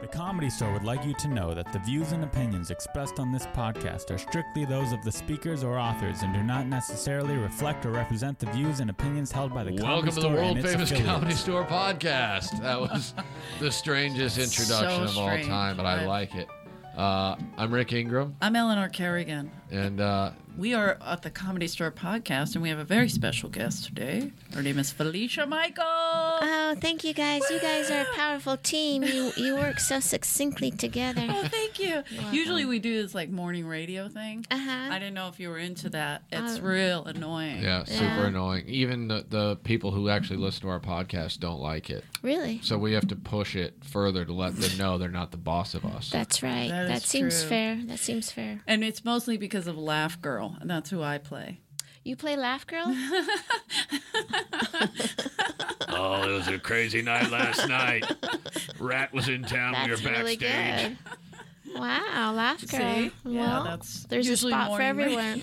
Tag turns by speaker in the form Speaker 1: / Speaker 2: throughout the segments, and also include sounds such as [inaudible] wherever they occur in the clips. Speaker 1: The Comedy Store would like you to know that the views and opinions expressed on this podcast are strictly those of the speakers or authors and do not necessarily reflect or represent the views and opinions held by the Comedy
Speaker 2: Welcome to the
Speaker 1: Store and
Speaker 2: world
Speaker 1: its
Speaker 2: famous
Speaker 1: affiliates.
Speaker 2: Comedy Store podcast. That was the strangest introduction of all
Speaker 3: strange.
Speaker 2: time, but I
Speaker 3: I-
Speaker 2: like it. Uh, I'm Rick Ingram,
Speaker 3: I'm Eleanor Kerrigan.
Speaker 2: and uh,
Speaker 3: We are at the Comedy Store podcast, and we have a very special guest today. Her name is Felicia Michael.
Speaker 4: Oh, thank you guys. You guys are a powerful team. You you work so succinctly together.
Speaker 3: Oh, [laughs] thank you. Usually we do this like morning radio thing.
Speaker 4: Uh-huh.
Speaker 3: I didn't know if you were into that. It's
Speaker 4: Uh,
Speaker 3: real annoying.
Speaker 2: yeah, super
Speaker 4: Yeah.
Speaker 2: annoying. Even the, the people who actually listen to our podcast don't like it,
Speaker 4: Really?
Speaker 2: so we have to push it further to let them know they're not the boss of us.
Speaker 4: That's right.
Speaker 3: That is
Speaker 4: That, seems
Speaker 3: true.
Speaker 4: fair. That seems fair.
Speaker 3: And it's mostly because of Laugh Girl, and that's who I play.
Speaker 4: You play
Speaker 3: [laughs]
Speaker 4: Laugh Girl?
Speaker 2: [laughs] Oh, it was a crazy night last night. Rat was in town.
Speaker 4: That's really good. Wow, Laugh Girl.
Speaker 3: See?
Speaker 4: Well,
Speaker 3: yeah, that's
Speaker 4: there's a
Speaker 3: usually
Speaker 4: spot for
Speaker 3: morning radio.
Speaker 4: everyone.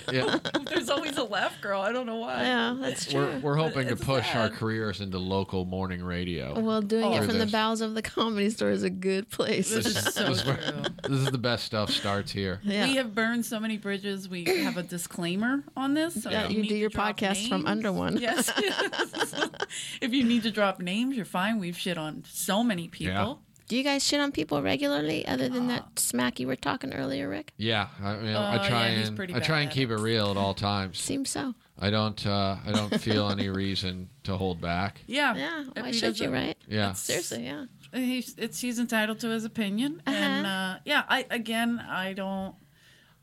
Speaker 2: Yeah,
Speaker 3: [laughs] There's always a Laugh Girl. I don't know why.
Speaker 4: [laughs] yeah, that's true.
Speaker 2: we're, we're hoping to
Speaker 3: It's
Speaker 2: push our
Speaker 3: sad.
Speaker 2: careers into local morning radio.
Speaker 5: Well, doing
Speaker 3: Oh.
Speaker 5: it from
Speaker 2: Or
Speaker 5: the
Speaker 2: this.
Speaker 5: bowels of the comedy store is a good place.
Speaker 3: This
Speaker 4: [laughs]
Speaker 3: is so
Speaker 2: This is where-
Speaker 3: true.
Speaker 2: This is the best stuff starts here.
Speaker 5: yeah.
Speaker 3: We have burned so many bridges. We have a disclaimer on this. So
Speaker 5: Yeah,
Speaker 3: if
Speaker 5: you
Speaker 3: need
Speaker 5: do
Speaker 3: to
Speaker 5: your
Speaker 3: drop
Speaker 5: podcast from
Speaker 3: names-
Speaker 5: under one.
Speaker 4: [laughs]
Speaker 3: Yes. [laughs] if you need to drop names, you're fine. We've shit on so many people.
Speaker 4: Do you guys shit on people regularly other than
Speaker 3: Ah.
Speaker 4: that smack you were talking earlier, Rick?
Speaker 2: Yeah, I mean,
Speaker 3: Oh,
Speaker 2: I try
Speaker 3: yeah, he's
Speaker 2: and
Speaker 3: pretty
Speaker 2: I try
Speaker 3: bad
Speaker 2: and
Speaker 3: at
Speaker 2: keep it
Speaker 3: it.
Speaker 2: real at all times.
Speaker 4: Seems so.
Speaker 2: I don't uh, I don't feel
Speaker 3: [laughs]
Speaker 2: any reason to hold back.
Speaker 3: Yeah.
Speaker 4: Yeah.
Speaker 3: Ah, If
Speaker 4: Why
Speaker 3: he
Speaker 4: should you,
Speaker 3: doesn't-
Speaker 4: right?
Speaker 2: Yeah,
Speaker 4: Seriously, yeah.
Speaker 3: He's, it's, he's entitled to his opinion. And
Speaker 4: Uh-huh.
Speaker 3: uh, yeah, I again, I don't.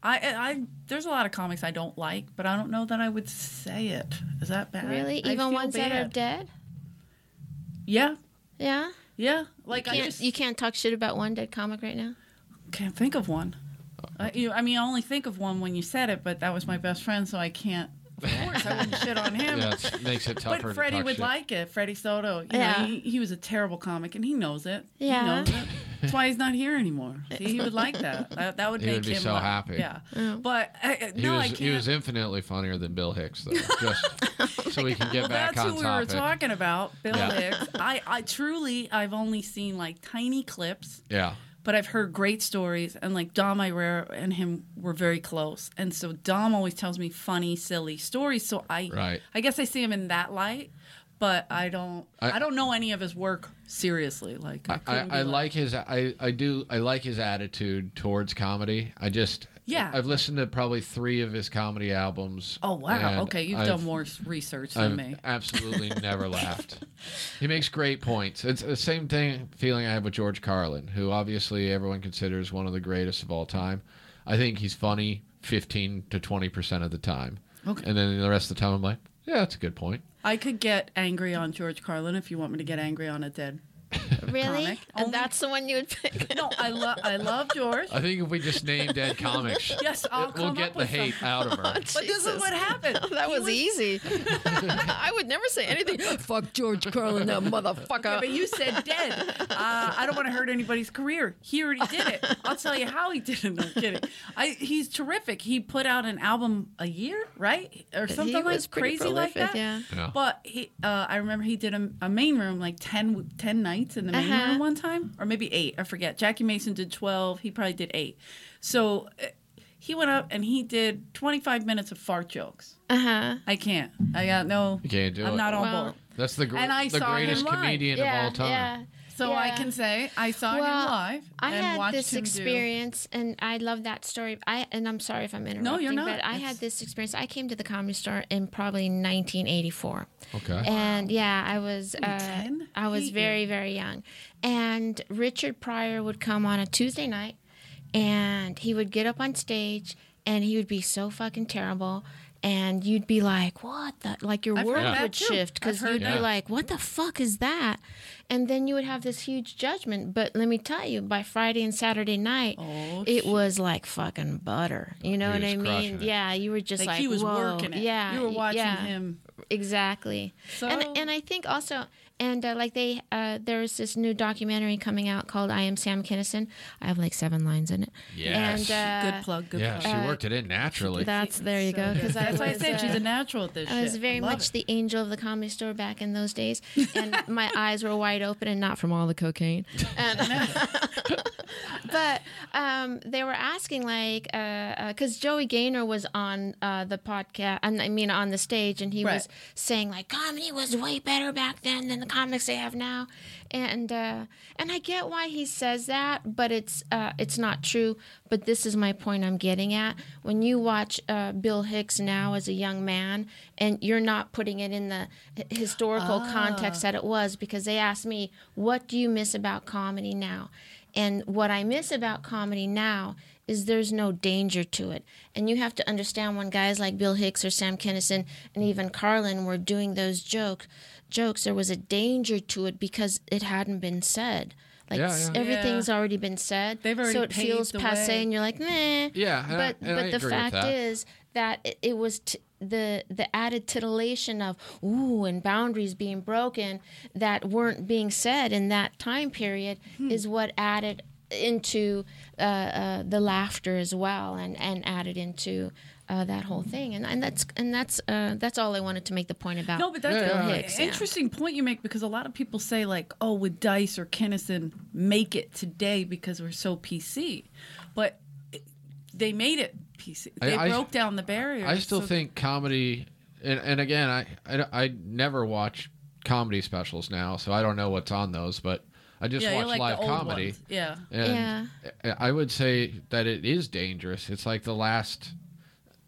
Speaker 3: I, I I- there's a lot of comics I don't like, but I don't know that I would say it. Is that bad?
Speaker 4: Really?
Speaker 3: I
Speaker 4: Even
Speaker 3: feel
Speaker 4: ones that are
Speaker 3: bad.
Speaker 4: dead?
Speaker 3: Yeah,
Speaker 4: Yeah.
Speaker 3: yeah. Like
Speaker 4: Can't,
Speaker 3: I just
Speaker 4: you can't talk shit about one dead comic right now.
Speaker 3: Can't think of one. I, you, I mean, I only think of one when you said it, but that was my best friend, so I can't. Of
Speaker 2: [laughs]
Speaker 3: course, I wouldn't shit on him.
Speaker 2: yeah, it makes it tougher.
Speaker 3: [laughs] but Freddie
Speaker 2: to talk
Speaker 3: would
Speaker 2: shit.
Speaker 3: like it. Freddie Soto. You
Speaker 4: Yeah.
Speaker 3: Know, he, he was a terrible comic, and he knows it.
Speaker 4: Yeah.
Speaker 3: He
Speaker 2: [laughs]
Speaker 3: knows it. That's why he's not here anymore. See, he would like that. That, that would
Speaker 2: He
Speaker 3: make
Speaker 2: would be
Speaker 3: him
Speaker 2: so
Speaker 3: laugh.
Speaker 2: happy.
Speaker 3: Yeah.
Speaker 4: Mm.
Speaker 3: But I, I-
Speaker 2: He
Speaker 3: no, I
Speaker 2: was
Speaker 3: can't.
Speaker 2: he was infinitely funnier than Bill Hicks
Speaker 3: [laughs]
Speaker 2: though. Just so we can get
Speaker 3: well,
Speaker 2: back
Speaker 3: that's
Speaker 2: on
Speaker 3: who we were
Speaker 2: topic.
Speaker 3: talking about, Bill
Speaker 2: Yeah.
Speaker 3: Hicks. I, I truly, I've only seen like tiny clips.
Speaker 2: yeah,
Speaker 3: but I've heard great stories, and like Dom Irera and him were very close, and so Dom always tells me funny, silly stories. So I,
Speaker 2: Right.
Speaker 3: I guess I see him in that light, but I don't,
Speaker 2: I-
Speaker 3: I, don't know any of his work seriously. Like I,
Speaker 2: I,
Speaker 3: couldn't be
Speaker 2: I like his I, I do I like his attitude towards comedy. I just
Speaker 3: Yeah.
Speaker 2: I've listened to probably three of his comedy albums.
Speaker 3: Oh wow!
Speaker 2: and
Speaker 3: Okay, you've
Speaker 2: I've-
Speaker 3: done more s- research than
Speaker 2: I've
Speaker 3: me.
Speaker 2: absolutely
Speaker 3: [laughs]
Speaker 2: never laughed. He makes great points. It's the same thing feeling I have with George Carlin, who obviously everyone considers one of the greatest of all time. I think he's funny 15 to 20% of the time.
Speaker 3: Okay.
Speaker 2: And then the rest of the time I'm like, yeah, that's a good point.
Speaker 3: I could get angry on George Carlin if you want me to get angry on a dead.
Speaker 4: Really?
Speaker 3: Comic.
Speaker 4: And
Speaker 3: Only-
Speaker 4: that's the one you would pick.
Speaker 3: [laughs] No, I love, I love George.
Speaker 2: I think if we just name
Speaker 3: [laughs]
Speaker 2: dead comics,
Speaker 3: Yes, I'll
Speaker 2: we'll
Speaker 3: come
Speaker 2: get
Speaker 3: up
Speaker 2: the
Speaker 3: with
Speaker 2: hate
Speaker 3: something.
Speaker 2: out of her.
Speaker 3: [laughs] But this is
Speaker 5: Jesus.
Speaker 3: what happened.
Speaker 5: [laughs] that
Speaker 3: He
Speaker 5: was easy.
Speaker 3: [laughs]
Speaker 4: [laughs]
Speaker 5: I would never say anything. Fuck George Carlin,
Speaker 4: [laughs]
Speaker 5: that
Speaker 3: Yeah,
Speaker 5: motherfucker.
Speaker 3: but you said dead. Uh, I don't want to hurt anybody's career. He already did it. I'll tell you how he did it. No I'm kidding. I, he's terrific. He put out an album a year, right, or something like
Speaker 5: was pretty
Speaker 3: crazy like
Speaker 5: prolific,
Speaker 3: that.
Speaker 5: yeah.
Speaker 2: Yeah.
Speaker 3: But he, uh, I remember he did a, a main room like 10, 10 nights in the main
Speaker 4: Uh-huh.
Speaker 3: room one time, or maybe eight. I forget. Jackie Mason did twelve. He probably did eight. So. Uh, he went up and he did 25 minutes of fart jokes.
Speaker 4: Uh huh.
Speaker 3: I can't. I got no.
Speaker 2: You can't do
Speaker 3: I'm
Speaker 2: it.
Speaker 3: not on
Speaker 4: Wow.
Speaker 3: board.
Speaker 2: That's the, gr-
Speaker 3: And I
Speaker 2: the
Speaker 3: saw him
Speaker 2: greatest
Speaker 3: live.
Speaker 2: comedian of all time.
Speaker 3: So I
Speaker 4: Yeah.
Speaker 3: can say I saw him
Speaker 4: Well,
Speaker 3: live.
Speaker 4: I
Speaker 3: and
Speaker 4: had
Speaker 3: watched
Speaker 4: this
Speaker 3: him do-
Speaker 4: experience, and I love that story. I and I'm sorry if I'm interrupting.
Speaker 3: not.
Speaker 4: But I
Speaker 3: It's-
Speaker 4: had this experience. I came to the comedy store in probably 1984,
Speaker 2: Okay.
Speaker 4: and yeah, I was uh,
Speaker 3: 10?
Speaker 4: I was
Speaker 3: Hate
Speaker 4: very very young, and Richard Pryor would come on a Tuesday night, and he would get up on stage, and he would be so fucking terrible. And you'd be like, "What the?" Like your
Speaker 3: I've heard
Speaker 4: world
Speaker 3: that
Speaker 4: would
Speaker 3: too.
Speaker 4: shift
Speaker 3: I've
Speaker 4: because
Speaker 3: heard
Speaker 4: you'd
Speaker 2: that.
Speaker 4: be like, "What the fuck is that?" And then you would have this huge judgment. But let me tell you, by Friday and Saturday night,
Speaker 3: Oh,
Speaker 4: it was like fucking butter. You know
Speaker 2: He
Speaker 4: what
Speaker 2: was
Speaker 4: I
Speaker 2: crushing
Speaker 4: mean?
Speaker 2: it.
Speaker 4: Yeah, you were just
Speaker 3: Like,
Speaker 4: like,
Speaker 3: he was
Speaker 4: Whoa.
Speaker 3: working it.
Speaker 4: Yeah,
Speaker 3: you were watching
Speaker 4: yeah.
Speaker 3: him.
Speaker 4: exactly. and
Speaker 3: So-
Speaker 4: and I think also and uh, like they uh, there's this new documentary coming out called I Am Sam Kinison. I have like seven lines in it.
Speaker 2: Yes.
Speaker 4: And, uh,
Speaker 3: Good plug. Good
Speaker 2: Yeah,
Speaker 3: plug.
Speaker 2: she
Speaker 4: [laughs]
Speaker 2: worked it in naturally.
Speaker 4: That's there you go. Because
Speaker 3: That's why I said she's a natural at this.
Speaker 4: uh, I was
Speaker 3: shit.
Speaker 4: very
Speaker 3: love
Speaker 4: much
Speaker 3: it.
Speaker 4: the angel of the comedy store back in those days,
Speaker 3: [laughs]
Speaker 4: and my eyes were wide open and not from all
Speaker 3: [laughs]
Speaker 4: the cocaine. And, [laughs] but um, they were asking like, because uh, 'cause Joey Gaynor was on uh, the podcast, and I mean on the stage, and he
Speaker 3: Right.
Speaker 4: was saying like, comedy was way better back then than the comics they have now, and uh, and I get why he says that, but it's uh, it's not true. But this is my point I'm getting at. When you watch uh, Bill Hicks now as a young man, and you're not putting it in the h- historical context that it was, because they asked me, what do you miss about comedy now? And what I miss about comedy now is there's no danger to it. And you have to understand when guys like Bill Hicks or Sam Kinison and even Carlin were doing those jokes, jokes there was a danger to it because it hadn't been said. Like
Speaker 2: Yeah,
Speaker 4: s-
Speaker 2: yeah.
Speaker 4: everything's already been said.
Speaker 3: They've already
Speaker 4: so it
Speaker 3: paved
Speaker 4: feels
Speaker 3: the
Speaker 4: passe
Speaker 3: way.
Speaker 4: and you're like, meh.
Speaker 2: Yeah, and I-
Speaker 4: But
Speaker 2: and
Speaker 4: but
Speaker 2: I
Speaker 4: the
Speaker 2: agree with
Speaker 4: fact
Speaker 2: that.
Speaker 4: is that it, it was t- the the added titillation of ooh and boundaries being broken that weren't being said in that time period
Speaker 3: Hmm.
Speaker 4: is what added into uh, uh, the laughter as well and, and added into uh, that whole thing and, and that's and that's uh, that's all I wanted to make the point about.
Speaker 3: No, but that's
Speaker 2: Yeah,
Speaker 3: an
Speaker 4: yeah. Hicks, yeah.
Speaker 3: interesting point you make because a lot of people say like, "Oh, would Dice or Kinnison make it today because we're so PC?" But it- they made it PC.
Speaker 2: I-
Speaker 3: They
Speaker 2: I-
Speaker 3: broke down the barrier.
Speaker 2: I still
Speaker 3: so-
Speaker 2: think comedy, and, and again, I, I, I never watch comedy specials now, so I don't know what's on those, but I just
Speaker 3: yeah, you
Speaker 2: watch
Speaker 3: like
Speaker 2: live
Speaker 3: the old
Speaker 2: comedy.
Speaker 3: ones. Yeah.
Speaker 2: And yeah. I would say that it is dangerous. It's like the last,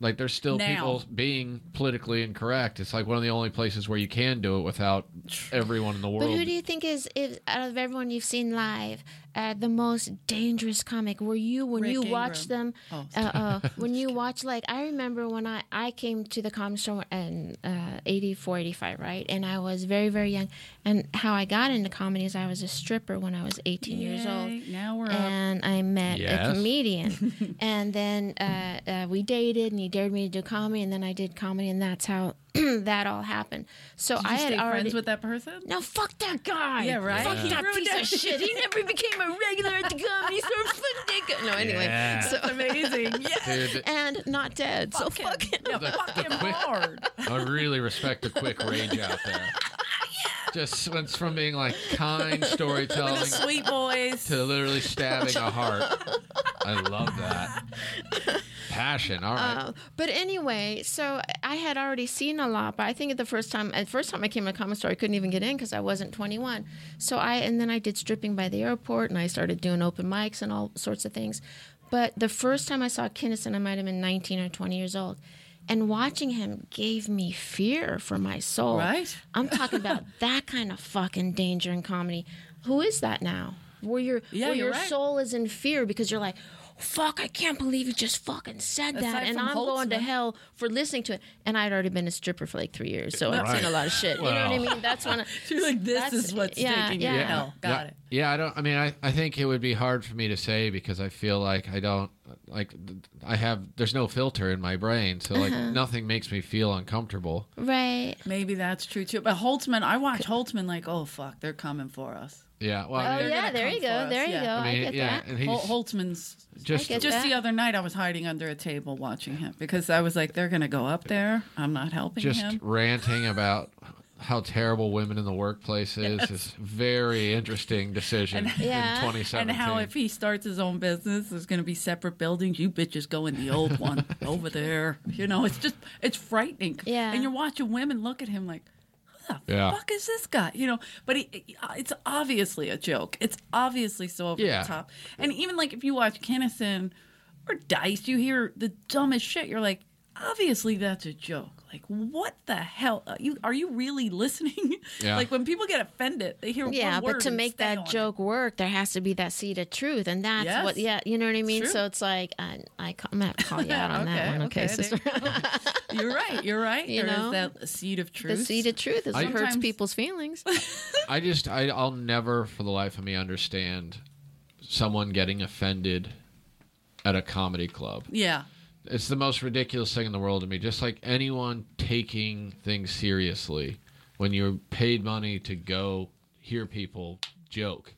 Speaker 2: like there's still
Speaker 3: Now.
Speaker 2: people being politically incorrect. It's like one of the only places where you can do it without everyone in the world.
Speaker 4: But who do you think is, is out of everyone you've seen live uh, the most dangerous comic? Were you when
Speaker 3: Rick
Speaker 4: you watch
Speaker 3: Ingram. Oh,
Speaker 4: them? uh, uh, [laughs] when you watch like I remember when I I came to the comic store in uh, 84, 85, right? And I was very very young. And how I got into comedy is I was a stripper when I was eighteen years old
Speaker 3: Yay, Now we're up.
Speaker 4: and I met
Speaker 2: Yes.
Speaker 3: [laughs]
Speaker 4: a comedian, and then uh, uh, we dated, and he dared me to do comedy, and then I did comedy, and that's how [clears throat] that all happened. So
Speaker 3: Did
Speaker 4: I
Speaker 3: you
Speaker 4: had
Speaker 3: stay
Speaker 4: already
Speaker 3: friends with that person?
Speaker 4: no, fuck that guy.
Speaker 3: Yeah, right?
Speaker 4: Fuck
Speaker 3: He
Speaker 4: that
Speaker 3: ruined it.
Speaker 4: piece of shit.
Speaker 3: [laughs]
Speaker 4: He never became a regular at the comedy store. Fuck that guy. No, anyway.
Speaker 2: Yeah.
Speaker 4: So, [laughs]
Speaker 3: Amazing. Yeah.
Speaker 2: Dude,
Speaker 4: and not dead. so fuck him.
Speaker 3: Yeah, fuck him hard.
Speaker 2: I really respect the quick rage out there. Just went from being like
Speaker 3: [laughs]
Speaker 2: kind storytelling
Speaker 3: [laughs] Sweet boys.
Speaker 2: to literally stabbing a heart. I love that. Passion. All right.
Speaker 4: Uh, but anyway, so I had already seen a lot, but I think at the first time, at first time I came to Common Store, I couldn't even get in because I wasn't 21. So I, and then I did stripping by the airport and I started doing open mics and all sorts of things. But the first time I saw Kinnison, I might have been 19 or 20 years old. And watching him gave me fear for my soul.
Speaker 3: Right.
Speaker 4: I'm talking
Speaker 3: [laughs]
Speaker 4: about that kind of fucking danger in comedy. Who is that now? Where your
Speaker 3: Yeah,
Speaker 4: where
Speaker 3: you're
Speaker 4: your
Speaker 3: right.
Speaker 4: soul is in fear because you're like, fuck, I can't believe you just fucking said that,
Speaker 3: Aside
Speaker 4: and
Speaker 3: from
Speaker 4: I'm going to
Speaker 3: Holtzman.
Speaker 4: hell for listening to it. And I'd already been a stripper for like three years, so I've seen a lot of shit. You know what I mean?
Speaker 3: [laughs]
Speaker 4: That's when I,
Speaker 3: She's like, this
Speaker 4: That's-
Speaker 3: is what's
Speaker 4: yeah,
Speaker 3: taking you
Speaker 4: yeah.
Speaker 3: to hell. Got
Speaker 2: yeah,
Speaker 3: it.
Speaker 2: Yeah, I don't. I mean, I, I think it would be hard for me to say because I feel like I don't like th- I have. There's no filter in my brain, so like
Speaker 4: Uh-huh.
Speaker 2: nothing makes me feel uncomfortable.
Speaker 4: right.
Speaker 3: Maybe that's true too. But Holtzman, I watch Holtzman like, oh fuck, they're coming for us.
Speaker 2: Yeah. Well, I
Speaker 4: Oh
Speaker 2: mean,
Speaker 4: yeah,
Speaker 3: gonna
Speaker 4: there
Speaker 3: come
Speaker 4: you
Speaker 3: for
Speaker 4: go,
Speaker 3: us,
Speaker 4: there
Speaker 3: yeah.
Speaker 4: you go.
Speaker 2: I
Speaker 4: Oh, I,
Speaker 2: mean,
Speaker 4: get
Speaker 2: yeah,
Speaker 4: that.
Speaker 2: and
Speaker 3: Hol-
Speaker 2: he's
Speaker 3: Holtzman's.
Speaker 2: just
Speaker 4: I get
Speaker 3: Just
Speaker 4: that.
Speaker 3: the other night, I was hiding under a table watching him because I was like, they're gonna go up there. I'm not helping
Speaker 2: just
Speaker 3: him.
Speaker 4: Mm-hmm.
Speaker 2: ranting about how terrible women in the workplace is is very interesting decision
Speaker 4: Yeah.
Speaker 2: in
Speaker 4: And
Speaker 2: 2017.
Speaker 3: And how if he starts his own business, there's gonna be separate buildings. You bitches go in the
Speaker 2: [laughs]
Speaker 3: old one over there. You know, it's just it's frightening.
Speaker 4: Yeah.
Speaker 3: And you're watching women look at him like, who the
Speaker 2: Yeah.
Speaker 3: fuck is this guy? You know, but he, it's obviously a joke. It's obviously so over
Speaker 2: Yeah.
Speaker 3: the top. And even like if you watch Kinnison or Dice, you hear the dumbest shit. You're like, obviously that's a joke. Like, what the hell? Are you are you really [laughs] listening?
Speaker 2: Yeah.
Speaker 3: like when people get offended, they hear
Speaker 4: Yeah,
Speaker 3: one word
Speaker 4: but to
Speaker 3: and
Speaker 4: make
Speaker 3: stay
Speaker 4: that
Speaker 3: on it.
Speaker 4: joke work, there has to be that seed of truth, and that's
Speaker 3: Yes.
Speaker 4: what. Yeah, you know what I mean.
Speaker 3: True.
Speaker 4: So it's like I, I, ca- I'm gonna have to call you
Speaker 3: [laughs]
Speaker 4: out on that one, okay,
Speaker 3: there
Speaker 4: sister?
Speaker 3: you go.
Speaker 4: [laughs]
Speaker 3: You're right. You're right.
Speaker 4: You
Speaker 3: There is
Speaker 4: know?
Speaker 3: that seed of
Speaker 4: [laughs] The
Speaker 3: truth.
Speaker 4: seed of truth is what hurts
Speaker 3: Sometimes-
Speaker 4: people's feelings.
Speaker 2: I just I, I'll never for the life of me understand someone getting offended at a comedy club.
Speaker 3: yeah.
Speaker 2: It's the most ridiculous thing in the world to me. Just like anyone taking things seriously when you're paid money to go hear people joke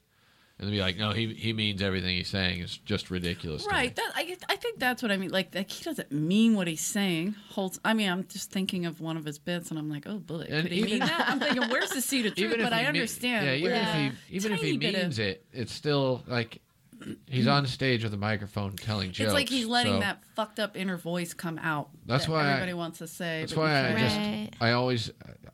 Speaker 2: and be like, no, he, he means everything he's saying is just ridiculous. to me.
Speaker 3: Right. That, I, I think that's what I mean. Like, like he doesn't mean what he's saying. Holtz. I mean, I'm just thinking of one of his bits, and I'm like, oh boy,
Speaker 2: And
Speaker 3: could he
Speaker 2: even-
Speaker 3: mean that? I'm thinking, where's the seed
Speaker 2: [laughs]
Speaker 3: of truth?
Speaker 2: if
Speaker 3: But
Speaker 2: he
Speaker 3: I
Speaker 2: mea-
Speaker 3: understand.
Speaker 2: yeah, even
Speaker 3: where-
Speaker 2: if he even if he
Speaker 3: Tiny bit of-
Speaker 2: means it, it's still like he's on stage with a microphone telling jokes.
Speaker 3: it's like he's letting
Speaker 2: so
Speaker 3: that fucked up inner voice come out.
Speaker 2: That's
Speaker 3: that
Speaker 2: why I-
Speaker 3: everybody wants to say.
Speaker 2: That's
Speaker 3: but you
Speaker 2: why I
Speaker 3: can't.
Speaker 2: just
Speaker 4: Right.
Speaker 2: I always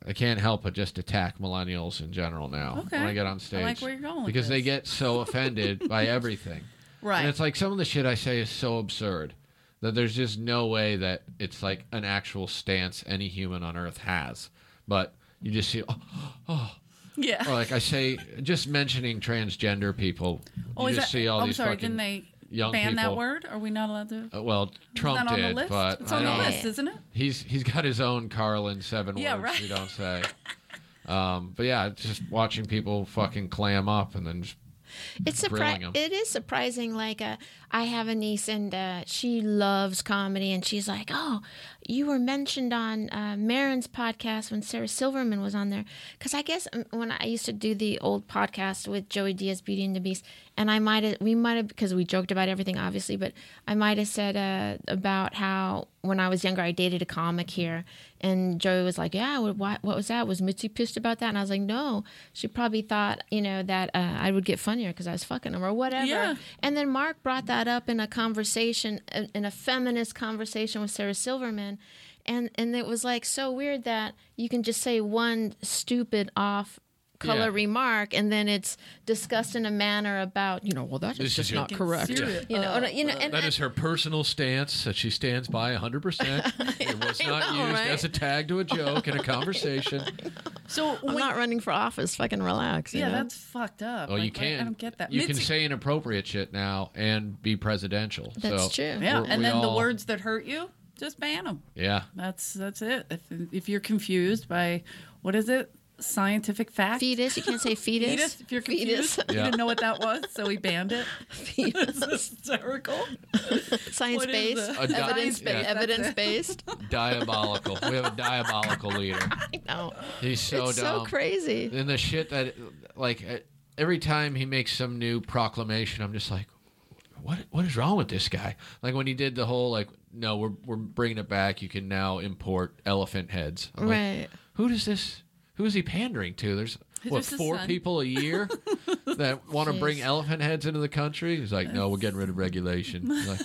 Speaker 2: I can't help but just attack millennials in general now
Speaker 3: Okay.
Speaker 2: when I get
Speaker 3: I
Speaker 2: on stage.
Speaker 3: like where you're going with
Speaker 2: because they
Speaker 3: this.
Speaker 2: get
Speaker 3: [laughs]
Speaker 2: so offended by everything.
Speaker 3: right.
Speaker 2: And it's like some of the shit I say is so absurd that there's just no way that it's like an actual stance any human on earth has. But you just see, oh,
Speaker 3: yeah.
Speaker 2: or like I say, just mentioning transgender people,
Speaker 3: Oh,
Speaker 2: you
Speaker 3: is
Speaker 2: just
Speaker 3: that-
Speaker 2: see all
Speaker 3: I'm
Speaker 2: these
Speaker 3: sorry,
Speaker 2: fucking.
Speaker 3: didn't they
Speaker 2: young
Speaker 3: ban
Speaker 2: people.
Speaker 3: that word? Are we not allowed to?
Speaker 2: uh, well, Trump
Speaker 3: it's not
Speaker 2: did,
Speaker 3: on the list.
Speaker 2: but
Speaker 3: it's
Speaker 2: I
Speaker 3: on the
Speaker 2: don't-
Speaker 3: list, isn't it?
Speaker 2: He's he's got his own Carlin seven
Speaker 3: Yeah,
Speaker 2: words
Speaker 3: right.
Speaker 2: you don't say. Um, but yeah, it's just watching people fucking clam up and
Speaker 3: [laughs]
Speaker 2: then just,
Speaker 4: It's
Speaker 2: grilling 'em.
Speaker 4: surprising. It is surprising. Like, uh, I have a niece, and uh, she loves comedy, and she's like, "Oh, you were mentioned on uh, Marin's podcast when Sarah Silverman was on there." Because I guess um, when I used to do the old podcast with Joey Diaz, Beauty and the Beast, and I might have, we might have, because we joked about everything, obviously, but I might have said uh, about how when I was younger, I dated a comic here, and Joey was like, "Yeah, what, what what was that? Was Mitzi pissed about that?" And I was like, "No, she probably thought, you know, that uh, I would get funnier because I was fucking him or whatever."
Speaker 3: Yeah.
Speaker 4: And then Mark brought that up in a conversation, in in a feminist conversation with Sarah Silverman, and and it was like so weird that you can just say one stupid off. Color
Speaker 2: Yeah.
Speaker 4: remark, and then it's discussed in a manner about you know. Well, that
Speaker 2: This
Speaker 4: is just
Speaker 2: is your- Uh,
Speaker 4: not correct.
Speaker 3: Serious. Oh,
Speaker 4: You know, and, you know, and
Speaker 2: that is her personal stance that she stands by
Speaker 3: [laughs]
Speaker 2: 100%. it was not
Speaker 4: know,
Speaker 2: used
Speaker 4: right?
Speaker 2: as a tag to a joke in a
Speaker 3: [laughs]
Speaker 2: conversation.
Speaker 3: So
Speaker 4: I'm
Speaker 3: when-
Speaker 4: not running for office. Fucking relax. you
Speaker 3: yeah,
Speaker 4: know?
Speaker 3: that's fucked up.
Speaker 2: Well, you
Speaker 3: Like, I-
Speaker 2: can.
Speaker 3: I don't get that.
Speaker 2: You can
Speaker 3: Mitzi-
Speaker 2: say inappropriate shit now and be presidential.
Speaker 4: That's
Speaker 2: so
Speaker 4: true.
Speaker 3: Yeah,
Speaker 2: we're-
Speaker 3: and
Speaker 2: we
Speaker 3: then the
Speaker 2: all-
Speaker 3: words that hurt you, just ban them.
Speaker 2: Yeah.
Speaker 3: That's that's it. If, if you're confused by what is it, scientific fact,
Speaker 4: fetus. You can't say fetus.
Speaker 3: [laughs] Fetus, If you're confused,
Speaker 4: fetus.
Speaker 3: you
Speaker 2: Yeah.
Speaker 3: didn't know what that was, so we banned it.
Speaker 4: [laughs] Fetus.
Speaker 3: It's [laughs] hysterical.
Speaker 4: Science
Speaker 3: What is
Speaker 4: based.
Speaker 3: the-
Speaker 2: A di-
Speaker 4: Evidence
Speaker 2: yeah.
Speaker 4: based. Evidence based. [laughs]
Speaker 2: Diabolical. we have a diabolical leader.
Speaker 4: No,
Speaker 2: He's so
Speaker 4: it's
Speaker 2: dumb.
Speaker 4: so crazy.
Speaker 2: And the shit that, like, uh, every time he makes some new proclamation, I'm just like, what what is wrong with this guy? Like when he did the whole like, no, we're we're bringing it back. You can now import elephant heads. I'm like,
Speaker 4: Right.
Speaker 2: who does this? Who is he pandering to? There's what
Speaker 3: There's his
Speaker 2: four
Speaker 3: son.
Speaker 2: people a
Speaker 3: [laughs]
Speaker 2: year that want to bring
Speaker 4: Jeez.
Speaker 2: elephant heads into the country. He's like, no, we're getting rid of regulation. I'm
Speaker 3: [laughs]
Speaker 2: like,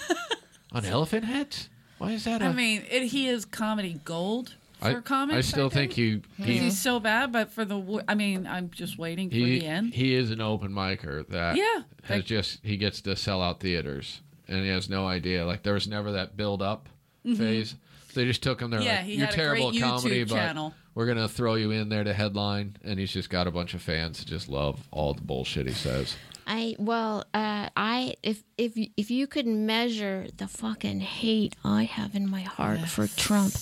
Speaker 2: on elephant heads? Why is that?
Speaker 3: I
Speaker 2: a-
Speaker 3: mean, it, he is comedy gold
Speaker 2: I-
Speaker 3: for comics.
Speaker 2: I still think he he,
Speaker 3: he's so bad, but for the wo- I mean, I'm just waiting for
Speaker 2: he,
Speaker 3: the end.
Speaker 2: he is an open micer that
Speaker 3: Yeah.
Speaker 2: has
Speaker 3: Like-
Speaker 2: just he gets to sell out theaters and he has no idea. Like there was never that build up phase. They just took him there.
Speaker 3: Mm-hmm. Yeah,
Speaker 2: like,
Speaker 3: he
Speaker 2: You're
Speaker 3: had a
Speaker 2: terrible
Speaker 3: great
Speaker 2: at comedy,
Speaker 3: YouTube
Speaker 2: but
Speaker 3: channel."
Speaker 2: we're gonna throw you in there to headline, and he's just got a bunch of fans that just love all the bullshit he says.
Speaker 4: I well, uh, I if if you- if you could measure the fucking hate I have in my heart for Trump,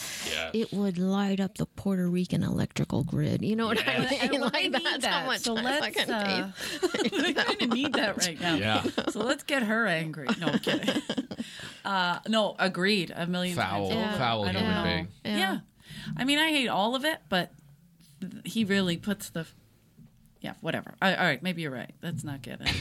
Speaker 4: it would light up the Puerto Rican electrical grid. [laughs] You know what I
Speaker 3: And
Speaker 4: mean?
Speaker 3: well, they
Speaker 4: Like
Speaker 3: need
Speaker 4: that's
Speaker 3: that,
Speaker 4: how much
Speaker 3: so
Speaker 4: I
Speaker 3: let's,
Speaker 4: fucking hate.
Speaker 3: uh, [laughs]
Speaker 4: [laughs]
Speaker 3: they kind of need that right now.
Speaker 2: Yeah.
Speaker 3: So let's get her angry. No, I'm
Speaker 4: [laughs]
Speaker 3: kidding. Uh, no, agreed. A million
Speaker 2: Foul,
Speaker 3: times. over.
Speaker 2: foul
Speaker 3: I don't
Speaker 2: human
Speaker 3: know.
Speaker 2: being.
Speaker 3: Yeah. I mean, I hate all of it, but th- he really puts the. Yeah, whatever. I, all right, maybe you're right. Let's not get into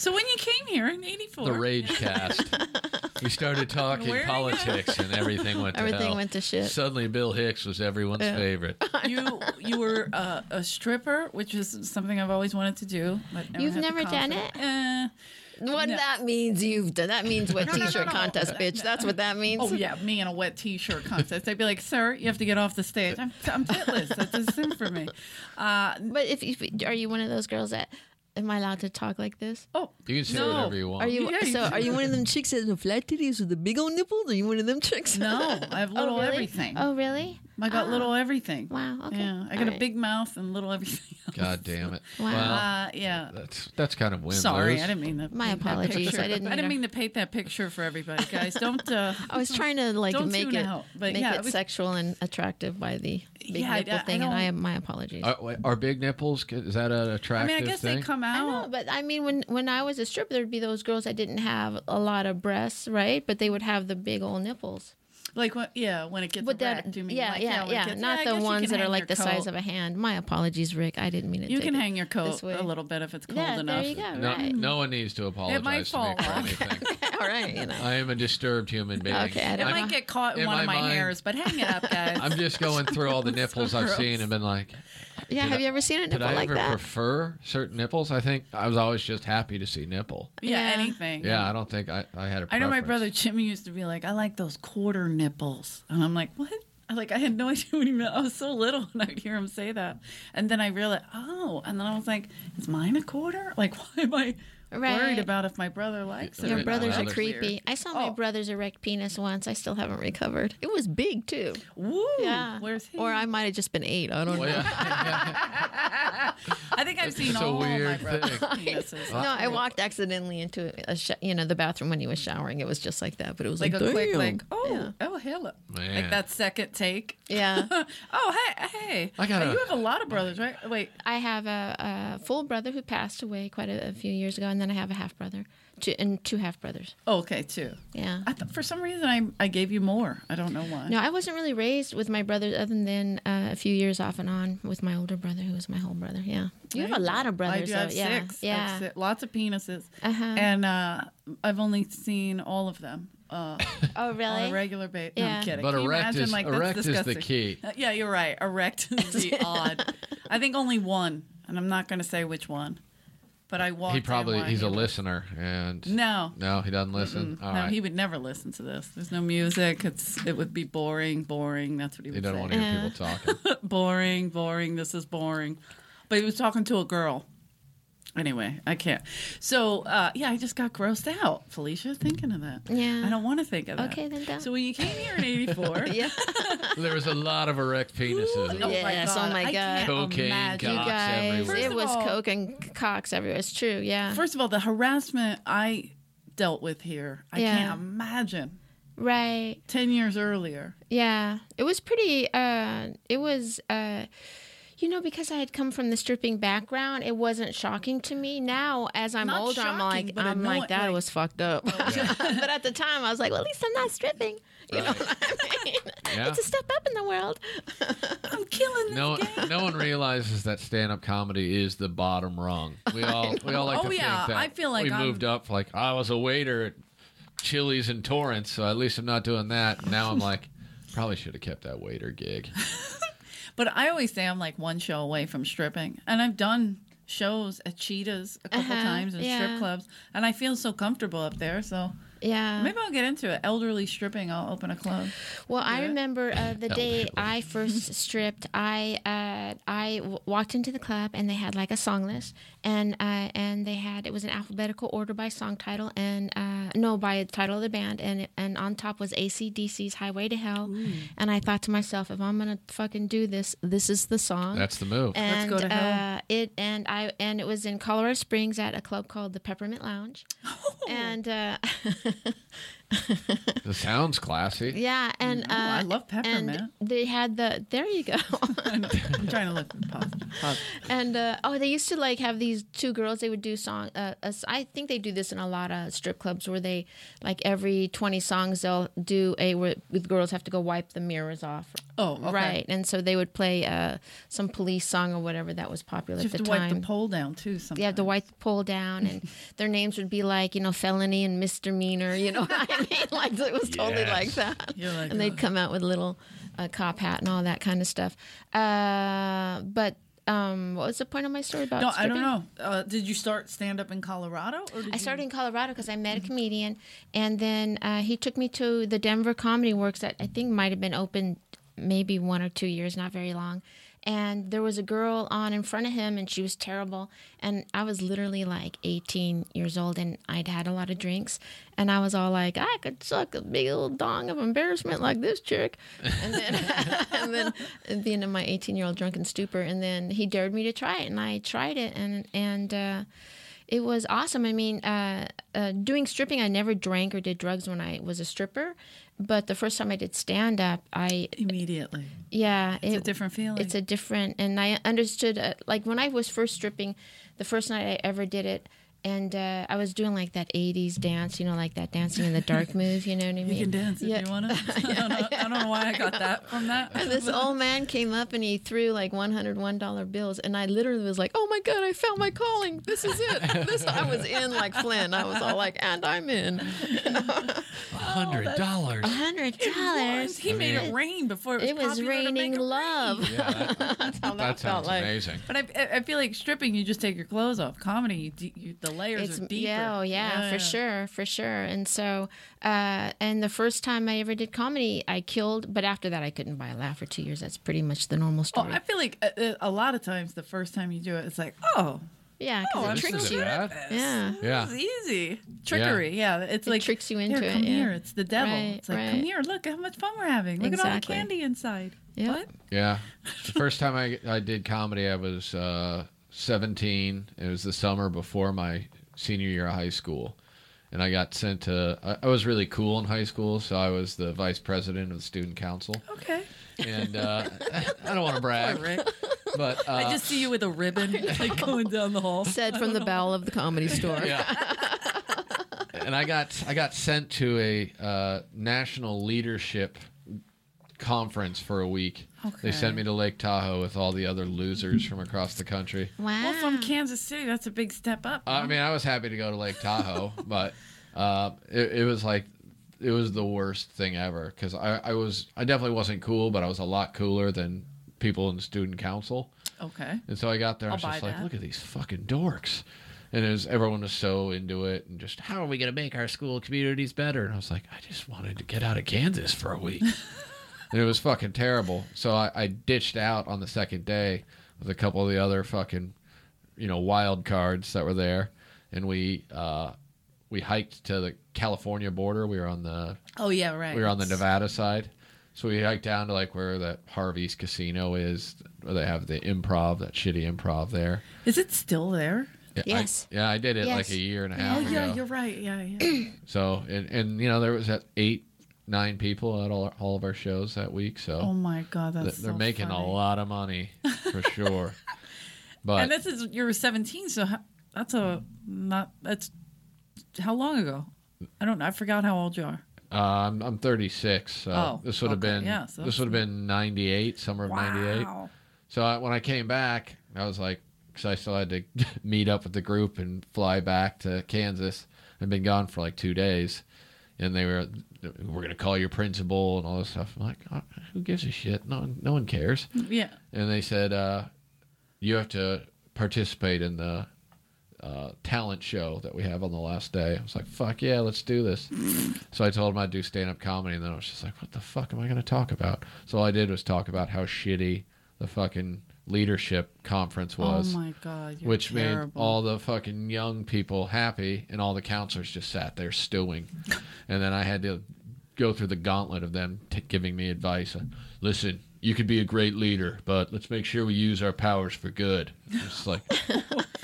Speaker 2: [laughs]
Speaker 3: so when you came here in '84,
Speaker 2: The rage cast.
Speaker 3: [laughs]
Speaker 2: we started talking
Speaker 3: Where are you going?
Speaker 2: politics, and everything went. To
Speaker 4: Everything
Speaker 2: hell.
Speaker 4: went to shit.
Speaker 2: Suddenly, Bill Hicks was everyone's favorite.
Speaker 3: you you were uh, a stripper, which is something I've always wanted to do. But never
Speaker 4: You've
Speaker 3: had the
Speaker 4: never done
Speaker 3: confidence.
Speaker 4: it?
Speaker 3: Eh.
Speaker 4: What
Speaker 3: No.
Speaker 4: that means you've done that means what
Speaker 3: No, no, no,
Speaker 4: t-shirt
Speaker 3: no.
Speaker 4: contest, bitch. That's what that means.
Speaker 3: Oh yeah, me in a wet T-shirt contest. I'd be like, "Sir, you have to get off the stage. I'm, I'm titless. That's a sin for me." Uh,
Speaker 4: But if, if are you one of those girls that am I allowed to talk like this?
Speaker 3: oh,
Speaker 2: You can say
Speaker 3: [laughs] No.
Speaker 2: whatever you want.
Speaker 4: Are you
Speaker 3: Oh. Yeah, you
Speaker 4: so?
Speaker 3: do.
Speaker 4: Are you one of them [laughs] chicks that have flat titties with the big old nipples? Are you one of them chicks?
Speaker 3: no, I have little everything.
Speaker 4: Oh really?
Speaker 3: I got little everything.
Speaker 4: Wow, okay.
Speaker 3: Yeah, I
Speaker 4: All
Speaker 3: got a
Speaker 4: right.
Speaker 3: big mouth and little everything. [laughs] Else.
Speaker 2: God damn it.
Speaker 4: Wow.
Speaker 2: Well,
Speaker 3: Uh, yeah.
Speaker 2: that's that's kind of win.
Speaker 3: Sorry,
Speaker 2: lose.
Speaker 3: I didn't mean that.
Speaker 4: My
Speaker 3: paint that
Speaker 4: apologies,
Speaker 3: picture.
Speaker 4: I didn't
Speaker 3: I didn't
Speaker 4: mean
Speaker 3: mean to paint that picture for everybody, guys. Don't. Uh,
Speaker 4: [laughs] I was trying to like
Speaker 3: Don't
Speaker 4: make
Speaker 3: tune
Speaker 4: it
Speaker 3: out, but
Speaker 4: make
Speaker 3: yeah,
Speaker 4: it,
Speaker 3: it was-
Speaker 4: sexual and attractive by the big
Speaker 3: Yeah, I-
Speaker 4: nipple
Speaker 3: I
Speaker 4: thing, and I
Speaker 3: don't-
Speaker 4: have my apologies.
Speaker 2: Are, wait, are big nipples? Is that an
Speaker 3: I
Speaker 2: attractive
Speaker 3: mean, I guess
Speaker 2: thing?
Speaker 3: they come
Speaker 4: I
Speaker 3: out.
Speaker 4: know, but I mean, when when I was a stripper, there'd be those girls that didn't have a lot of breasts, right? But they would have the big old nipples.
Speaker 3: Like when, yeah, when it gets
Speaker 4: But that,
Speaker 3: wrapped, you mean
Speaker 4: yeah,
Speaker 3: like,
Speaker 4: yeah,
Speaker 3: when it
Speaker 4: yeah,
Speaker 3: gets- I
Speaker 4: not
Speaker 3: guess
Speaker 4: the
Speaker 3: you
Speaker 4: ones
Speaker 3: can
Speaker 4: that are
Speaker 3: hang
Speaker 4: like
Speaker 3: your
Speaker 4: the size
Speaker 3: coat.
Speaker 4: of a hand. My apologies, Rick. I didn't mean to.
Speaker 3: You
Speaker 4: take
Speaker 3: can
Speaker 4: it
Speaker 3: hang your coat
Speaker 4: this way.
Speaker 3: a little bit if it's cold
Speaker 4: Yeah,
Speaker 3: enough.
Speaker 4: there you go.
Speaker 2: no,
Speaker 4: right. [laughs]
Speaker 2: no one needs to apologize
Speaker 3: might
Speaker 2: to me
Speaker 3: fall
Speaker 2: for
Speaker 3: off. [laughs]
Speaker 2: anything.
Speaker 4: All right, you know.
Speaker 2: I am a disturbed human being.
Speaker 4: Okay, I
Speaker 3: It
Speaker 4: don't
Speaker 2: I'm,
Speaker 4: know.
Speaker 3: might get caught in,
Speaker 2: In
Speaker 3: one
Speaker 2: my
Speaker 3: of my
Speaker 2: mind-
Speaker 3: hairs, but hang it up, guys.
Speaker 2: [laughs] I'm just
Speaker 4: [laughs]
Speaker 2: going through all the nipples I've
Speaker 3: gross.
Speaker 2: seen and been like,
Speaker 4: yeah,
Speaker 2: did
Speaker 4: have
Speaker 2: I-
Speaker 4: you ever seen a
Speaker 2: did
Speaker 4: nipple
Speaker 2: I
Speaker 4: like
Speaker 2: ever
Speaker 4: that?
Speaker 2: prefer certain nipples? I think I was always just happy to see nipple.
Speaker 3: yeah,
Speaker 4: Yeah.
Speaker 3: anything.
Speaker 2: Yeah, I don't think I, I had a
Speaker 3: I know my brother
Speaker 2: preference.
Speaker 3: Jimmy used to be like, I like those quarter nipples. And I'm like, what? I Like I had no [laughs] idea what he meant. I was so little and I'd hear him say that. And then I realized, oh, and then I was like, is mine a quarter? [laughs] Like why am I
Speaker 4: Right.
Speaker 3: worried about if my brother likes it?
Speaker 2: Your
Speaker 3: or
Speaker 4: Your
Speaker 3: not?
Speaker 4: brothers
Speaker 2: Yeah,
Speaker 4: are
Speaker 2: that's
Speaker 4: creepy. I saw my
Speaker 3: Oh.
Speaker 4: brother's erect penis once. I still haven't recovered. It was big too.
Speaker 3: Woo! [laughs]
Speaker 4: Yeah.
Speaker 3: Where's he?
Speaker 4: Or I might have just been eight.
Speaker 3: [laughs]
Speaker 4: I don't know.
Speaker 3: I think I've seen
Speaker 2: is a
Speaker 3: all my
Speaker 2: weird
Speaker 3: brother's
Speaker 2: thing. [laughs]
Speaker 3: penises.
Speaker 4: No, I walked accidentally into a sh- you know the bathroom when he was showering. It was just like that, but it was like,
Speaker 3: like a quick
Speaker 4: "Damn."
Speaker 3: like oh oh hello
Speaker 2: Man.
Speaker 3: like that second take
Speaker 4: Yeah,
Speaker 3: [laughs] oh hey hey
Speaker 2: I gotta-
Speaker 3: you have a lot of brothers right wait
Speaker 4: I have a, a full brother who passed away quite a, a few years ago, and then I have a half brother, two and two half brothers.
Speaker 3: oh, okay two
Speaker 4: Yeah.
Speaker 3: I th- for some reason I I gave you more I don't know why
Speaker 4: No, I wasn't really raised with my brothers other than uh, a few years off and on with my older brother, who was my whole brother. Yeah, you have a lot of brothers.
Speaker 3: I do
Speaker 4: though.
Speaker 3: have
Speaker 4: yeah,
Speaker 3: six I
Speaker 4: yeah.
Speaker 3: have si- lots of penises
Speaker 4: Uh-huh.
Speaker 3: and uh, I've only seen all of them uh,
Speaker 4: Oh,
Speaker 3: on
Speaker 4: really?
Speaker 3: a regular basis
Speaker 4: Yeah.
Speaker 3: I'm kidding
Speaker 2: But
Speaker 3: Can you
Speaker 2: erect
Speaker 3: imagine,
Speaker 2: is-
Speaker 3: like, that's
Speaker 2: erect is the
Speaker 3: disgusting.
Speaker 2: key.
Speaker 3: Uh, yeah you're right erect is
Speaker 4: [laughs]
Speaker 3: the odd I think only one and I'm not going to say which one but I [laughs] walked
Speaker 2: He
Speaker 3: in
Speaker 2: probably
Speaker 3: while
Speaker 2: he's
Speaker 3: he
Speaker 2: a
Speaker 3: was-
Speaker 2: listener and
Speaker 3: no
Speaker 2: no he doesn't listen. All
Speaker 3: no,
Speaker 2: right,
Speaker 3: he would never listen to this. There's no music. It's it would be boring, boring. That's what he
Speaker 2: he
Speaker 3: would
Speaker 2: doesn't
Speaker 3: say.
Speaker 2: want to hear people talking.
Speaker 3: [laughs] boring, boring. This is boring. But he was talking to a girl. Anyway, I can't. So uh, yeah, I just got grossed out, Felicia, thinking of that.
Speaker 4: Yeah.
Speaker 3: I don't want to think of that.
Speaker 4: Okay, then don't.
Speaker 3: So when you came here in
Speaker 4: [laughs]
Speaker 3: '84,
Speaker 4: yeah.
Speaker 3: [laughs]
Speaker 2: there was a lot of erect penises.
Speaker 3: Oh my
Speaker 4: yes.
Speaker 3: God,
Speaker 4: Oh my
Speaker 3: I
Speaker 4: god.
Speaker 3: can't
Speaker 2: Cocaine,
Speaker 3: imagine.
Speaker 4: you
Speaker 2: cocks
Speaker 4: guys,
Speaker 2: everywhere.
Speaker 4: it
Speaker 3: First of
Speaker 4: was
Speaker 3: all-
Speaker 4: coke and cocks everywhere. It's true. Yeah.
Speaker 3: first of all, the harassment I dealt with here, I
Speaker 4: Yeah.
Speaker 3: can't imagine.
Speaker 4: right.
Speaker 3: Ten years earlier,
Speaker 4: Yeah, it was pretty. Uh, it was, uh, you know, because I had come from the stripping background, it wasn't shocking to me. Now, as I'm
Speaker 3: Not
Speaker 4: older, I'm
Speaker 3: shocking,
Speaker 4: like,
Speaker 3: but
Speaker 4: I'm
Speaker 3: annoying,
Speaker 4: like, that
Speaker 3: like-
Speaker 4: was fucked up. [laughs] but at the time, I was like, well, at least I'm not stripping. You know what I mean?
Speaker 2: Yeah.
Speaker 4: It's a step up in the world.
Speaker 3: I'm killing this
Speaker 2: No,
Speaker 3: [laughs] game.
Speaker 2: no one realizes that stand-up comedy is the bottom rung.
Speaker 3: [laughs]
Speaker 2: We all, we all like
Speaker 3: Oh,
Speaker 2: to
Speaker 3: yeah,
Speaker 2: think that.
Speaker 3: I feel like
Speaker 2: we
Speaker 3: I'm-
Speaker 2: moved up. Like I was a waiter at Chili's in Torrance, so at least I'm not doing that. Now I'm like, [laughs] probably should have kept that waiter gig.
Speaker 3: But I always say I'm like one show away from stripping, and I've done shows at Cheetahs a couple
Speaker 4: Uh-huh,
Speaker 3: times and
Speaker 4: yeah.
Speaker 3: strip clubs, and I feel so comfortable up there. So
Speaker 4: Yeah.
Speaker 3: maybe I'll get into it. Elderly stripping, I'll open a club.
Speaker 4: Well, I remember uh, the day
Speaker 3: [laughs]
Speaker 4: I first stripped. I uh, I w- walked into the club and they had like a song list, and uh, and they had it was an alphabetical order by song title and uh, no by title of the band, and and on top was ACDC's Highway to Hell, and I thought to myself, if I'm gonna fucking do this, this is the song.
Speaker 2: That's the move.
Speaker 4: and
Speaker 3: go to hell.
Speaker 4: uh, it and I and it was in Colorado Springs at a club called the
Speaker 3: [laughs]
Speaker 4: Peppermint Lounge,
Speaker 3: Oh.
Speaker 4: and uh, [laughs]
Speaker 2: It sounds
Speaker 3: [laughs]
Speaker 2: classy.
Speaker 4: yeah, and uh,
Speaker 3: I love peppermint.
Speaker 4: And they had the there you go.
Speaker 3: I'm trying to look positive. positive.
Speaker 4: and uh, oh, they used to like have these two girls. They would do song. Uh, a s- I think they do this in a lot of strip clubs where they like every twenty songs they'll do a where the girls have to go wipe the mirrors off.
Speaker 3: Oh, okay.
Speaker 4: right. And so they would play uh, some police song or whatever that was popular
Speaker 3: You
Speaker 4: at
Speaker 3: have to
Speaker 4: the
Speaker 3: wipe
Speaker 4: time.
Speaker 3: the pole down too. Sometimes.
Speaker 4: they have to wipe the pole
Speaker 3: [laughs]
Speaker 4: down, and their names would be like you know felony and misdemeanor. You know what
Speaker 3: [laughs]
Speaker 4: I mean? Like it was totally like that.
Speaker 3: You're like,
Speaker 4: and they'd come out with little uh, cop hat and all that kind of stuff. Uh, but um, what was the point of my story about?
Speaker 3: No, I
Speaker 4: stripping?
Speaker 3: don't know. Uh, did you start stand up in Colorado? Or did
Speaker 4: I started in Colorado because I met a comedian, and then uh, he took me to the Denver Comedy Works that I think might have been open maybe one or two years, not very long. And there was a girl on in front of him, and she was terrible. And I was literally like 18 years old, and I'd had a lot of drinks. And I was all like, I could suck a big old dong of embarrassment like this chick. And then, and [laughs] then at the end of my 18 year old drunken stupor. And then he dared me to try it, and I tried it. And, and, uh, it was awesome. I mean, uh, uh, doing stripping, I never drank or did drugs when I was a stripper, but the first time I did stand up, I
Speaker 3: Immediately.
Speaker 4: yeah,
Speaker 3: It's a different feeling.
Speaker 4: It's a different, and I understood uh, like when I was first stripping, the first night I ever did it. And uh, I was doing like that '80s dance, you know, like that dancing in
Speaker 3: [laughs]
Speaker 4: the dark move. You know what I mean?
Speaker 3: you can dance if
Speaker 4: Yeah.
Speaker 3: you want
Speaker 4: [laughs]
Speaker 3: to. I, don't know, I don't know why I got that from that.
Speaker 4: And [laughs] this old man came up and he threw like $101 bills. And I literally was like, oh my God, I found my calling. This is it. This I was in like Flynn. I was all like, and I'm in.
Speaker 3: Oh,
Speaker 2: Hundred
Speaker 3: [laughs]
Speaker 2: dollars.
Speaker 4: $100.
Speaker 3: he made it rain before it was
Speaker 4: It
Speaker 3: popular
Speaker 4: was
Speaker 3: to make
Speaker 4: raining
Speaker 3: it rain.
Speaker 4: love.
Speaker 2: Yeah, that,
Speaker 4: That's how
Speaker 2: that sounds amazing.
Speaker 3: But I, I- I feel like stripping, you just take your clothes off. Comedy, you, de- you, the layers
Speaker 4: It's
Speaker 3: are deeper.
Speaker 4: yeah, oh, yeah, for sure, for sure. And so, uh, and the first time I ever did comedy, I killed. But after that, I couldn't buy a laugh for two years. That's pretty much the normal
Speaker 3: Oh,
Speaker 4: story.
Speaker 3: I feel like a, a lot of times the first time you do it, it's like, oh,
Speaker 4: yeah,
Speaker 3: oh,
Speaker 4: because
Speaker 3: I'm
Speaker 4: it
Speaker 2: This
Speaker 3: sure
Speaker 4: tricks
Speaker 2: isn't
Speaker 4: you.
Speaker 2: bad.
Speaker 4: Yeah,
Speaker 2: Yeah.
Speaker 3: This is easy. Trickery, yeah. It's like
Speaker 4: tricks you
Speaker 3: "Here,
Speaker 4: into it,
Speaker 3: Come
Speaker 4: yeah.
Speaker 3: here, it's the devil.
Speaker 4: Right,
Speaker 3: it's like, come
Speaker 4: right.
Speaker 3: here, look how much fun we're having. Look at all the
Speaker 4: Exactly.
Speaker 3: candy inside.
Speaker 4: Yeah.
Speaker 3: What?
Speaker 2: Yeah. The first time I, I did comedy, I was uh, 17. It was the summer before my senior year of high school. And I got sent to, I, I was really cool in high school, so I was the vice president of the student council.
Speaker 3: Okay.
Speaker 2: And uh, [laughs] I don't want to brag, but uh,
Speaker 3: I just see you with a
Speaker 4: [laughs]
Speaker 3: ribbon, like going down the hall.
Speaker 4: said from the bowel of
Speaker 3: [laughs]
Speaker 4: the comedy store.
Speaker 2: yeah. and I got I got sent to a uh, national leadership conference for a week. They
Speaker 3: Okay.
Speaker 2: sent me to Lake Tahoe with all the other losers from across the country.
Speaker 4: Wow.
Speaker 3: Well, from Kansas City, that's a big step up.
Speaker 2: I mean, I was happy to go to Lake Tahoe, [laughs] but uh, it, it was like it was the worst thing ever because I, I was I definitely wasn't cool, but I was a lot cooler than people in student council.
Speaker 3: okay.
Speaker 2: And so I got there. and I was
Speaker 3: I'll
Speaker 2: just
Speaker 3: buy
Speaker 2: like,
Speaker 3: that.
Speaker 2: look at these fucking dorks. And it was, everyone was so into it and just, how are we going to make our school communities better? And I was like, I just wanted to get out of Kansas for a
Speaker 3: [laughs]
Speaker 2: week. and it was fucking terrible. So I, I ditched out on the second day with a couple of the other fucking, you know, wild cards that were there. And we, uh, we hiked to the California border. We were on the
Speaker 3: Oh yeah, right.
Speaker 2: we were on the
Speaker 3: It's-
Speaker 2: Nevada side. So we hiked down to like where that Harvey's casino is, where they have the improv, that shitty improv there.
Speaker 3: Is it still there?
Speaker 2: Yeah,
Speaker 4: Yes.
Speaker 2: I, yeah, I did it like
Speaker 4: Yes.
Speaker 2: a year and a half
Speaker 3: Oh
Speaker 2: ago.
Speaker 3: yeah, you're right. Yeah, yeah.
Speaker 2: So and and you know there was that eight, nine people at all all of our shows that week. So
Speaker 3: oh my god,
Speaker 2: th-
Speaker 3: that's
Speaker 2: they're
Speaker 3: so
Speaker 2: making a
Speaker 3: funny.
Speaker 2: lot of money
Speaker 3: [laughs]
Speaker 2: for sure. But
Speaker 3: And this is you were 17, so ho- that's a not that's how long ago? I don't know. I forgot how old you are.
Speaker 2: uh, I'm I'm 36. So
Speaker 3: Oh,
Speaker 2: this would have
Speaker 3: okay,
Speaker 2: been
Speaker 3: yeah, so
Speaker 2: this
Speaker 3: that's-
Speaker 2: would have been 98, summer of 98.
Speaker 3: Wow.
Speaker 2: So I, when I came back, I was like, because I still had to [laughs] meet up with the group and fly back to Kansas. I'd been gone for like two days, and they were, we're gonna call your principal and all this stuff. I'm like, "Uh, who gives a shit? No, one- no one cares.
Speaker 3: Yeah.
Speaker 2: And they said, uh, you have to participate in the uh, talent show that we have on the last day. I was like, fuck yeah, let's do this. so I told them I'd do stand up comedy, and then I was just like, what the fuck am I going to talk about? So all I did was talk about how shitty the fucking leadership conference was,
Speaker 3: oh my god. You're
Speaker 2: which made
Speaker 3: terrible.
Speaker 2: all the fucking young people happy, and all the counselors just sat there
Speaker 3: [laughs]
Speaker 2: stewing. and then I had to go through the gauntlet of them t- giving me advice. Uh, Listen, you could be a great leader, but let's make sure we use our powers for good. It's
Speaker 3: [laughs]
Speaker 2: like,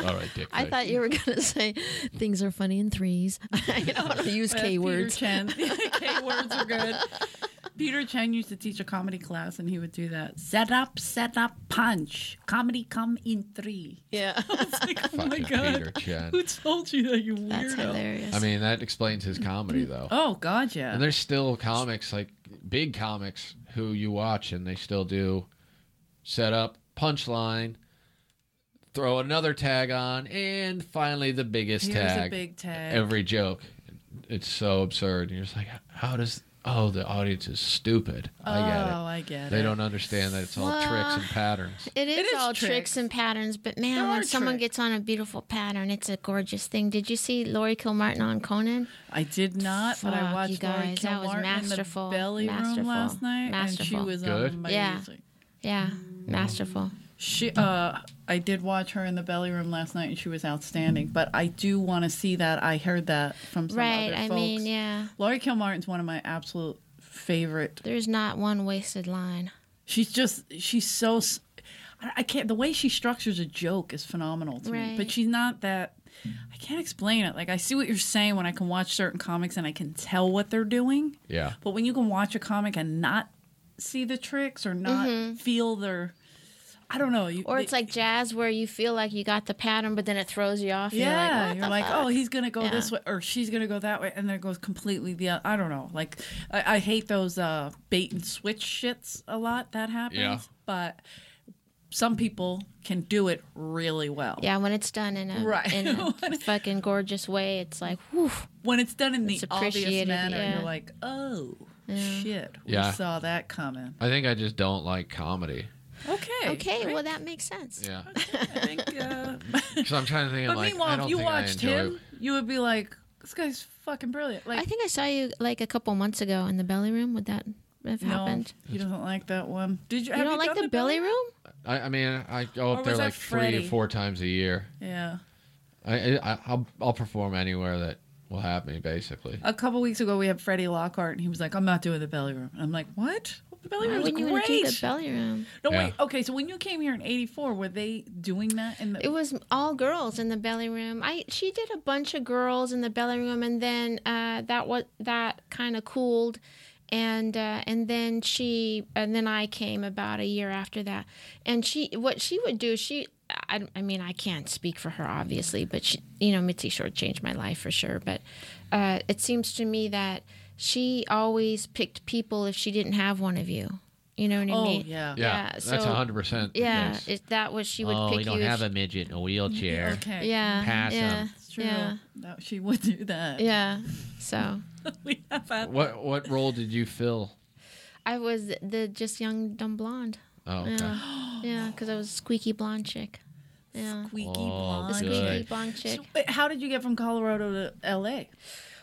Speaker 2: all right, dick.
Speaker 4: I
Speaker 2: face.
Speaker 4: thought you were gonna [laughs] say things are funny in threes. [laughs] I don't want to use
Speaker 3: Yeah,
Speaker 4: K words.
Speaker 3: Uh, [laughs] Peter Chen. K words are good. Peter Chen used to teach a comedy class, and he would do that. Set up, set up, punch. Comedy come in three. [laughs]
Speaker 4: Yeah,
Speaker 3: It's like, oh my
Speaker 2: Fucking
Speaker 3: god.
Speaker 2: Peter Chen.
Speaker 3: [laughs] Who told you that, you weirdo?
Speaker 4: that's hilarious.
Speaker 2: I mean, that explains his comedy, though.
Speaker 3: Oh god, yeah.
Speaker 2: And there's still comics, like big comics, who you watch and they still do set up, punchline, throw another tag on, and finally the biggest
Speaker 3: Here's
Speaker 2: tag.
Speaker 3: a big tag.
Speaker 2: Every joke. It's so absurd. You're just like, how does. oh, the audience is stupid. I get it.
Speaker 3: Oh, I get
Speaker 2: they
Speaker 3: it.
Speaker 2: don't understand that it's all tricks and patterns.
Speaker 4: It is,
Speaker 3: It is
Speaker 4: all tricks.
Speaker 3: tricks.
Speaker 4: and patterns, but
Speaker 3: There
Speaker 4: man,
Speaker 3: are
Speaker 4: when someone
Speaker 3: tricks.
Speaker 4: gets on a beautiful pattern, it's a gorgeous thing. Did you see Lori Kilmartin on Conan?
Speaker 3: I did not, but
Speaker 4: Fuck,
Speaker 3: I
Speaker 4: you
Speaker 3: watched Lori
Speaker 4: guys, that was
Speaker 3: Kilmartin in the
Speaker 4: masterful,
Speaker 3: belly room
Speaker 4: masterful,
Speaker 3: last night,
Speaker 4: masterful.
Speaker 3: and she was
Speaker 2: Good?
Speaker 3: amazing.
Speaker 4: Yeah. Yeah,
Speaker 3: Mm.
Speaker 4: masterful.
Speaker 3: She, uh, I did watch her in the belly room last night, and she was outstanding. But I do want to see that. I heard that from some
Speaker 4: right.
Speaker 3: other
Speaker 4: I
Speaker 3: folks.
Speaker 4: mean, yeah.
Speaker 3: Laurie Kilmartin's one of my absolute favorite.
Speaker 4: There's not one wasted line.
Speaker 3: She's just she's so s- I I can't the way she structures a joke is phenomenal to me.
Speaker 4: Right.
Speaker 3: But she's not that I can't explain it. Like I see what you're saying when I can watch certain comics and I can tell what they're doing.
Speaker 2: Yeah.
Speaker 3: But when you can watch a comic and not see the tricks or not feel their I don't know. You,
Speaker 4: Mm-hmm. Or it's
Speaker 3: they-
Speaker 4: like jazz where you feel like you got the pattern, but then it throws you off. and
Speaker 3: yeah,
Speaker 4: you're
Speaker 3: you're
Speaker 4: like,
Speaker 3: like,
Speaker 4: what
Speaker 3: oh, he's gonna go this
Speaker 4: Yeah.
Speaker 3: way, or she's gonna go that way, and then it goes completely the. oth- I don't know. Like, I, I hate those uh, bait and switch shits a lot. That happens,
Speaker 2: Yeah.
Speaker 3: but some people can do it really well.
Speaker 4: the- yeah, when it's done in a,
Speaker 3: Right. [laughs]
Speaker 4: in a fucking gorgeous way, it's like, whew.
Speaker 3: When it's done in the
Speaker 4: It's
Speaker 3: obvious
Speaker 4: appreciated,
Speaker 3: manner,
Speaker 4: yeah.
Speaker 3: you're like, oh shit, we
Speaker 2: Yeah.
Speaker 3: saw that coming.
Speaker 2: I think I just don't like comedy.
Speaker 3: Okay.
Speaker 4: Okay,
Speaker 3: great.
Speaker 4: well, that makes sense.
Speaker 3: [laughs]
Speaker 2: Yeah.
Speaker 3: I think. Uh,
Speaker 2: Because I'm trying to think.
Speaker 3: but
Speaker 2: I'm like, I
Speaker 3: meanwhile,
Speaker 2: don't
Speaker 3: if you
Speaker 2: think I
Speaker 3: watched
Speaker 2: enjoy-
Speaker 3: him, you would be like, this guy's fucking brilliant. Like,
Speaker 4: I think I saw you like a couple months ago in the belly room. Would that have
Speaker 3: no,
Speaker 4: happened?
Speaker 3: he doesn't like that one. Did you? have
Speaker 4: you don't like
Speaker 3: done
Speaker 4: the, belly room?
Speaker 2: I, I mean, I go
Speaker 3: Or
Speaker 2: up there
Speaker 3: was that
Speaker 2: like three
Speaker 3: Freddie?
Speaker 2: or four times a year.
Speaker 3: Yeah.
Speaker 2: I, I I'll, I'll perform anywhere that will have me, basically.
Speaker 3: A couple weeks ago, we had Freddie Lockhart, and he was like, "I'm not doing the belly room." And I'm like, "What? The belly
Speaker 4: Why
Speaker 3: room's
Speaker 4: wouldn't you want to do the
Speaker 3: great."
Speaker 4: belly room?
Speaker 3: no, wait.
Speaker 2: Yeah.
Speaker 3: Okay, so when you came here in '84, were they doing that in the?
Speaker 4: It was all girls in the belly room. I she did a bunch of girls in the belly room, and then uh, that was that kind of cooled, and uh, and then she and then I came about a year after that, and she what she would do she. I, I mean I can't speak for her obviously, but she, you know Mitzi Short changed my life for sure. But uh, it seems to me that she always picked people if she didn't have one of you. You know what I
Speaker 3: oh
Speaker 4: mean?
Speaker 3: yeah.
Speaker 2: Yeah,
Speaker 4: yeah,
Speaker 2: that's
Speaker 4: so-
Speaker 2: 100%. the
Speaker 4: Yeah,
Speaker 2: case.
Speaker 4: it, that was she would
Speaker 6: Oh,
Speaker 4: pick
Speaker 6: we don't
Speaker 4: you. if
Speaker 6: have
Speaker 4: she-
Speaker 6: a midget in a wheelchair.
Speaker 3: Okay.
Speaker 4: yeah.
Speaker 6: Pass 'em.
Speaker 4: yeah.
Speaker 3: It's true.
Speaker 4: Yeah.
Speaker 3: That she would do that.
Speaker 4: Yeah. So
Speaker 3: we have had.
Speaker 2: What what role did you fill?
Speaker 4: I was the just young dumb blonde.
Speaker 2: Oh, okay.
Speaker 4: Yeah. [gasps] Yeah, because I was a squeaky blonde chick. Yeah.
Speaker 3: Squeaky
Speaker 6: Oh,
Speaker 4: The
Speaker 3: blonde.
Speaker 6: good.
Speaker 4: squeaky blonde chick.
Speaker 3: So, wait, how did you get from Colorado to L.A.?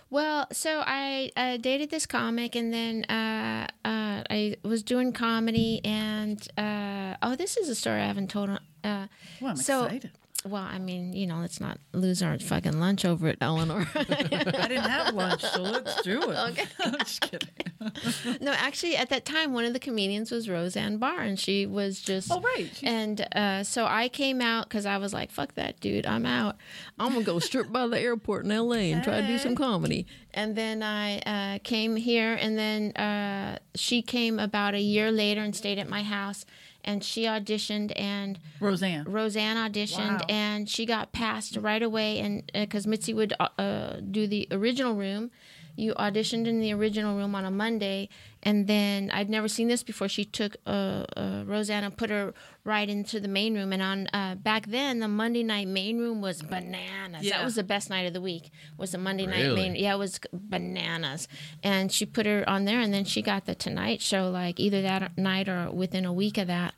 Speaker 4: Well, so I uh, dated this comic, and then uh, uh, I was doing comedy, and uh, oh, this is a story I haven't told. Uh,
Speaker 3: Well, I'm
Speaker 4: so,
Speaker 3: excited.
Speaker 4: Well, I mean, you know, let's not lose our fucking lunch over it, Eleanor. [laughs]
Speaker 3: I didn't have lunch, so let's do it. Okay. [laughs] I'm just kidding.
Speaker 4: no, actually, at that time, one of the comedians was Roseanne Barr, and she was just.
Speaker 3: Oh, right. She's-
Speaker 4: And uh, so I came out because I was like, "Fuck that, dude! I'm out. I'm gonna go strip by the airport in L.A. and try to do some comedy." And then I uh, came here, and then uh, she came about a year later and stayed at my house, and she auditioned and.
Speaker 3: Roseanne.
Speaker 4: Roseanne auditioned
Speaker 3: Wow.
Speaker 4: and she got passed right away. And because Mitzi would uh, uh, do the original room, you auditioned in the original room on a Monday, and then I'd never seen this before. She took uh, uh, Roseanne and put her right into the main room. And on uh, back then, the Monday night main room was bananas.
Speaker 3: Yeah.
Speaker 4: That was the best night of the week. Was the Monday night
Speaker 2: Really?
Speaker 4: main? Yeah, it was bananas. And she put her on there, and then she got the Tonight Show like either that night or within a week of that.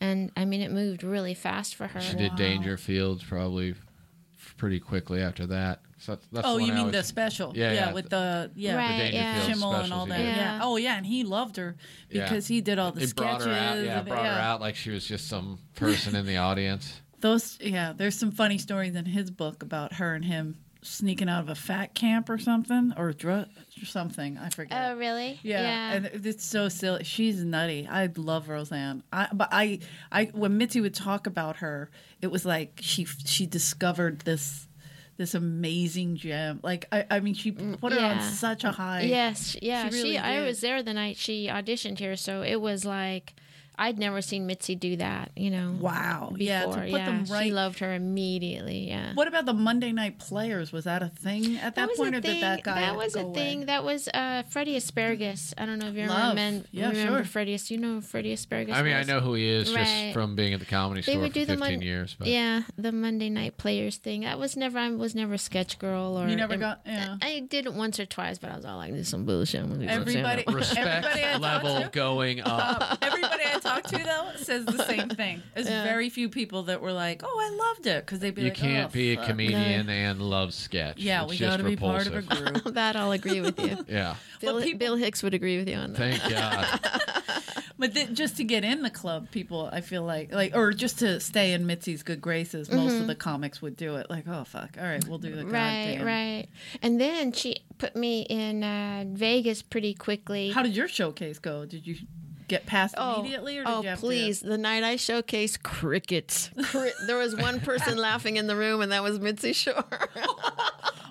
Speaker 4: And I mean, it moved really fast for her.
Speaker 2: She did Dangerfields probably f- pretty quickly after that. So that's, that's
Speaker 3: Oh,
Speaker 2: the one
Speaker 3: you
Speaker 2: I
Speaker 3: mean
Speaker 2: always-
Speaker 3: the special?
Speaker 2: Yeah, yeah.
Speaker 3: with the yeah.
Speaker 4: Right.
Speaker 2: the
Speaker 4: yeah.
Speaker 2: Dangerfield
Speaker 3: Schimmel and all that.
Speaker 2: specials,
Speaker 3: Yeah.
Speaker 2: yeah.
Speaker 4: Yeah.
Speaker 3: Oh yeah, and he loved her
Speaker 2: Yeah.
Speaker 3: because he did all the
Speaker 2: It brought
Speaker 3: sketches.
Speaker 2: her out. Yeah,
Speaker 3: and-
Speaker 2: brought her out like she was just some person in the audience.
Speaker 3: Those yeah, there's some funny stories in his book about her and him sneaking out of a fat camp or something or drug or something. I forget.
Speaker 4: Oh, really?
Speaker 3: Yeah, and it- it's so silly. She's nutty. I love Roseanne. I but I I when Mitzi would talk about her, it was like she she discovered this this amazing gem. Like I I mean she put her on
Speaker 4: Mm, yeah.
Speaker 3: such a high.
Speaker 4: yes, yeah. She,
Speaker 3: really
Speaker 4: I
Speaker 3: did.
Speaker 4: was there the night she auditioned here, so it was like I'd never seen Mitzi do that, you know.
Speaker 3: Wow.
Speaker 4: Before.
Speaker 3: Yeah, to put
Speaker 4: yeah.
Speaker 3: them
Speaker 4: She
Speaker 3: right-
Speaker 4: loved her immediately. Yeah.
Speaker 3: What about the Monday night players? Was that a thing at that,
Speaker 4: was
Speaker 3: point,
Speaker 4: a
Speaker 3: or
Speaker 4: thing.
Speaker 3: did that guy?
Speaker 4: was
Speaker 3: go
Speaker 4: a
Speaker 3: away?
Speaker 4: thing. That was uh, Freddie Asparagus. I don't know if you
Speaker 3: Love.
Speaker 4: remember,
Speaker 3: Yeah,
Speaker 4: remember
Speaker 3: sure.
Speaker 4: Freddie. As- You know who Freddie Asparagus.
Speaker 2: I mean, I
Speaker 4: was?
Speaker 2: know who he is
Speaker 4: Right.
Speaker 2: just from being at the comedy
Speaker 4: They
Speaker 2: store
Speaker 4: would
Speaker 2: for
Speaker 4: do the
Speaker 2: 15
Speaker 4: Mon-
Speaker 2: years. But
Speaker 4: Yeah, the Monday night players thing. That was never. I was never a sketch girl or.
Speaker 3: You never
Speaker 4: I-
Speaker 3: got- yeah.
Speaker 4: I did it once or twice, but I was all like, "This is some bullshit." I'm gonna be upset
Speaker 3: Everybody-
Speaker 4: about
Speaker 2: [laughs]
Speaker 4: it."
Speaker 2: respect
Speaker 3: Everybody I talk
Speaker 2: level
Speaker 3: to-
Speaker 2: going up.
Speaker 3: Uh, everybody I talk to though says the same thing. There's very few people that were like, "Oh, I loved it," because they'd be
Speaker 2: You
Speaker 3: like,
Speaker 2: can't
Speaker 3: "Oh,
Speaker 2: be a
Speaker 3: fuck."
Speaker 2: comedian and love sketch.
Speaker 3: Yeah,
Speaker 2: It's
Speaker 3: we
Speaker 2: just
Speaker 3: got to be part of a
Speaker 2: repulsive. [laughs]
Speaker 3: group.
Speaker 4: that I'll agree with
Speaker 3: [laughs]
Speaker 4: you.
Speaker 2: Yeah.
Speaker 4: Bill,
Speaker 3: people-
Speaker 4: Bill Hicks would agree with you on that.
Speaker 2: Thank
Speaker 3: [laughs]
Speaker 2: God.
Speaker 3: But th- just to get in the club, people, I feel like, like, or just to stay in Mitzi's good graces, most of the comics would do it. Like, oh fuck, all right, we'll do the
Speaker 4: Mm-hmm. Right,
Speaker 3: goddamn.
Speaker 4: right. And then she put me in uh, Vegas pretty quickly.
Speaker 3: How did your showcase go? Did you get passed
Speaker 4: Oh,
Speaker 3: immediately, or did
Speaker 4: oh
Speaker 3: you have
Speaker 4: please!
Speaker 3: To...
Speaker 4: The night I showcased crickets, Cri- [laughs] there was
Speaker 3: [laughs]
Speaker 4: one person laughing in the room, and that was Mitzi Shore. [laughs]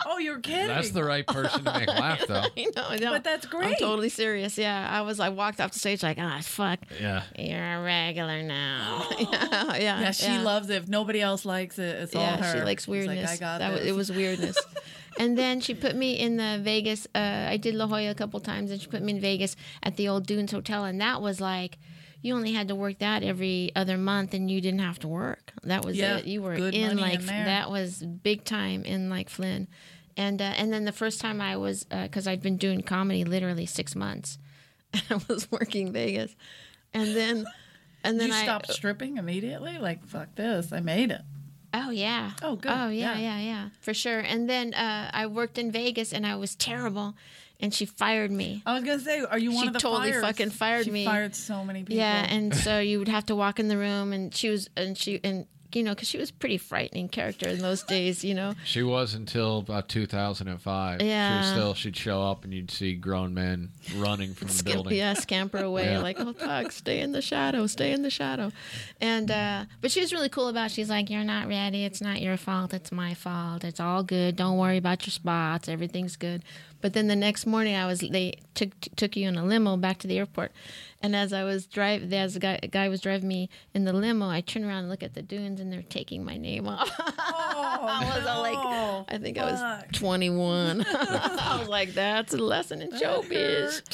Speaker 3: Oh, you're kidding.
Speaker 2: That's the right person to make laugh,
Speaker 4: [laughs]
Speaker 2: though.
Speaker 4: you know, no,
Speaker 3: But that's
Speaker 4: I'm
Speaker 3: great.
Speaker 4: totally serious. Yeah, I was like walked off the stage like, ah, fuck,
Speaker 2: Yeah.
Speaker 4: you're a regular now. [laughs] yeah, yeah,
Speaker 3: Yeah, she loves it. If nobody else likes it, it's all
Speaker 4: Yeah,
Speaker 3: her.
Speaker 4: she likes
Speaker 3: She's like,
Speaker 4: weirdness.
Speaker 3: I got
Speaker 4: that was,
Speaker 3: this.
Speaker 4: it was weirdness. [laughs] and then she put me in the Vegas. Uh, I did La Jolla a couple times, and she put me in Vegas at the old Dunes Hotel, and that was like. You only had to work that every other month, and you didn't have to work. That was
Speaker 3: Yeah,
Speaker 4: it. You were
Speaker 3: good
Speaker 4: in
Speaker 3: money
Speaker 4: like
Speaker 3: in there.
Speaker 4: that was big time in like Flynn, and uh, and then the first time I was because I'd been doing comedy literally six months, [laughs] and I was working Vegas, and then and then
Speaker 3: you
Speaker 4: I uh,
Speaker 3: stopped stripping immediately? Like, fuck this. I made it.
Speaker 4: Oh yeah.
Speaker 3: Oh, good.
Speaker 4: Oh yeah,
Speaker 3: Yeah.
Speaker 4: yeah, yeah, for sure. And then uh, I worked in Vegas, and I was terrible, and she fired me.
Speaker 3: I was going to say, are you one
Speaker 4: She
Speaker 3: of the
Speaker 4: totally
Speaker 3: fires?
Speaker 4: fucking fired
Speaker 3: she
Speaker 4: me.
Speaker 3: fired so many people.
Speaker 4: Yeah,
Speaker 3: [laughs]
Speaker 4: and so you would have to walk in the room, and she was, and she, and you know, because she was a pretty frightening character in those days, you know.
Speaker 2: She was until about 2005. She was
Speaker 4: Yeah.
Speaker 2: still, she'd show up and you'd see grown men running from the
Speaker 4: [laughs] Skip,
Speaker 2: building.
Speaker 4: yeah, scamper away
Speaker 2: Yeah.
Speaker 4: like, oh fuck, stay in the shadow, stay in the shadow, and uh, but she was really cool about. it. She's like, you're not ready. It's not your fault. It's my fault. It's all good. Don't worry about your spots. Everything's good. But then the next morning, I was they took took you in a limo back to the airport, and as I was drive as the guy guy was driving me in the limo, I turned around and look at the dunes, and they're taking my name off. [laughs]
Speaker 3: Oh,
Speaker 4: I was all
Speaker 3: no.
Speaker 4: like, I think I was
Speaker 3: Oh, Fuck.
Speaker 4: 21. [laughs] I was like, that's a lesson in showbiz.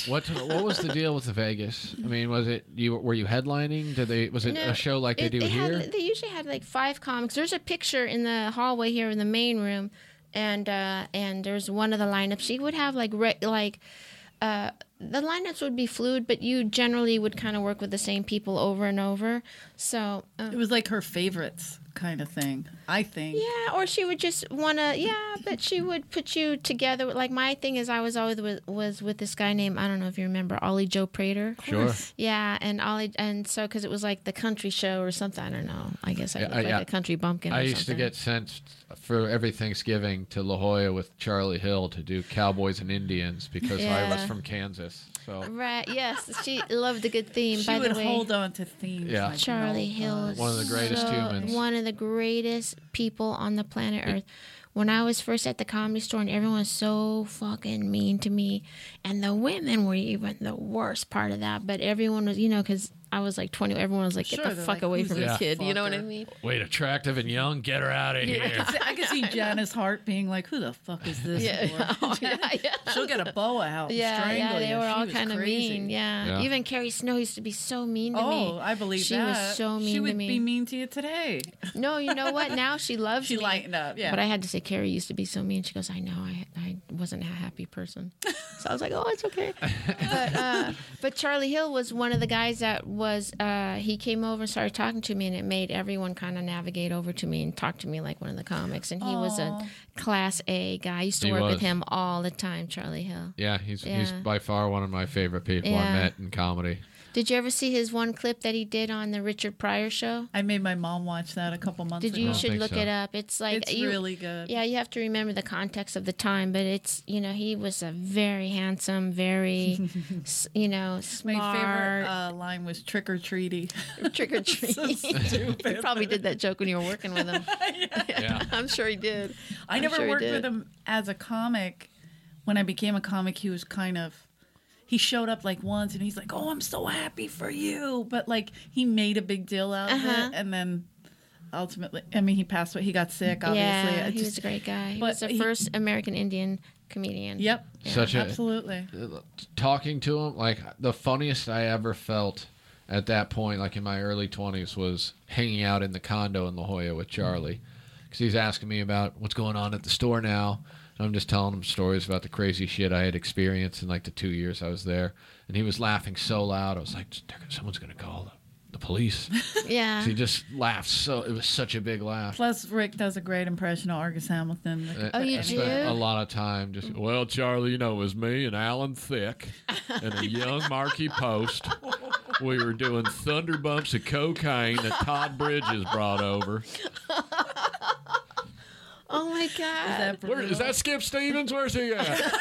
Speaker 3: hurt.
Speaker 2: What what was the deal with the Vegas? I mean, was it you were you headlining? Did they was it
Speaker 4: No,
Speaker 2: a show like they
Speaker 4: it-
Speaker 2: do here?
Speaker 4: Had, they usually had like five comics. There's a picture in the hallway here in the main room, and uh, and there's one of the lineups. She would have like re- like. Uh, the lineups would be fluid, but you generally would kind of work with the same people over and over. So, uh,
Speaker 3: It was like her favorites kind of thing, I think.
Speaker 4: yeah, or she would just want to, yeah, but she would put you together. Like, my thing is, I was always with, was with this guy named, I don't know if you remember, Ollie Joe Prater.
Speaker 2: sure.
Speaker 4: Yeah, and Ollie, and so because it was like the country show or something. I don't know. I guess I
Speaker 2: Yeah,
Speaker 4: looked
Speaker 2: I-
Speaker 4: like
Speaker 2: yeah.
Speaker 4: a country bumpkin. Or
Speaker 2: I used to
Speaker 4: something.
Speaker 2: get sent for every Thanksgiving to La Jolla with Charlie Hill to do Cowboys and Indians because I was
Speaker 4: Yeah.
Speaker 2: from Kansas. So
Speaker 4: right. Yes, she loved a good theme.
Speaker 3: She
Speaker 4: by
Speaker 3: would
Speaker 4: the way,
Speaker 3: hold on to themes.
Speaker 2: Yeah.
Speaker 3: like
Speaker 4: Charlie
Speaker 3: no,
Speaker 4: Hill
Speaker 3: uh,
Speaker 4: is
Speaker 2: One of the greatest
Speaker 4: so-
Speaker 2: humans.
Speaker 4: One of the greatest people on the planet Earth. When I was first at the comedy store and everyone was so fucking mean to me, and the women were even the worst part of that. But everyone was, you know, because I was like 20, everyone was like, get
Speaker 3: Sure,
Speaker 4: the
Speaker 3: they're
Speaker 4: fuck
Speaker 3: like,
Speaker 4: away
Speaker 3: "Who's
Speaker 4: from
Speaker 3: this
Speaker 4: this kid. You know what I
Speaker 3: fucker? [laughs]
Speaker 4: mean? [laughs]
Speaker 2: wait, attractive and young, get her out of here.
Speaker 3: I could see Janice Hart being like, "Who the fuck is this?"
Speaker 4: Yeah. [laughs]
Speaker 3: whore?" [laughs]
Speaker 4: yeah, yeah.
Speaker 3: She'll get a boa out. and
Speaker 4: Yeah, yeah,
Speaker 3: strangle
Speaker 4: they
Speaker 3: you.
Speaker 4: were
Speaker 3: She
Speaker 4: all
Speaker 3: was
Speaker 4: kind of
Speaker 3: crazy.
Speaker 4: mean. Yeah.
Speaker 2: Yeah.
Speaker 4: even Carrie Snow used to be so mean to me.
Speaker 3: Oh, I believe
Speaker 4: she
Speaker 3: that.
Speaker 4: was so mean
Speaker 3: She
Speaker 4: to
Speaker 3: would
Speaker 4: me.
Speaker 3: be mean to you today.
Speaker 4: No, you know what? Now
Speaker 3: [laughs]
Speaker 4: she loves
Speaker 3: She
Speaker 4: me.
Speaker 3: lightened up. Yeah.
Speaker 4: But I had to say Carrie used to be so mean. She goes, I know, I I wasn't a
Speaker 3: [laughs]
Speaker 4: happy person. So I was like, oh, it's
Speaker 2: [laughs]
Speaker 4: okay. But uh, but Charlie Hill was one of the guys that was uh, he came over and started talking to me, and it made everyone kind of navigate over to me and talk to me like one of the comics. And he was a class A guy. I used to
Speaker 2: He
Speaker 4: work
Speaker 2: was.
Speaker 4: with him all the time, Charlie Hill.
Speaker 2: [laughs] Yeah, he's he's
Speaker 4: Yeah.
Speaker 2: by far one of my favorite people I
Speaker 4: Yeah.
Speaker 2: met in comedy.
Speaker 4: Did you ever see his one clip that he did on the Richard Pryor show?
Speaker 3: I made my mom watch that a couple months
Speaker 4: Did
Speaker 3: ago.
Speaker 4: you,
Speaker 2: don't
Speaker 4: should
Speaker 2: think
Speaker 4: look
Speaker 2: so.
Speaker 4: it up. It's like
Speaker 3: It's
Speaker 4: you,
Speaker 3: really good.
Speaker 4: Yeah, you have to remember the context of the time, but it's you know he was a very handsome,
Speaker 3: [laughs]
Speaker 4: very s- you know
Speaker 3: My
Speaker 4: smart.
Speaker 3: favorite uh, line was "trick or treaty."
Speaker 4: [laughs] trick or treat.
Speaker 3: [laughs] So
Speaker 4: you [laughs]
Speaker 3: stupid.
Speaker 4: probably did that joke when you were working with
Speaker 3: [laughs]
Speaker 4: him.
Speaker 2: Yeah.
Speaker 4: I'm sure he did.
Speaker 3: I
Speaker 4: I'm
Speaker 3: never
Speaker 4: sure he
Speaker 3: worked with
Speaker 4: did.
Speaker 3: him as a comic. When I became a comic, he was kind of he showed up like once and he's like, "Oh, I'm so happy for you," but like he made a big deal out
Speaker 4: Uh-huh.
Speaker 3: of it, and then ultimately, I mean, he passed away. He got sick, obviously.
Speaker 4: yeah,
Speaker 3: It
Speaker 4: he was
Speaker 3: just-
Speaker 4: a great guy. He
Speaker 3: but
Speaker 4: was the
Speaker 3: he-
Speaker 4: first American Indian comedian.
Speaker 3: Yep.
Speaker 2: Such a
Speaker 3: Absolutely.
Speaker 2: talking to him, like the funniest I ever felt at that point, like in my early 20s, was hanging out in the condo in La Jolla with Charlie. Because he's asking me about what's going on at the store now. And I'm just telling him stories about the crazy shit I had experienced in like the two years I was there. And he was laughing so loud. I was like, "They're- someone's going to call the, the police. 'Cause
Speaker 4: [laughs] Yeah.
Speaker 2: he just laughed so, it was such a big laugh.
Speaker 3: Plus, Rick does a great impression of Argus Hamilton.
Speaker 4: Oh, you
Speaker 2: Uh, I
Speaker 4: do? Mm.
Speaker 2: spent a lot of time just well, Charlie, you know, it was me and Alan Thick and
Speaker 4: [laughs]
Speaker 2: a young Marky Post. We were doing thunder bumps of cocaine that Todd Bridges brought over.
Speaker 4: Oh my God.
Speaker 3: that
Speaker 2: uh, Where is
Speaker 3: brutal?
Speaker 2: that Skip Stevens? Where's he at?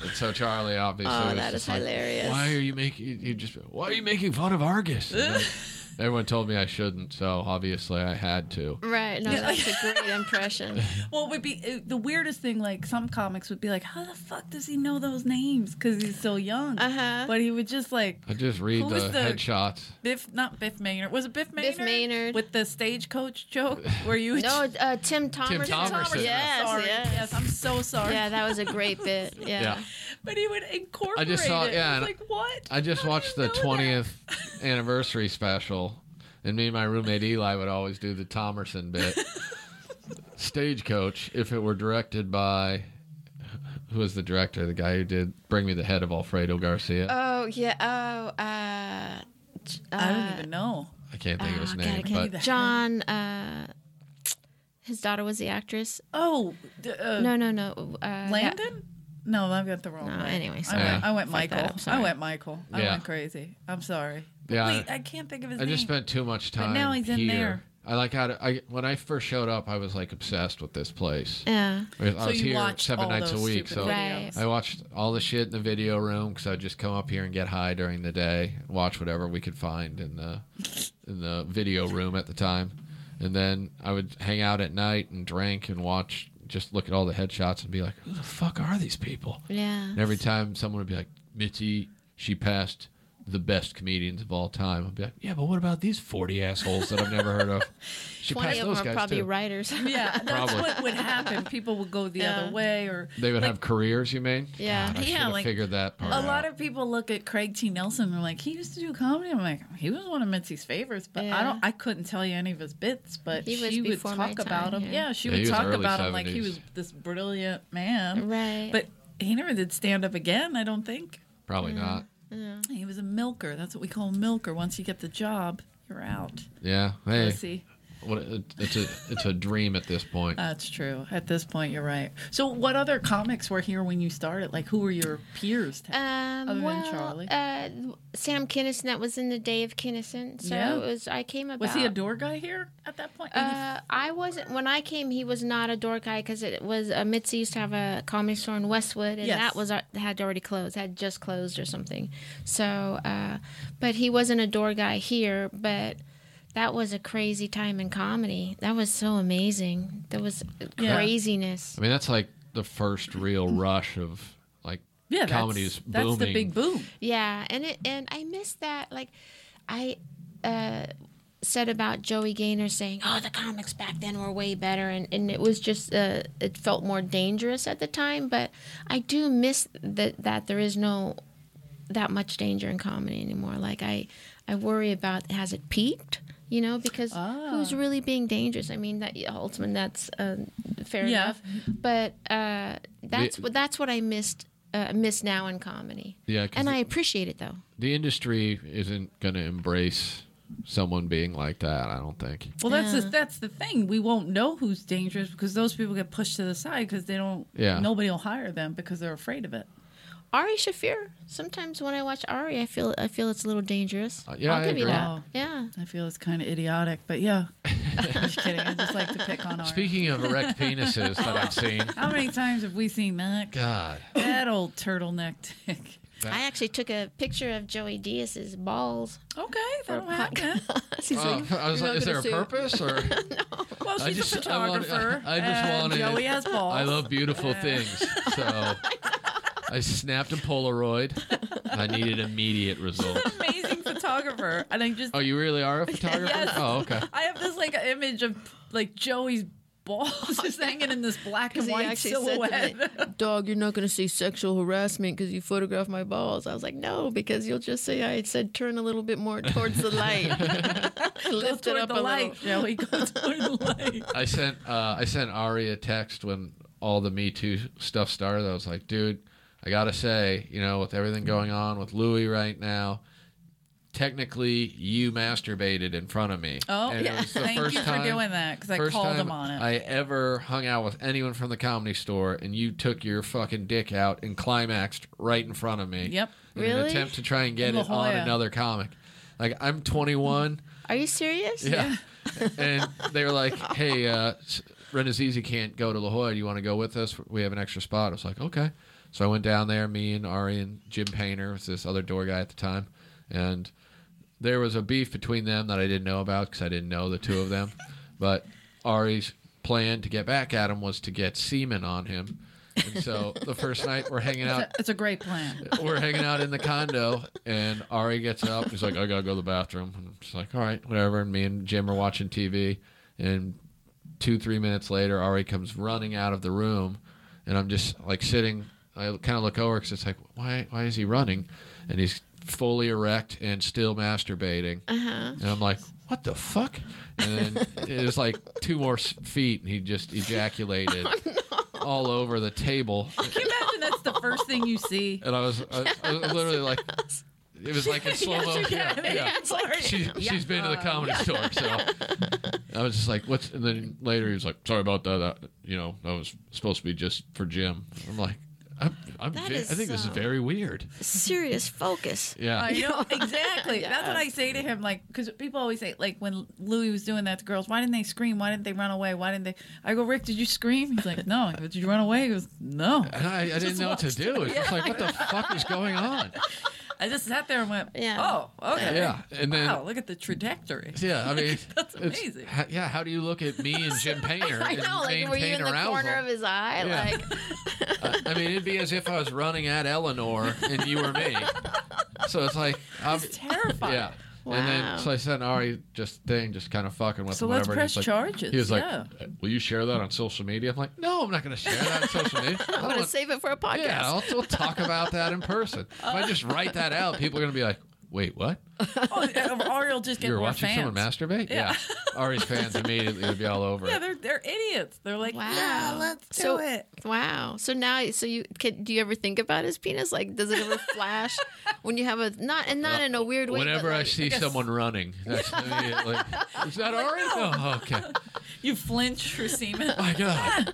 Speaker 2: And so Charlie obviously
Speaker 4: Oh,
Speaker 2: was
Speaker 4: that
Speaker 2: just
Speaker 4: is
Speaker 2: like,
Speaker 4: hilarious.
Speaker 2: Why are you making you just why are you making fun of Argus? And
Speaker 4: [laughs]
Speaker 2: then everyone told me I shouldn't, so obviously I had to.
Speaker 4: Right. No, that's a
Speaker 3: [laughs]
Speaker 4: great impression.
Speaker 3: Well, it would be uh, the weirdest thing. Like some comics would be like, "How the fuck does he know those names? Because he's so young."
Speaker 4: Uh-huh.
Speaker 3: But he would just like
Speaker 2: I just read
Speaker 3: Who was
Speaker 2: the,
Speaker 3: the-
Speaker 2: headshots.
Speaker 3: Biff, not Biff Maynard. Was it Biff Maynard?
Speaker 4: Biff Maynard.
Speaker 3: with the stagecoach joke where you.
Speaker 4: No, uh, Tim Thomerson.
Speaker 2: Thomerson.
Speaker 4: Yes,
Speaker 3: sorry.
Speaker 4: yes.
Speaker 3: I'm so sorry.
Speaker 4: Yeah, that was a great bit. Yeah.
Speaker 2: [laughs] Yeah.
Speaker 3: But he would incorporate.
Speaker 2: saw-
Speaker 3: it.
Speaker 2: yeah,
Speaker 3: I
Speaker 2: and
Speaker 3: was like, what?
Speaker 2: I just
Speaker 3: How do
Speaker 2: watched
Speaker 3: you
Speaker 2: the
Speaker 3: know that?
Speaker 2: 20th anniversary special, and me and my roommate Eli would always do the Thomerson
Speaker 3: [laughs]
Speaker 2: bit. Stagecoach, if it were directed by. Who was the director? The guy who did Bring Me the Head of Alfredo Garcia?
Speaker 4: Oh yeah. Oh. Uh, j-
Speaker 3: I
Speaker 4: uh,
Speaker 3: don't even know.
Speaker 2: I can't think of his
Speaker 4: oh,
Speaker 2: name.
Speaker 4: God, I
Speaker 3: Ah, can't
Speaker 2: but
Speaker 3: either. [laughs]
Speaker 4: John. Uh, his daughter was the actress.
Speaker 3: Oh, d- uh,
Speaker 4: No, no, no. Uh,
Speaker 3: Landon. No, I've got the wrong.
Speaker 4: No,
Speaker 3: one.
Speaker 4: anyway,
Speaker 3: I
Speaker 4: sorry.
Speaker 3: went, I went
Speaker 4: Fuck that
Speaker 3: Michael.
Speaker 4: up, sorry.
Speaker 3: I went Michael. I
Speaker 2: Yeah.
Speaker 3: went crazy. I'm sorry.
Speaker 2: Yeah,
Speaker 3: Wait,
Speaker 2: I-
Speaker 3: I can't think of his
Speaker 2: I
Speaker 3: name.
Speaker 2: just spent too much time.
Speaker 3: But now he's in
Speaker 2: here.
Speaker 3: there.
Speaker 2: I like how to, I when I first showed up, I was like obsessed with this place.
Speaker 4: Yeah.
Speaker 2: I was
Speaker 3: so you
Speaker 2: here
Speaker 3: watched
Speaker 2: seven
Speaker 3: all
Speaker 2: nights a
Speaker 3: those
Speaker 2: week,
Speaker 3: stupid
Speaker 2: so
Speaker 3: videos.
Speaker 2: I watched all the shit in the video room because I'd just come up here and get high during the day, watch whatever we could find in the in the video room at the time, and then I would hang out at night and drink and watch, just look at all the headshots and be like, "Who the fuck are these people?"
Speaker 4: Yeah. yeah.
Speaker 2: And every time someone would be like, "Mitzi, she passed the best comedians of all time," I'd be like, "Yeah, but what about these forty assholes that I've never heard of?" She
Speaker 4: Twenty
Speaker 2: passed
Speaker 4: of
Speaker 2: those
Speaker 4: them are
Speaker 2: guys
Speaker 4: probably
Speaker 2: too.
Speaker 4: writers.
Speaker 3: [laughs] Yeah, that's
Speaker 2: Probably.
Speaker 3: what would happen. People would go the
Speaker 4: Yeah.
Speaker 3: other way, or
Speaker 2: They would have careers, you mean?
Speaker 4: Yeah.
Speaker 2: God, I
Speaker 3: Yeah,
Speaker 2: should have
Speaker 3: like,
Speaker 2: figured that part.
Speaker 3: a
Speaker 2: out.
Speaker 3: lot of people look at Craig T. Nelson and are like, he used to do comedy. I'm like, he was one of Mitzi's favorites, but
Speaker 4: Yeah.
Speaker 3: I don't, I couldn't tell you any of his bits, but
Speaker 4: He was
Speaker 3: she would
Speaker 4: before my
Speaker 3: talk about
Speaker 4: time,
Speaker 3: him.
Speaker 4: yeah.
Speaker 3: Yeah, she
Speaker 2: Yeah, he
Speaker 3: would
Speaker 2: was
Speaker 3: talk
Speaker 2: early
Speaker 3: about him like he
Speaker 2: 70s.
Speaker 3: was this brilliant man.
Speaker 4: [laughs] Right.
Speaker 3: But he never did stand up again. I don't think
Speaker 2: Probably not.
Speaker 3: he was a milker. That's what we call a milker. Once you get the job, you're out.
Speaker 2: Yeah. Hey,
Speaker 3: Pussy.
Speaker 2: what, it's a it's a dream at this point.
Speaker 3: That's true. At this point, you're right. So, what other comics were here when you started? Like, who were your peers?
Speaker 4: Um,
Speaker 3: Other than
Speaker 4: well,
Speaker 3: Charlie.
Speaker 4: Uh, Sam Kinnison. That was in the day of Kinnison. So
Speaker 3: Yeah.
Speaker 4: it was. I came about.
Speaker 3: was he a door guy here at that point? And he
Speaker 4: Uh, I wasn't when I came. He was not a door guy because it was uh, Mitzi used to have a comedy store in Westwood, and
Speaker 3: Yes.
Speaker 4: that was ar- had already closed, had just closed or something. So, uh, but he wasn't a door guy here. But that was a crazy time in comedy. That was so amazing. There was
Speaker 3: Yeah.
Speaker 4: craziness.
Speaker 2: I mean, that's like the first
Speaker 3: [laughs]
Speaker 2: real rush of like
Speaker 3: yeah,
Speaker 2: comedy's
Speaker 3: that's,
Speaker 2: booming.
Speaker 3: That's the big boom.
Speaker 4: Yeah, and it and I miss that. Like, I uh, said about Joey Gaynor saying, "Oh, the comics back then were way better," and and it was just uh, it felt more dangerous at the time. But I do miss that that there is no that much danger in comedy anymore. Like I I worry about has it peaked. You know, because who's really being dangerous? I mean, that ultimately that's uh, fair
Speaker 3: Yeah.
Speaker 4: enough, but uh, that's
Speaker 2: The-
Speaker 4: what that's what I missed uh, miss now in comedy.
Speaker 2: Yeah, 'cause
Speaker 4: and
Speaker 2: the-
Speaker 4: I appreciate it though.
Speaker 2: the industry isn't going to embrace someone being like that. I don't think.
Speaker 3: Well, that's the, that's the thing. We won't know who's dangerous because those people get pushed to the side because they don't.
Speaker 2: Yeah.
Speaker 3: Nobody will hire them because they're afraid of it.
Speaker 4: Ari Shafir. Sometimes when I watch Ari, I feel I feel it's a little dangerous.
Speaker 2: Uh, yeah,
Speaker 4: I'll
Speaker 2: I
Speaker 4: give you
Speaker 2: agree.
Speaker 4: that.
Speaker 3: Wow.
Speaker 4: Yeah.
Speaker 3: I feel it's kind of idiotic, but
Speaker 2: [laughs]
Speaker 3: yeah. just kidding. I just like to pick on our.
Speaker 2: Speaking of
Speaker 3: [laughs]
Speaker 2: erect penises that I've seen,
Speaker 3: How many times have we seen that? [laughs]
Speaker 2: God,
Speaker 3: That old turtleneck dick.
Speaker 4: I actually took a picture of Joey Diaz's balls.
Speaker 3: Okay, that'll happen.
Speaker 4: [laughs] He's
Speaker 2: Oh,
Speaker 4: like,
Speaker 2: I was
Speaker 5: You're
Speaker 2: like,
Speaker 5: not
Speaker 2: is there
Speaker 5: gonna
Speaker 2: a
Speaker 5: see it.
Speaker 2: purpose
Speaker 3: [laughs]
Speaker 2: or?
Speaker 3: Well, she's
Speaker 2: I just
Speaker 3: a
Speaker 2: I wanted-
Speaker 3: photographer.
Speaker 2: I just
Speaker 3: and
Speaker 2: wanted.
Speaker 3: Joey has balls. [laughs]
Speaker 2: I love beautiful things. So I snapped a Polaroid. I needed immediate results.
Speaker 3: amazing photographer, and I just
Speaker 2: Oh, you really are a photographer?
Speaker 3: [laughs] Yes.
Speaker 2: Oh, okay.
Speaker 3: I have this like image of like Joey's balls [laughs] just hanging in this black
Speaker 5: Because
Speaker 3: and
Speaker 5: he
Speaker 3: white
Speaker 5: actually said
Speaker 3: silhouette.
Speaker 5: to me,
Speaker 4: [laughs]
Speaker 5: "Dog, you're not going to say sexual harassment because you photographed my balls." I was like, "No, because you'll just say I said turn a little bit more towards the light,
Speaker 3: [laughs]
Speaker 4: [laughs]
Speaker 5: [laughs]
Speaker 3: Go
Speaker 5: lift it
Speaker 3: toward
Speaker 5: up
Speaker 3: the
Speaker 5: a
Speaker 3: light,
Speaker 5: little." [laughs]
Speaker 3: Joey. Go toward the light.
Speaker 2: I sent uh, I sent Ari a text when all the Me Too stuff started. I was like, dude, I gotta say, you know, with everything going on with Louis right now, technically you masturbated in front of me.
Speaker 3: Oh,
Speaker 2: And it
Speaker 3: yeah.
Speaker 2: was the
Speaker 3: Thank
Speaker 2: first
Speaker 3: you
Speaker 2: time-
Speaker 3: for doing that because I
Speaker 2: first
Speaker 3: called
Speaker 2: time
Speaker 3: him on it.
Speaker 2: I ever hung out with anyone from the comedy store, and you took your fucking dick out and climaxed right in front of me.
Speaker 3: Yep.
Speaker 2: In an
Speaker 4: Really?
Speaker 2: attempt to try and get
Speaker 3: In La
Speaker 2: it on
Speaker 3: Jolla.
Speaker 2: another comic. Like I'm 21.
Speaker 4: Are you serious?
Speaker 2: Yeah. [laughs] and they were like, hey, uh, s- Ren Azizi can't go to La Jolla. Do you want to go with us? We have an extra spot. I was like, okay. So I went down there, me and Ari and Jim Painter, was this other door guy at the time. And there was a beef between them that I didn't know about because I didn't know the two of them. [laughs] but Ari's plan to get back at him was to get semen on him. And so the first night we're hanging out
Speaker 3: It's a
Speaker 2: [laughs]
Speaker 3: great plan.
Speaker 2: we're hanging out in the condo, and Ari gets up. He's like, I gotta go to the bathroom. And I'm just like, all right, whatever. And me and Jim are watching TV, and two, three minutes later, Ari comes running out of the room, and I'm just like sitting. I kind of look over because it's like, why, why is he running? And he's fully erect and still masturbating.
Speaker 4: Uh-huh.
Speaker 2: And I'm like, what the fuck? And then it was like two more s- feet, and he just ejaculated all over the table.
Speaker 3: Can you imagine that's the first thing
Speaker 2: [laughs]
Speaker 3: you see?
Speaker 2: And I was, I, I
Speaker 4: [laughs]
Speaker 2: was literally like, it was like in slow motion. Yeah,
Speaker 4: [laughs]
Speaker 2: yeah.
Speaker 3: it's like,
Speaker 2: She, She's been to the
Speaker 4: Uh,
Speaker 2: comedy store, so
Speaker 4: [laughs]
Speaker 2: I was just like, "What's?" And then later he was like, "Sorry about that. I, you know, that was supposed to be just for Jim." I'm like, I'm, I'm
Speaker 4: That
Speaker 2: ve-
Speaker 4: is
Speaker 2: I think this is
Speaker 4: so-
Speaker 2: very weird.
Speaker 5: Serious focus.
Speaker 2: Yeah,
Speaker 3: I know
Speaker 5: [laughs]
Speaker 3: exactly.
Speaker 5: Yeah.
Speaker 3: That's what I say to him. Like, because people always say, like, when Louis was doing that to girls, why didn't they scream? Why didn't they run away? Why didn't they? I go, Rick, did you scream? He's like, No. I go, did you run away? He goes,
Speaker 2: [laughs]
Speaker 3: No.
Speaker 2: and
Speaker 4: [laughs]
Speaker 2: I, I didn't
Speaker 3: Just
Speaker 2: know what to
Speaker 3: watched
Speaker 2: do. It's just
Speaker 3: Yeah.
Speaker 2: like, what the fuck is going on?
Speaker 3: I just sat there and went,
Speaker 4: Yeah.
Speaker 3: Oh, okay.
Speaker 2: Yeah, and then
Speaker 3: Wow, look at the trajectory.
Speaker 2: yeah, I mean,
Speaker 3: That's
Speaker 2: it's-
Speaker 3: amazing.
Speaker 2: ha- yeah, how do you look at me and Jim Painter
Speaker 4: [laughs] I
Speaker 2: and
Speaker 4: know. Like,
Speaker 2: maintain
Speaker 4: were you in the
Speaker 2: arousal?
Speaker 4: corner of his eye?
Speaker 2: Yeah.
Speaker 4: Like,
Speaker 2: I I mean, it'd be as if I was running at Eleanor and you were me. So it's like, I'm,
Speaker 3: It's terrifying.
Speaker 2: yeah. And
Speaker 4: Wow.
Speaker 2: then, so I sent Ari just thing, just kind of fucking with
Speaker 3: So
Speaker 2: him,
Speaker 3: let's
Speaker 2: whatever. and he's
Speaker 3: press
Speaker 2: like-
Speaker 3: charges,
Speaker 2: He was like,
Speaker 3: yeah.
Speaker 2: "Will you share that on social media?" I'm like, "No, I'm not going to share that on social
Speaker 3: [laughs]
Speaker 2: media. I
Speaker 5: I'm
Speaker 2: don't
Speaker 5: going to
Speaker 2: want-
Speaker 5: save it for a podcast.
Speaker 2: yeah, I'll, we'll talk about that in
Speaker 3: [laughs]
Speaker 2: person. If I just write that out, people are going to be like, "Wait, what?
Speaker 3: Oh, or you'll just get
Speaker 2: You're
Speaker 3: more
Speaker 2: watching
Speaker 3: fans.
Speaker 2: someone masturbate?"
Speaker 3: Yeah.
Speaker 2: Ari's fans immediately would be all over
Speaker 3: Yeah,
Speaker 2: it.
Speaker 3: they're they're idiots. They're like,
Speaker 4: Wow.
Speaker 3: yeah, let's do
Speaker 5: So-
Speaker 3: it.
Speaker 5: Wow.
Speaker 4: So now, so you can, do you ever think about his penis? Like, does it ever flash when you have a not and not in a weird way? but
Speaker 2: Whenever I
Speaker 4: like-
Speaker 2: see someone running, that's immediately. Is
Speaker 3: [laughs]
Speaker 2: that Ari? Oh, okay.
Speaker 3: You flinch for semen. [laughs]
Speaker 4: [laughs]
Speaker 2: My God.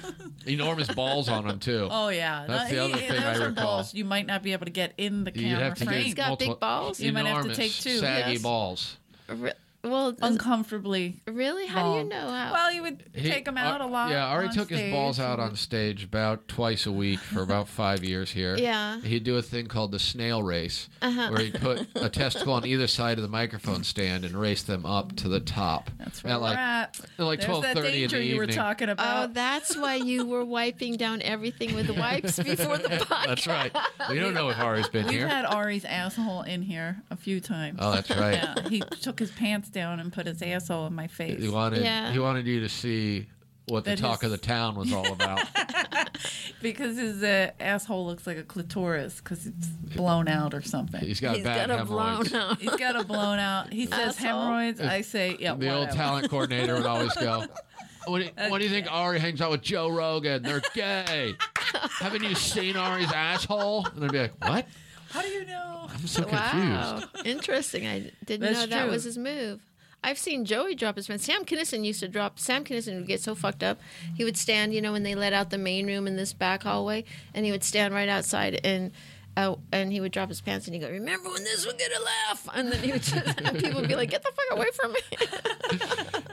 Speaker 2: [laughs] Enormous balls on him too.
Speaker 3: Oh yeah,
Speaker 2: That's the other thing
Speaker 3: those
Speaker 2: I
Speaker 3: are
Speaker 2: recall.
Speaker 3: balls you might not be able to get in the
Speaker 2: You'd
Speaker 3: camera
Speaker 2: have to
Speaker 3: frame.
Speaker 2: get
Speaker 4: got big
Speaker 2: multiple-
Speaker 4: balls?
Speaker 3: You might have to
Speaker 2: enormous,
Speaker 3: take two,
Speaker 2: saggy
Speaker 4: yes.
Speaker 2: balls.
Speaker 4: Re- well, is-
Speaker 3: uncomfortably.
Speaker 4: really? How do you
Speaker 3: long.
Speaker 4: know how?
Speaker 3: Well, you would
Speaker 2: He-
Speaker 3: take them out
Speaker 2: uh,
Speaker 3: a lot.
Speaker 2: Yeah, Ari
Speaker 3: on
Speaker 2: took his
Speaker 3: stage
Speaker 2: balls out
Speaker 3: and-
Speaker 2: on stage about twice a week for about
Speaker 3: [laughs]
Speaker 2: five years here.
Speaker 4: Yeah.
Speaker 2: He'd do a thing called the snail race,
Speaker 3: Uh-huh.
Speaker 2: where he'd put
Speaker 3: [laughs]
Speaker 2: a testicle on either side of the microphone stand and race them up to the top.
Speaker 3: That's where
Speaker 2: at
Speaker 3: we're
Speaker 2: like,
Speaker 3: at.
Speaker 2: at like
Speaker 3: There's that
Speaker 2: 12:30 in
Speaker 3: danger
Speaker 2: the
Speaker 3: you were
Speaker 2: evening.
Speaker 3: talking
Speaker 4: oh,
Speaker 3: about.
Speaker 4: that's why you were wiping down everything with
Speaker 2: [laughs]
Speaker 4: wipes before the podcast.
Speaker 2: That's right. We don't know if Ari's been
Speaker 3: [laughs] We've
Speaker 2: here.
Speaker 3: had Ari's asshole in here a few times.
Speaker 2: oh, that's right.
Speaker 3: Yeah, he took his pants down and put his asshole in my face.
Speaker 2: He wanted
Speaker 4: Yeah.
Speaker 2: he wanted you to see what the
Speaker 3: That
Speaker 2: talk of
Speaker 3: his-
Speaker 2: the town was all about.
Speaker 3: Because his uh, asshole looks like a clitoris because it's blown out
Speaker 2: [laughs]
Speaker 3: or something.
Speaker 2: He's got
Speaker 5: He's
Speaker 2: bad
Speaker 5: got a blown
Speaker 2: hemorrhoids.
Speaker 5: out.
Speaker 3: He's got a blown out. He says
Speaker 5: Asshole.
Speaker 3: hemorrhoids. I say, yeah,
Speaker 2: The old
Speaker 3: whatever.
Speaker 2: talent coordinator would always go, what do, you, what do you think Ari hangs out with Joe Rogan? They're gay. Haven't you seen Ari's asshole? And I'd be like, what?
Speaker 3: How do you know? [laughs]
Speaker 2: I'm so
Speaker 4: Wow,
Speaker 2: confused.
Speaker 4: interesting. I didn't
Speaker 3: That's
Speaker 4: know that
Speaker 3: true.
Speaker 4: was his move. I've seen Joey drop his pants. Sam Kinison used to drop. Sam Kinison would get so fucked up. He would stand, you know, when they let out the main room in this back hallway, and he would stand right outside and. Uh, and he would drop his pants and he'd go, Remember when this would get a laugh? And then he would just, [laughs] and people would be like, Get the fuck away from me.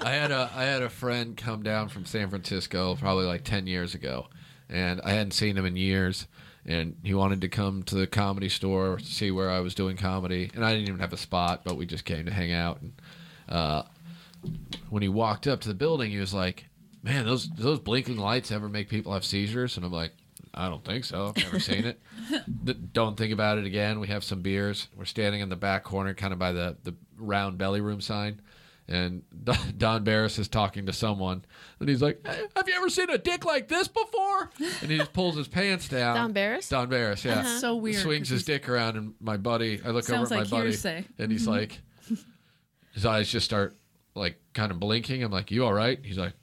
Speaker 2: I had a I had a friend come down from San Francisco probably like ten years ago, and I hadn't seen him in years. And he wanted to come to the comedy store to see where I was doing comedy, and I didn't even have a spot, but we just came to hang out. And uh, when he walked up to the building, he was like, "Man, those do those blinking lights ever make people have seizures?" And I'm like, I don't think so. I've never seen
Speaker 3: [laughs]
Speaker 2: it. D- don't think about it again. We have some beers. We're standing in the back corner, kind of by the, the round belly room sign. And [laughs] Don- Don Barris is talking to someone. And he's like, "Eh, Have you ever seen a dick like this before? And he just pulls his pants down.
Speaker 5: Don Barris?
Speaker 2: Don Barris, yeah.
Speaker 3: That's so weird,
Speaker 2: Swings
Speaker 3: 'cause
Speaker 2: his dick around. And my buddy, I look over at
Speaker 3: Sounds
Speaker 2: my
Speaker 3: like Mm-hmm.
Speaker 2: buddy.
Speaker 3: hearsay.
Speaker 2: And he's like, His eyes just start like kind of blinking. I'm like, You all right? He's like,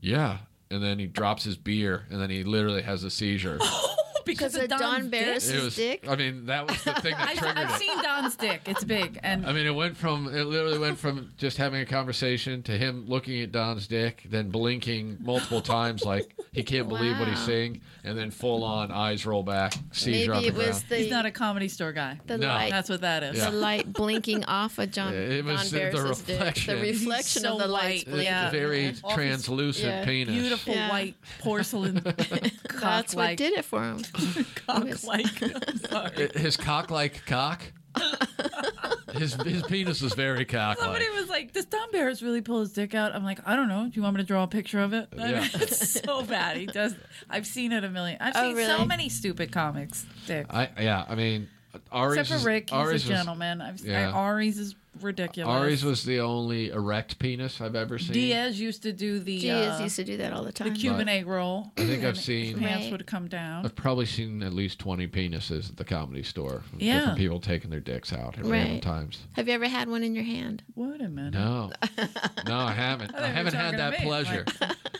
Speaker 2: Yeah. And then he drops his beer and then he literally has
Speaker 5: [laughs]
Speaker 2: a seizure.
Speaker 5: Oh,
Speaker 3: because
Speaker 5: Is it
Speaker 3: of Don,
Speaker 5: Don Barris?
Speaker 3: Dick?
Speaker 5: His
Speaker 2: It was,
Speaker 5: dick?
Speaker 2: I mean, that was the thing that
Speaker 3: [laughs] I've,
Speaker 2: triggered
Speaker 3: I've
Speaker 2: it.
Speaker 3: seen Don's dick. It's big, and
Speaker 2: I mean, it went from it literally went from just having a conversation to him looking at Don's dick, then blinking multiple times like he can't believe what he's
Speaker 5: Wow.
Speaker 2: seeing, and then full on eyes roll back, seizure on
Speaker 5: Maybe
Speaker 2: the
Speaker 5: it was
Speaker 2: ground.
Speaker 5: the,
Speaker 3: he's not a comedy store guy.
Speaker 5: the
Speaker 2: No.
Speaker 5: light,
Speaker 3: That's what that is.
Speaker 2: Yeah.
Speaker 5: the light blinking off of John.
Speaker 2: It was
Speaker 5: Don
Speaker 2: the- the
Speaker 5: Barris's dick.
Speaker 2: reflection.
Speaker 5: The reflection
Speaker 3: So
Speaker 5: of the lights.
Speaker 3: white,
Speaker 2: It's
Speaker 5: blinking.
Speaker 3: yeah.
Speaker 2: a very
Speaker 3: Yeah.
Speaker 2: translucent
Speaker 5: Yeah.
Speaker 2: penis.
Speaker 3: Beautiful
Speaker 5: Yeah.
Speaker 3: white
Speaker 5: [laughs]
Speaker 3: porcelain.
Speaker 5: That's what
Speaker 3: cock-like-
Speaker 5: did it for
Speaker 2: [laughs]
Speaker 5: him.
Speaker 3: [laughs]
Speaker 5: [laughs]
Speaker 3: cock-like. I'm sorry.
Speaker 2: I- His cock like
Speaker 3: [laughs]
Speaker 2: cock. his his penis is very cock like.
Speaker 3: Somebody was like, "Does Don Barris really pull his dick out?" I'm like, "I don't know. Do you want me to draw a picture of it?" I mean,
Speaker 2: [laughs] Yeah.
Speaker 3: [laughs] it's so bad. He does. I've seen it a million. I've
Speaker 5: Oh,
Speaker 3: seen so
Speaker 5: really?
Speaker 3: many stupid comics' dick.
Speaker 2: I yeah, I mean, Ari's
Speaker 3: Except
Speaker 2: is-
Speaker 3: for Rick, he's
Speaker 2: Ari's
Speaker 3: a
Speaker 2: was-
Speaker 3: gentleman. I've
Speaker 2: yeah.
Speaker 3: I, Ari's is ridiculous.
Speaker 2: Ari's was the only erect penis I've ever seen.
Speaker 3: Diaz used to do the
Speaker 5: Diaz
Speaker 3: uh,
Speaker 5: used to do that all the time.
Speaker 3: Cuban
Speaker 2: Right.
Speaker 3: egg roll.
Speaker 2: I think I've seen.
Speaker 3: Pants
Speaker 5: Right.
Speaker 3: would come down.
Speaker 2: I've probably seen at least twenty penises at the comedy store. from
Speaker 3: Yeah.
Speaker 2: Different people taking their dicks out at random
Speaker 5: Right.
Speaker 2: times.
Speaker 5: Have you ever had one in your hand?
Speaker 3: Wait a minute.
Speaker 2: No, no, I haven't.
Speaker 3: thought
Speaker 2: I
Speaker 3: you were
Speaker 2: haven't had
Speaker 3: talking to
Speaker 2: that
Speaker 3: me.
Speaker 2: pleasure.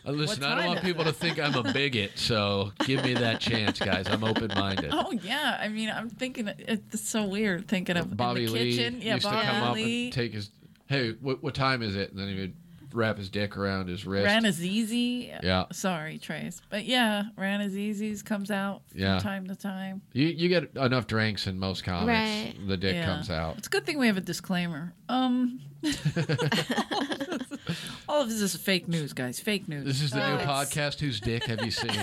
Speaker 2: Uh, Listen, I don't
Speaker 3: time
Speaker 2: want
Speaker 3: is
Speaker 2: people to think I'm a bigot, so give me that chance, guys. I'm open minded.
Speaker 3: Oh yeah, I mean, I'm thinking it's so weird thinking of in
Speaker 2: Bobby
Speaker 3: the
Speaker 2: Lee
Speaker 3: kitchen. yeah,
Speaker 2: used
Speaker 3: Bobby
Speaker 2: to come up
Speaker 3: Lee.
Speaker 2: and take his. Hey, what, what time is it? And then he would wrap his dick around his wrist.
Speaker 3: Ran is easy.
Speaker 2: Yeah.
Speaker 3: Sorry, Trace. But yeah, Ran is easy's comes out
Speaker 2: Yeah.
Speaker 3: from time to time.
Speaker 2: you, you get enough drinks in most comics,
Speaker 5: Right.
Speaker 2: the dick
Speaker 3: yeah.
Speaker 2: comes out.
Speaker 3: It's a good thing we have a disclaimer. Um [laughs] all of this is fake news, guys. Fake news.
Speaker 2: This is the new
Speaker 3: Uh,
Speaker 2: podcast. Whose dick have you
Speaker 4: [laughs]
Speaker 2: seen?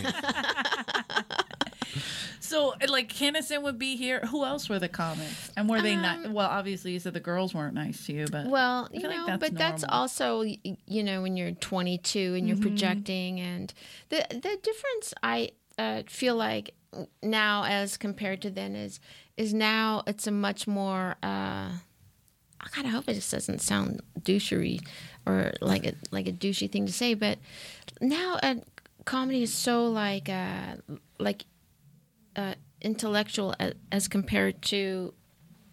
Speaker 3: So like Kinnison would be here. Who else were the comics? And were they not
Speaker 4: Um,
Speaker 3: well, obviously you said the girls weren't nice to you, but
Speaker 4: Well,
Speaker 3: I
Speaker 4: you
Speaker 3: feel like
Speaker 4: know,
Speaker 3: that's
Speaker 4: but that's
Speaker 3: normal. Mm-hmm.
Speaker 4: also y- you know when you're 22 and you're projecting, and the the difference I uh, feel like now as compared to then is is now it's a much more. Uh, I kind of hope it just doesn't sound douchery or like a like a douchey thing to say, but now uh, comedy is so like uh, like uh, intellectual as, as compared to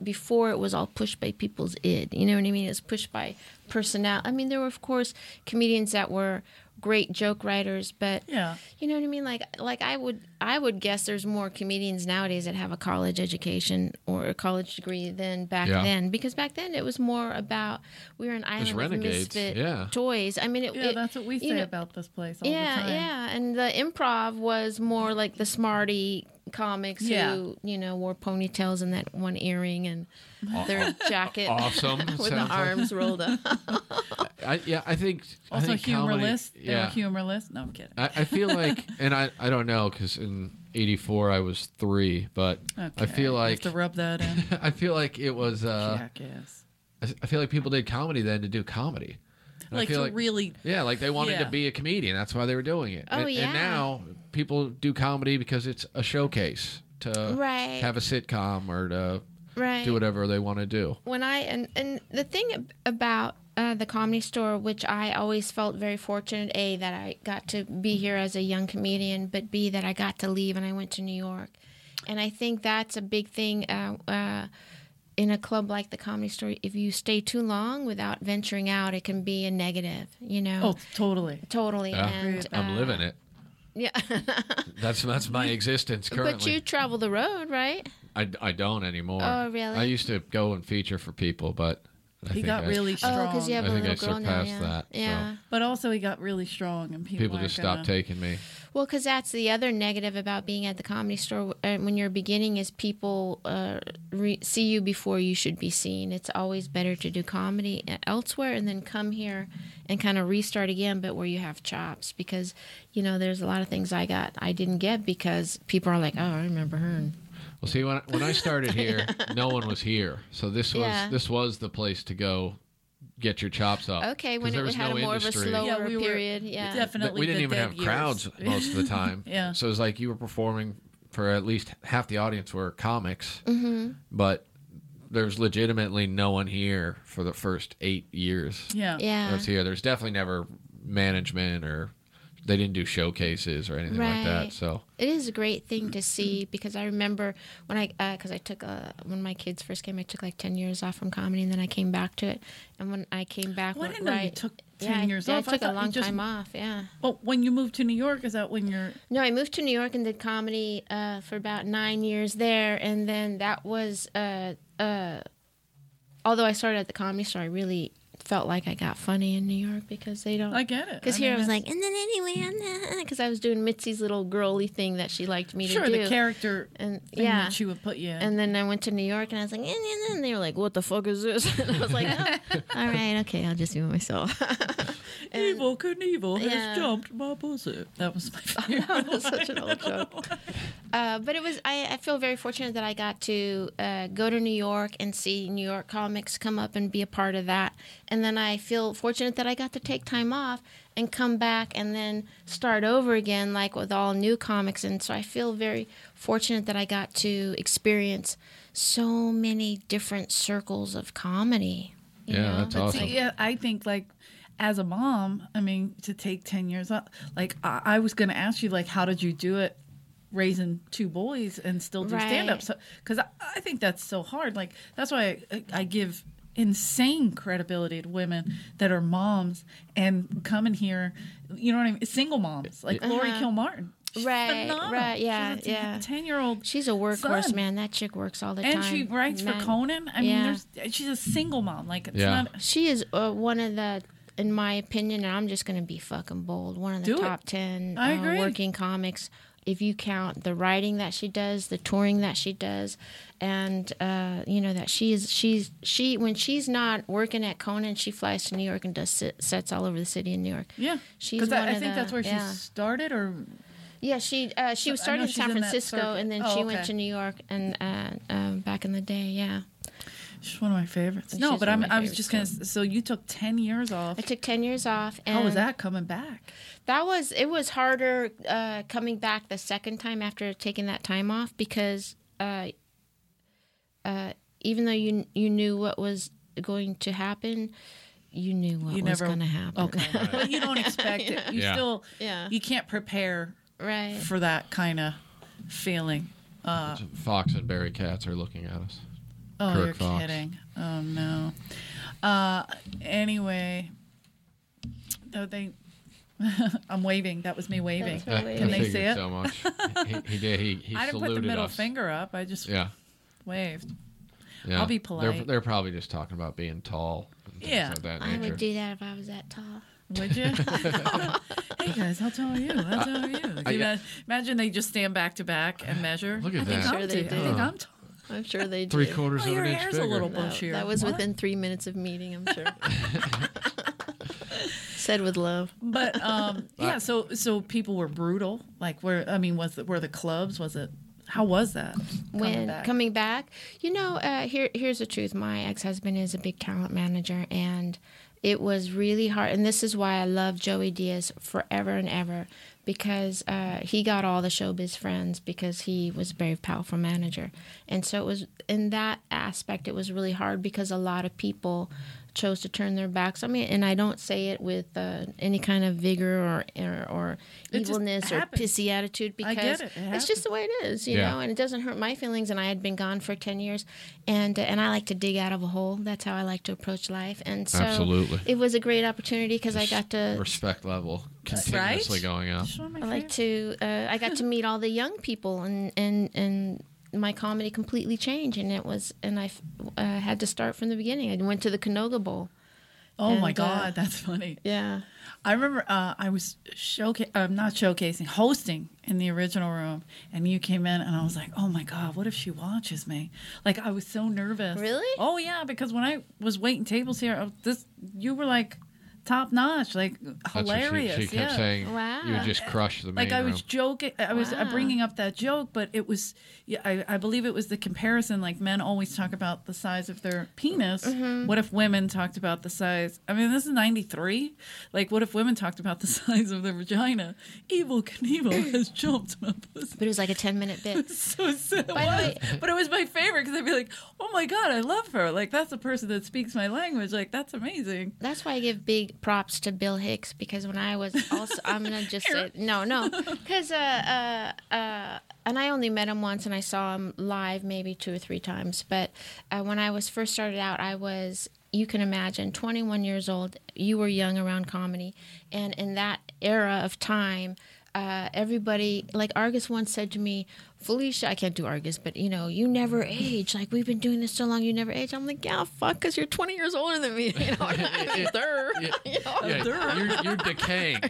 Speaker 4: before it was all pushed by people's id. You know what I mean? It was pushed by personnel. I mean, there were of course comedians that were great joke writers, but
Speaker 3: Yeah.
Speaker 4: you know what I mean? Like like I would I would guess there's more comedians nowadays that have a college education or a college degree than back
Speaker 2: Yeah.
Speaker 4: then because back then it was more about we were an island of
Speaker 2: renegades,
Speaker 4: misfit
Speaker 2: yeah.
Speaker 4: toys. I mean, it,
Speaker 3: yeah,
Speaker 4: it-
Speaker 3: that's what we say
Speaker 4: you know,
Speaker 3: about this place all
Speaker 4: yeah,
Speaker 3: the time.
Speaker 4: yeah, and the improv was more like the smarty comics
Speaker 3: Yeah.
Speaker 4: who you know wore ponytails and that one earring and their jacket
Speaker 2: Awesome.
Speaker 4: [laughs] with
Speaker 2: Sounds
Speaker 4: the
Speaker 2: like-
Speaker 4: arms rolled up.
Speaker 2: I, yeah, I think I
Speaker 3: Also
Speaker 2: think comedy-
Speaker 3: humorless. They were
Speaker 2: yeah,
Speaker 3: humorless. No, I'm kidding.
Speaker 2: I, I feel
Speaker 3: [laughs]
Speaker 2: like, and I, I don't know, because in '84 I was three, but I
Speaker 3: Okay,
Speaker 2: feel
Speaker 3: you have
Speaker 2: like
Speaker 3: to rub that in.
Speaker 2: I feel like it was. [laughs] Uh,
Speaker 3: Jackass.
Speaker 2: I- I feel like people did comedy then to do comedy. And I
Speaker 3: Like to
Speaker 2: feel
Speaker 3: really
Speaker 2: Yeah, like they wanted
Speaker 3: Yeah.
Speaker 2: to be a comedian. That's why they were doing it.
Speaker 4: Oh,
Speaker 2: and,
Speaker 4: yeah.
Speaker 2: and now people do comedy because it's a showcase to
Speaker 4: Right.
Speaker 2: have a sitcom or to
Speaker 4: right.
Speaker 2: do whatever they want to do.
Speaker 4: when I and and the thing ab- about uh, the comedy store, which I always felt very fortunate, a that I got to be here as a young comedian, but b that I got to leave and I went to New York, and I think that's a big thing. Uh, uh, in a club like the comedy store, if you stay too long without venturing out, it can be a negative. You know,
Speaker 3: Oh, totally.
Speaker 4: totally.
Speaker 2: Yeah.
Speaker 4: And
Speaker 2: I'm
Speaker 4: uh,
Speaker 2: living it.
Speaker 4: Yeah, [laughs]
Speaker 2: That's that's my existence currently.
Speaker 4: but you travel the road, right?
Speaker 2: I, I don't anymore.
Speaker 4: Oh, really?
Speaker 2: I used to go and feature for people, but I
Speaker 3: He
Speaker 2: think
Speaker 3: got
Speaker 2: I,
Speaker 3: really strong.
Speaker 4: Oh, because you have
Speaker 2: I
Speaker 4: a
Speaker 2: think I
Speaker 4: little girl now.
Speaker 2: surpassed
Speaker 4: Yeah,
Speaker 2: that, so.
Speaker 4: yeah.
Speaker 3: But also, he got really strong, and
Speaker 2: [laughs]
Speaker 3: people,
Speaker 2: people
Speaker 3: aren't
Speaker 2: just stopped
Speaker 3: gonna-
Speaker 2: taking me.
Speaker 4: Well, because that's the other negative about being at the comedy store uh, when you're beginning is people uh, re- see you before you should be seen. It's always better to do comedy uh, elsewhere and then come here and kind of restart again, but where you have chops because you know there's a lot of things I got I didn't get because people are like, oh, I remember her. And,
Speaker 2: Well, see, when I,
Speaker 4: [laughs]
Speaker 2: when I started here, no one was here, so this was
Speaker 4: Yeah.
Speaker 2: this was the place to go get your chops up.
Speaker 4: Okay,
Speaker 2: 'Cause
Speaker 4: when
Speaker 2: there
Speaker 4: it
Speaker 2: was
Speaker 4: had
Speaker 2: no
Speaker 4: a more of a
Speaker 2: industry.
Speaker 4: slower
Speaker 3: Yeah, we were-
Speaker 4: period. Yeah.
Speaker 2: Th-
Speaker 3: Definitely,
Speaker 2: we didn't
Speaker 3: the
Speaker 2: even
Speaker 3: dead
Speaker 2: have
Speaker 3: years. [laughs]
Speaker 2: crowds most of the time.
Speaker 3: Yeah.
Speaker 2: So it was like you were performing for at least half the audience were comics, mm-hmm. but there's legitimately no one here for the first eight years.
Speaker 3: Yeah.
Speaker 4: yeah.
Speaker 2: I was here. There's definitely never management or they didn't do showcases or anything like that.
Speaker 4: Right.
Speaker 2: So
Speaker 4: It is a great thing to see because I remember when I because I took uh, when my kids first came, I took like ten years off from comedy, and then I came back to it. And when I came back,
Speaker 3: Oh, I
Speaker 4: when-
Speaker 3: didn't know you
Speaker 4: right-
Speaker 3: took
Speaker 4: yeah,
Speaker 3: 10
Speaker 4: I-
Speaker 3: years
Speaker 4: yeah,
Speaker 3: off. I
Speaker 4: I took
Speaker 3: thought
Speaker 4: a
Speaker 3: you
Speaker 4: long
Speaker 3: just-
Speaker 4: time off. Yeah.
Speaker 3: Well, when you moved to New York, is that when you're?
Speaker 4: No, I moved to New York and did comedy uh, for about nine years there, and then that was. Uh, uh, although I started at the comedy store, I really felt like I got funny in New York because they don't.
Speaker 3: I get it.
Speaker 4: Because
Speaker 3: I
Speaker 4: here
Speaker 3: mean,
Speaker 4: I was
Speaker 3: that's-
Speaker 4: like, and then anyway, because I was doing Mitzi's little girly thing that she liked me
Speaker 3: sure,
Speaker 4: to do.
Speaker 3: the character
Speaker 4: and
Speaker 3: thing
Speaker 4: yeah,
Speaker 3: that she would put you. In.
Speaker 4: and then I went to New York and I was like, eh, eh, eh," and they were like, what the fuck is this? [laughs] And I was like,
Speaker 3: [laughs]
Speaker 4: "Oh, all right, okay, I'll just do it myself. and-
Speaker 3: evil Knievel has
Speaker 4: Yeah.
Speaker 3: jumped my pussy. That was my [laughs] favorite.
Speaker 4: That's [laughs] such an old
Speaker 3: [laughs]
Speaker 4: joke. Uh, but it was. I, I feel very fortunate that I got to uh, go to New York and see New York comics come up and be a part of that. And then I feel fortunate that I got to take time off and come back and then start over again, like with all new comics. And so I feel very fortunate that I got to experience so many different circles of comedy. you
Speaker 2: Yeah,
Speaker 4: know?
Speaker 2: that's
Speaker 3: But
Speaker 2: awesome.
Speaker 3: see, yeah, I think like as a mom, I mean, to take ten years off, like I, I was going to ask you, like, how did you do it? Raising two boys and still do
Speaker 4: Right.
Speaker 3: stand up, so because I, I think that's so hard. Like that's why I, I give insane credibility to women that are moms and coming here. You know what I mean? Single moms like Lori Kilmartin, She's
Speaker 4: Uh-huh. Right,
Speaker 3: phenomenal.
Speaker 4: right, yeah,
Speaker 3: She's a
Speaker 4: yeah.
Speaker 3: Ten year old.
Speaker 4: She's a workhorse,
Speaker 3: Son.
Speaker 4: man. That chick works all the time.
Speaker 3: and she writes for
Speaker 4: Man.
Speaker 3: Conan. I
Speaker 4: Yeah.
Speaker 3: mean, there's she's a single mom. Like it's
Speaker 2: Yeah.
Speaker 3: not
Speaker 4: She is uh, one of the, in my opinion, and I'm just going to be fucking bold, one of the
Speaker 3: Do it.
Speaker 4: top 10
Speaker 3: I
Speaker 4: uh,
Speaker 3: agree.
Speaker 4: working comics. If you count the writing that she does, the touring that she does, and uh, you know that she is she's she when she's not working at Conan, she flies to New York and does sit, sets all over the city in New York.
Speaker 3: Yeah,
Speaker 4: She's
Speaker 3: because I,
Speaker 4: one
Speaker 3: I
Speaker 4: of
Speaker 3: think
Speaker 4: the-
Speaker 3: that's where
Speaker 4: yeah.
Speaker 3: she started, or
Speaker 4: Yeah, she uh, she was
Speaker 3: I
Speaker 4: started
Speaker 3: know
Speaker 4: in
Speaker 3: she's
Speaker 4: San
Speaker 3: in that
Speaker 4: Francisco
Speaker 3: circuit.
Speaker 4: and then
Speaker 3: Oh,
Speaker 4: she
Speaker 3: okay.
Speaker 4: went to New York and uh, um, back in the day. Yeah,
Speaker 3: she's one of my favorites. No,
Speaker 4: She's
Speaker 3: but
Speaker 4: one
Speaker 3: I'm,
Speaker 4: of my
Speaker 3: I was
Speaker 4: favorites,
Speaker 3: just gonna. s- So you took ten years off.
Speaker 4: I took ten years off. And
Speaker 3: How was that coming
Speaker 4: [laughs]
Speaker 3: back?
Speaker 4: that was it was harder uh, coming back the second time after taking that time off because uh, uh, even though you you knew what was going to happen, you knew what
Speaker 3: You
Speaker 4: was
Speaker 3: never-
Speaker 4: going to happen.
Speaker 3: Okay, but you don't expect it. You
Speaker 2: Yeah.
Speaker 3: still,
Speaker 4: Yeah.
Speaker 3: you can't prepare
Speaker 4: [laughs] right.
Speaker 3: for that kind of feeling.
Speaker 2: Fox and Barry Katz are looking at
Speaker 4: [laughs]
Speaker 2: us.
Speaker 3: Oh,
Speaker 2: Kirk
Speaker 3: you're
Speaker 2: Fox.
Speaker 3: kidding. Oh no. Uh, anyway, though they, [laughs] I'm waving. That was me waving.
Speaker 2: [laughs]
Speaker 4: That's right.
Speaker 2: I
Speaker 4: Can they
Speaker 2: figured
Speaker 3: see it?
Speaker 2: so
Speaker 3: [laughs]
Speaker 2: much. he, he did. He, he
Speaker 3: I didn't put
Speaker 2: saluted
Speaker 3: the middle
Speaker 2: us.
Speaker 3: finger up. I just
Speaker 2: Yeah.
Speaker 3: waved.
Speaker 2: Yeah.
Speaker 3: I'll be
Speaker 2: They're,
Speaker 3: polite.
Speaker 2: they're probably just talking about being tall. And things
Speaker 3: Yeah.
Speaker 2: Of that
Speaker 4: I
Speaker 2: nature.
Speaker 4: would do that if I was that tall.
Speaker 3: Would you? [laughs] hey guys, how tall are you? How tall are you? Can you
Speaker 2: I-
Speaker 3: ima- imagine they just stand back to back and measure.
Speaker 2: Look at
Speaker 3: I think
Speaker 2: that.
Speaker 3: I'm
Speaker 5: Sure they
Speaker 3: t- I think
Speaker 5: do.
Speaker 3: I'm tall.
Speaker 5: I'm sure they did.
Speaker 2: Three quarters
Speaker 3: Oh,
Speaker 2: of
Speaker 3: your
Speaker 2: an inch
Speaker 3: hair's a
Speaker 2: bigger.
Speaker 3: little
Speaker 5: That-
Speaker 3: bushier.
Speaker 5: That was
Speaker 3: What?
Speaker 5: within three minutes of meeting, I'm sure. [laughs] Said with love.
Speaker 2: [laughs]
Speaker 3: But um, yeah, so so people were brutal. Like where I mean, was the, were the clubs? Was it? How was that?
Speaker 4: when
Speaker 3: coming
Speaker 4: coming
Speaker 3: back?
Speaker 4: back. you know uh, here here's the truth my ex-husband is a big talent manager and it was really hard and this is why i love joey diaz forever and ever because uh, he got all the showbiz friends because he was a very powerful manager and so it was in that aspect it was really hard because a lot of people chose to turn their backs on me and i don't say it with uh, any kind of vigor or or, or
Speaker 3: It just
Speaker 4: evilness or
Speaker 3: happens.
Speaker 4: pissy attitude because
Speaker 3: I get it. It
Speaker 4: it's
Speaker 3: happens.
Speaker 4: just the way it is you
Speaker 2: Yeah.
Speaker 4: know and it doesn't hurt my feelings and i had been gone for 10 years and and i like to dig out of a hole that's how i like to approach life and so
Speaker 2: Absolutely.
Speaker 4: it was a great opportunity because i got to
Speaker 2: Respect level continuously going up.
Speaker 3: Just one of my
Speaker 4: I like
Speaker 3: favorites.
Speaker 4: to uh, i got to meet all the young people and and and my comedy completely changed and it was and i f- uh, had to start from the beginning i went to the canoga bowl
Speaker 3: oh my
Speaker 4: and, uh,
Speaker 3: god, that's funny.
Speaker 4: yeah
Speaker 3: I remember uh, I was showca- I'm not showcasing, hosting in the original room, and you came in, and I was like, "Oh my god, what if she watches me?" Like I was so nervous.
Speaker 4: Really?
Speaker 3: Oh yeah, because when I was waiting tables here, I was- this oh, you were like top notch, like
Speaker 2: That's
Speaker 3: hilarious.
Speaker 2: What she, she kept
Speaker 3: yeah.
Speaker 2: saying
Speaker 4: Wow.
Speaker 2: you would just crush the main
Speaker 3: like I
Speaker 2: room.
Speaker 3: [laughs] was joking, I was uh
Speaker 4: Wow.
Speaker 3: bringing up that joke, but it was, yeah, I, I believe it was the comparison. Like men always talk about the size of their penis.
Speaker 4: Mm-hmm.
Speaker 3: What if women talked about the size? I mean, this is '93. Like, what if women talked about the [laughs] size of their vagina? Evil Knievel
Speaker 4: [laughs]
Speaker 3: has jumped my pussy.
Speaker 4: But it was like a 10 minute bit.
Speaker 3: So sad.
Speaker 4: By the way,
Speaker 3: But it was my favorite because I'd be like, "Oh my god, I love her! Like that's a person that speaks my language. Like that's amazing."
Speaker 4: That's why I give big props to Bill Hicks because when I was also, I'm gonna just say no, no, because uh, uh, uh, and I only met him once and I saw him live maybe two or three times. But uh, when I was first started out, I was you can imagine 21 years old. You were young around comedy, and in that era of time. Uh, everybody, like Argus once said to me, Felicia, I can't do Argus, but you know, you never age. Like, we've been doing this so long, you never age. I'm like, yeah, fuck, because you're 20 years older than me. [laughs] You know?
Speaker 3: [laughs]
Speaker 5: Durr.
Speaker 2: Yeah. yeah, you're, you're decaying.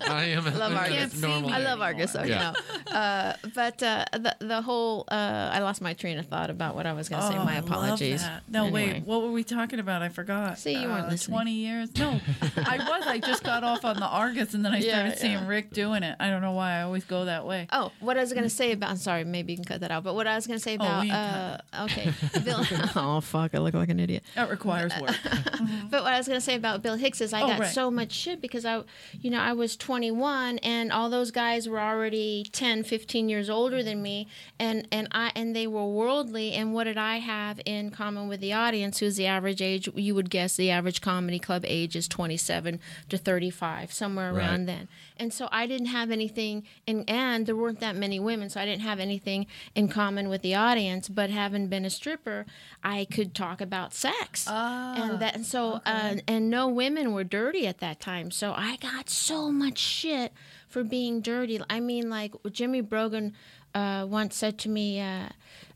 Speaker 2: I am.
Speaker 5: love
Speaker 2: I am
Speaker 5: Argus.
Speaker 2: normal.
Speaker 5: I love Argus. So,
Speaker 2: Yeah.
Speaker 4: you know. Uh, but uh, the the whole uh, I lost my train of thought about what I was going to say.
Speaker 3: Oh,
Speaker 4: My
Speaker 3: I love
Speaker 4: apologies.
Speaker 3: that. No,
Speaker 4: Anyway.
Speaker 3: wait. What were we talking about? I forgot. Uh,
Speaker 4: See, you weren't listening.
Speaker 3: Twenty years?
Speaker 4: [laughs]
Speaker 3: No, I was. I just got off on the Argus, and then I
Speaker 4: Yeah,
Speaker 3: started seeing
Speaker 4: yeah.
Speaker 3: Rick doing it. I don't know why. I always go that way.
Speaker 4: Oh, what I was going to say about. I'm sorry. Maybe you can cut that out. But what I was going to say about.
Speaker 3: we can
Speaker 4: uh, okay,
Speaker 3: [laughs]
Speaker 4: Bill. [laughs]
Speaker 5: Oh fuck! I look like an idiot.
Speaker 3: That requires work.
Speaker 4: but what I was going to say about Bill Hicks is
Speaker 3: Mm-hmm.
Speaker 4: I
Speaker 3: Oh,
Speaker 4: got
Speaker 3: right.
Speaker 4: so much shit because I, you know, I was 21 and all those guys were already 10, 15 years older than me, and and I and they were worldly. And what did I have in common with the audience, who's the average age? You would guess the average comedy club age is 27 to 35, somewhere around
Speaker 2: Right.
Speaker 4: then. And so I didn't have anything, and and there weren't that many women, so I didn't have anything in common with the audience. But having been a stripper, I could talk about sex and that and so uh, and no women were dirty at that time so i got so much shit for being dirty i mean like jimmy brogan uh, once said to me uh,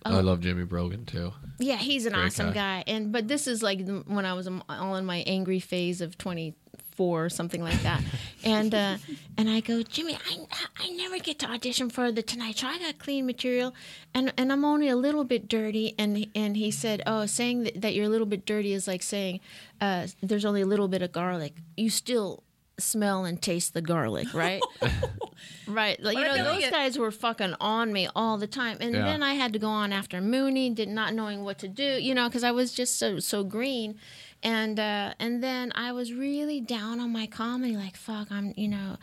Speaker 2: I love Jimmy Brogan too.
Speaker 4: yeah he's an
Speaker 2: Great
Speaker 4: awesome guy.
Speaker 2: guy.
Speaker 4: and but this is like the- when i was um, all in my angry phase of 24 or something like that and uh, and i go jimmy I, I never get to audition for the tonight show i got clean material and and i'm only a little bit dirty and and he said oh saying that, that you're a little bit dirty is like saying uh, there's only a little bit of garlic you still smell and taste the garlic
Speaker 3: [laughs]
Speaker 4: right right like, you
Speaker 3: But I
Speaker 4: know
Speaker 3: feel
Speaker 4: those
Speaker 3: like it-
Speaker 4: guys were fucking on me all the time and
Speaker 2: Yeah.
Speaker 4: then i had to go on after mooney did not knowing what to do you know because i was just so so green and uh and then i was really down on my comedy like fuck i'm you know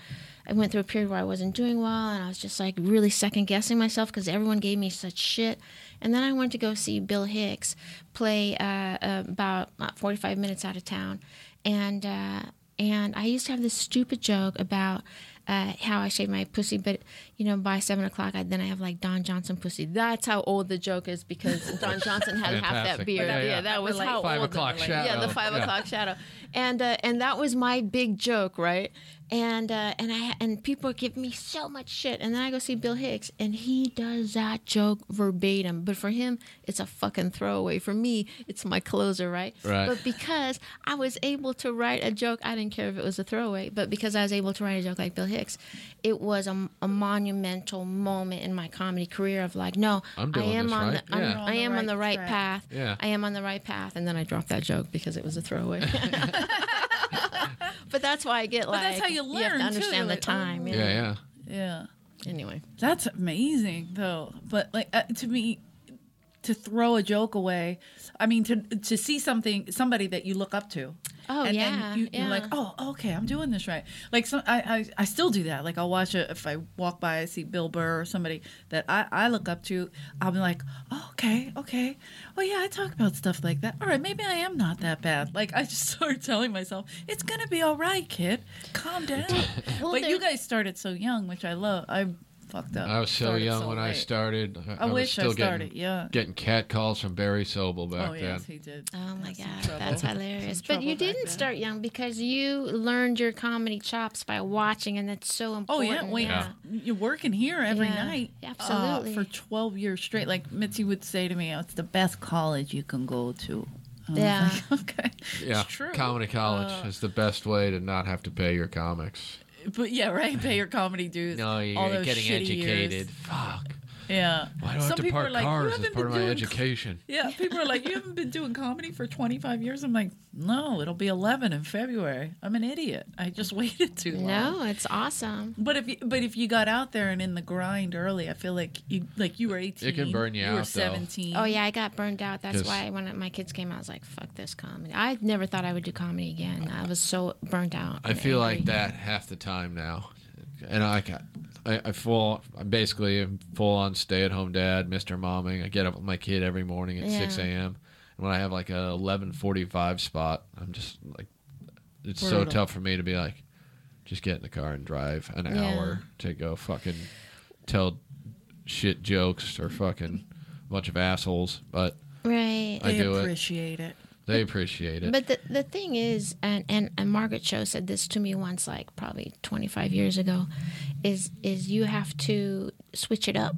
Speaker 4: i went through a period where i wasn't doing well and i was just like really second guessing myself because everyone gave me such shit and then i went to go see bill hicks play uh, about uh, 45 minutes out of town and uh and I used to have this stupid joke about uh, how I shave my pussy, but you know, by seven o'clock, I, then I have like Don Johnson pussy. That's how old the joke is because Don Johnson had half that
Speaker 2: Fantastic.
Speaker 4: beard.
Speaker 2: Yeah,
Speaker 4: Yeah,
Speaker 2: yeah.
Speaker 4: that was
Speaker 3: Like
Speaker 4: how
Speaker 2: Five
Speaker 4: old.
Speaker 2: o'clock
Speaker 3: like-
Speaker 2: shadow.
Speaker 4: yeah, the five o'clock shadow, and uh, and that was my big joke, right? And uh, and I and people give me so much shit, and then I go see Bill Hicks, and he does that joke verbatim. But for him, it's a fucking throwaway. For me, it's my closer, right?
Speaker 2: Right.
Speaker 4: But because I was able to write a joke, I didn't care if it was a throwaway, but because I was able to write a joke like Bill Hicks, it was a, a monumental moment in my comedy career of like, no,
Speaker 2: I'm
Speaker 4: I
Speaker 2: doing
Speaker 4: am
Speaker 2: this
Speaker 4: on
Speaker 2: right.
Speaker 4: the, I'm,
Speaker 2: Yeah.
Speaker 4: I am on the right
Speaker 3: track.
Speaker 4: path.
Speaker 2: Yeah.
Speaker 4: I am on the right path, and then I dropped that joke because it was
Speaker 2: [laughs]
Speaker 4: a throwaway. [laughs] but that's why I get like
Speaker 3: that's how you
Speaker 4: You have
Speaker 3: learn,
Speaker 4: to
Speaker 3: too.
Speaker 4: understand
Speaker 3: You're
Speaker 4: the
Speaker 3: like,
Speaker 4: time.
Speaker 2: Yeah, yeah.
Speaker 3: yeah.
Speaker 4: Anyway,
Speaker 3: That's amazing, though. But like uh, to me, to throw a joke away, I mean, to to see something, somebody that you look up to.
Speaker 4: Oh,
Speaker 3: and
Speaker 4: yeah,
Speaker 3: Then you, You're
Speaker 4: yeah.
Speaker 3: like, oh, okay, I'm doing this right. Like, some I, I I still do that. Like, I'll watch it if I walk by, I see Bill Burr or somebody that I I look up to. I'll be like, oh, okay, okay. Well, yeah, I talk about stuff like that. All right, maybe I am not that bad. Like, I just [laughs] started telling myself, it's gonna be all right, kid.
Speaker 2: [laughs]
Speaker 3: Calm down. but you
Speaker 4: there-
Speaker 3: guys started so young, which I love. I fucked up.
Speaker 2: I was so
Speaker 3: Started
Speaker 2: young when I
Speaker 3: late.
Speaker 2: started. I,
Speaker 3: I,
Speaker 2: was
Speaker 3: wish I
Speaker 2: still getting-
Speaker 3: started. yeah.
Speaker 2: Getting cat calls from Barry Sobel back
Speaker 3: oh
Speaker 2: then.
Speaker 3: yes, he did.
Speaker 4: oh my
Speaker 3: That's some
Speaker 4: god,
Speaker 3: trouble.
Speaker 4: that's hilarious.
Speaker 3: Some
Speaker 4: But you
Speaker 3: trouble back
Speaker 4: didn't
Speaker 3: then.
Speaker 4: start young because you learned your comedy chops by watching, and that's so
Speaker 3: Oh
Speaker 4: important.
Speaker 3: yeah, wait. You're working here every
Speaker 4: Yeah,
Speaker 3: night,
Speaker 4: absolutely.
Speaker 3: uh, for twelve years straight. Like Mitzi would say to me, oh, "It's the best college you can go to." And I was
Speaker 4: Yeah.
Speaker 3: like, [laughs] okay,
Speaker 2: Yeah,
Speaker 3: it's true. Uh,
Speaker 2: comedy college is the best way to not have to pay your comics.
Speaker 3: But yeah, right. Pay your comedy dues. all those shitty years.
Speaker 2: Fuck.
Speaker 3: Yeah.
Speaker 2: Why do I have to park cars as
Speaker 3: haven't
Speaker 2: part of
Speaker 3: been
Speaker 2: my
Speaker 3: doing-
Speaker 2: education?
Speaker 3: [laughs] Yeah, people are like, you haven't been doing comedy for 25 years. I'm like, no, it'll be 11 in February. I'm an idiot. I just [laughs] waited too long.
Speaker 4: No, it's awesome.
Speaker 3: But if you, but if you got out there and in the grind early, I feel like you like you were 18.
Speaker 2: burn you out,
Speaker 3: were
Speaker 2: though.
Speaker 3: 17.
Speaker 4: Oh yeah, I got burned out. That's
Speaker 2: 'Cause-
Speaker 4: why when my kids came, I was like, "Fuck this comedy." I never thought I would do comedy again. I was so burned out.
Speaker 2: I
Speaker 4: and
Speaker 2: feel like
Speaker 4: angry.
Speaker 2: that half the time now, and I got, I, I full, I'm basically a full on stay at home dad, Mister Momming. I get up with my kid every morning at six
Speaker 4: Yeah.
Speaker 2: a.m. and when I have like a eleven forty five spot, I'm just like, it's so
Speaker 3: Brutal.
Speaker 2: tough for me to be like, just get in the car and drive an
Speaker 4: Yeah.
Speaker 2: hour to go fucking tell shit jokes or fucking bunch of assholes, but
Speaker 4: Right.
Speaker 2: I
Speaker 3: they
Speaker 2: do it.
Speaker 3: appreciate it.
Speaker 2: they appreciate it.
Speaker 4: But the, the thing is, and, and, and Margaret Cho said this to me once, like probably 25 years ago, is is you have to switch it up.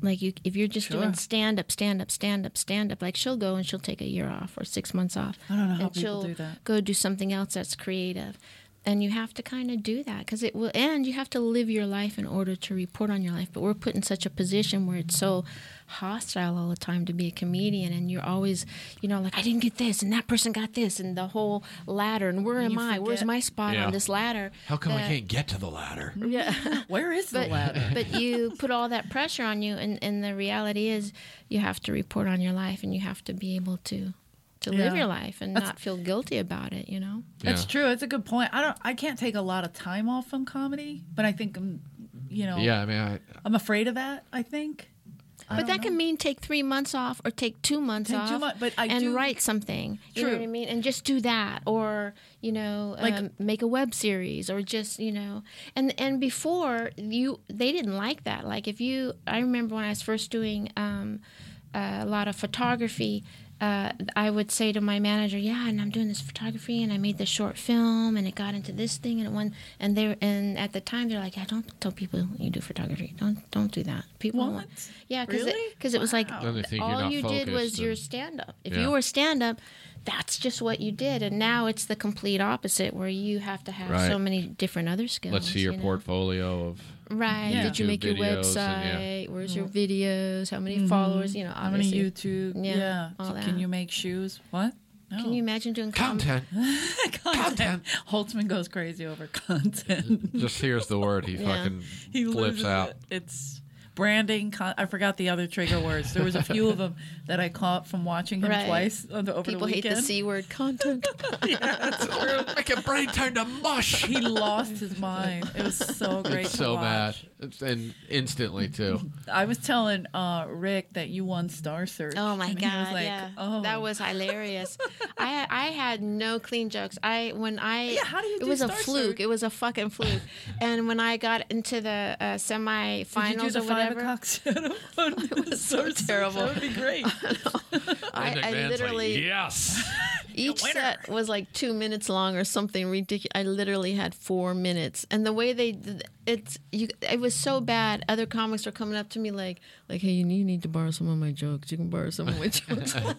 Speaker 4: Like you, if you're just doing
Speaker 3: Sure.
Speaker 4: stand up, stand up, stand up, stand up, like she'll go and she'll take a year off or six months off.
Speaker 3: I don't know how
Speaker 4: and
Speaker 3: people
Speaker 4: she'll
Speaker 3: do that.
Speaker 4: Go do something else that's creative, and you have to kind of do that because it will. And you have to live your life in order to report on your life. But we're put in such a position where it's so hostile all the time to be a comedian, and you're always, you know, like I didn't get this, and that person got this, and the whole ladder. And where am
Speaker 3: you
Speaker 4: I? Where's
Speaker 3: forget-
Speaker 4: my spot
Speaker 2: Yeah.
Speaker 4: on this ladder?
Speaker 2: How come I
Speaker 4: that-
Speaker 2: can't get to the ladder?
Speaker 4: Yeah.
Speaker 3: Where is the
Speaker 4: But, [laughs]
Speaker 3: ladder?
Speaker 4: but you put all that pressure on you, and, and the reality is you have to report on your life, and you have to be able to to live
Speaker 3: Yeah.
Speaker 4: your life and not feel guilty about it. You know.
Speaker 3: That's
Speaker 2: [laughs] Yeah.
Speaker 3: true. It's a good point. I don't. I can't take a lot of time off from comedy, but I think I'm, you know,
Speaker 2: Yeah, I mean, I,
Speaker 3: I'm afraid of that. I think. I
Speaker 4: But
Speaker 3: don't
Speaker 4: that can mean take three months off or take two months
Speaker 3: Take
Speaker 4: off
Speaker 3: two mon- but I
Speaker 4: and
Speaker 3: do-
Speaker 4: write something. You know
Speaker 3: True.
Speaker 4: what I mean? And just do that or, you know,
Speaker 3: Like-
Speaker 4: um, make a web series or just, you know. And and before you they didn't like that. Like if you I remember when I was first doing um, uh, a lot of photography uh, I would say to my manager, "Yeah, and I'm doing this photography, and I made this short film, and it got into this thing, and it won." And they and at the time they're like, "Yeah, don't tell people you do photography. Don't don't do that. People won't."
Speaker 3: What?
Speaker 4: Yeah, because
Speaker 3: Really?
Speaker 4: it, 'cause it was like
Speaker 2: Then they think you're
Speaker 4: all
Speaker 2: not
Speaker 4: you did
Speaker 2: focused
Speaker 4: was your
Speaker 2: and-
Speaker 4: stand up. If
Speaker 2: Yeah.
Speaker 4: you were stand up, that's just what you did. And now it's the complete opposite where you have to have
Speaker 2: Right.
Speaker 4: so many different other skills.
Speaker 2: let's see your
Speaker 4: you know?
Speaker 2: portfolio of
Speaker 4: Right.
Speaker 3: Yeah. Mm-hmm.
Speaker 4: Did you
Speaker 2: YouTube
Speaker 4: make your
Speaker 2: videos
Speaker 4: website?
Speaker 2: and,
Speaker 4: Where's your videos? How many followers? You know,
Speaker 3: How many
Speaker 4: obviously.
Speaker 3: YouTube?
Speaker 4: Yeah,
Speaker 3: Yeah.
Speaker 4: all
Speaker 3: Can
Speaker 4: that.
Speaker 3: you make shoes? What? No.
Speaker 4: Can you imagine doing com- [laughs]
Speaker 2: content.
Speaker 3: [laughs] content. Holtzman goes crazy over content.
Speaker 2: Just hears the word, he
Speaker 4: Yeah.
Speaker 2: fucking
Speaker 3: he
Speaker 2: flips
Speaker 3: loses
Speaker 2: out.
Speaker 3: It. It's branding. Con- I forgot the other trigger words. There was a few of them that I caught from watching him
Speaker 4: Right.
Speaker 3: twice on the, over
Speaker 4: People
Speaker 3: the
Speaker 4: hate
Speaker 3: weekend.
Speaker 4: the C
Speaker 2: [laughs]
Speaker 4: word content.
Speaker 2: Make your brain turn to mush.
Speaker 3: [laughs] He lost his mind. It was so great.
Speaker 2: [laughs]
Speaker 3: to
Speaker 2: so
Speaker 3: watch.
Speaker 2: mad, It's- and instantly too.
Speaker 3: I was telling uh, Rick that you won Star Search.
Speaker 4: Oh my
Speaker 3: [laughs] and he
Speaker 4: god!
Speaker 3: was like,
Speaker 4: yeah,
Speaker 3: Oh,
Speaker 4: that was hilarious. I I had no clean jokes. I when I
Speaker 3: Yeah, how do you
Speaker 4: it
Speaker 3: do
Speaker 4: was a
Speaker 3: Star
Speaker 4: fluke.
Speaker 3: Search?
Speaker 4: It was a fucking fluke.
Speaker 3: [laughs]
Speaker 4: and when I got into the uh,
Speaker 3: Did you do
Speaker 4: semifinals
Speaker 3: the
Speaker 4: or
Speaker 3: five
Speaker 4: whatever,
Speaker 3: o'clock
Speaker 4: [laughs]
Speaker 3: shadow? it [laughs] was
Speaker 4: so terrible.
Speaker 3: That would be
Speaker 4: [laughs]
Speaker 3: great.
Speaker 2: And
Speaker 4: [laughs] I,
Speaker 2: the
Speaker 4: I
Speaker 2: man's like,
Speaker 4: literally
Speaker 2: yes.
Speaker 4: [laughs] each
Speaker 3: winner.
Speaker 4: set was like two minutes long or something ridiculous. I literally had four minutes, and the way they did- it's you it was so bad. Other comics were coming up to me like like Hey, you need, you need to borrow some of my jokes. You can borrow
Speaker 3: [laughs]
Speaker 4: some of my jokes. [laughs] 'Cause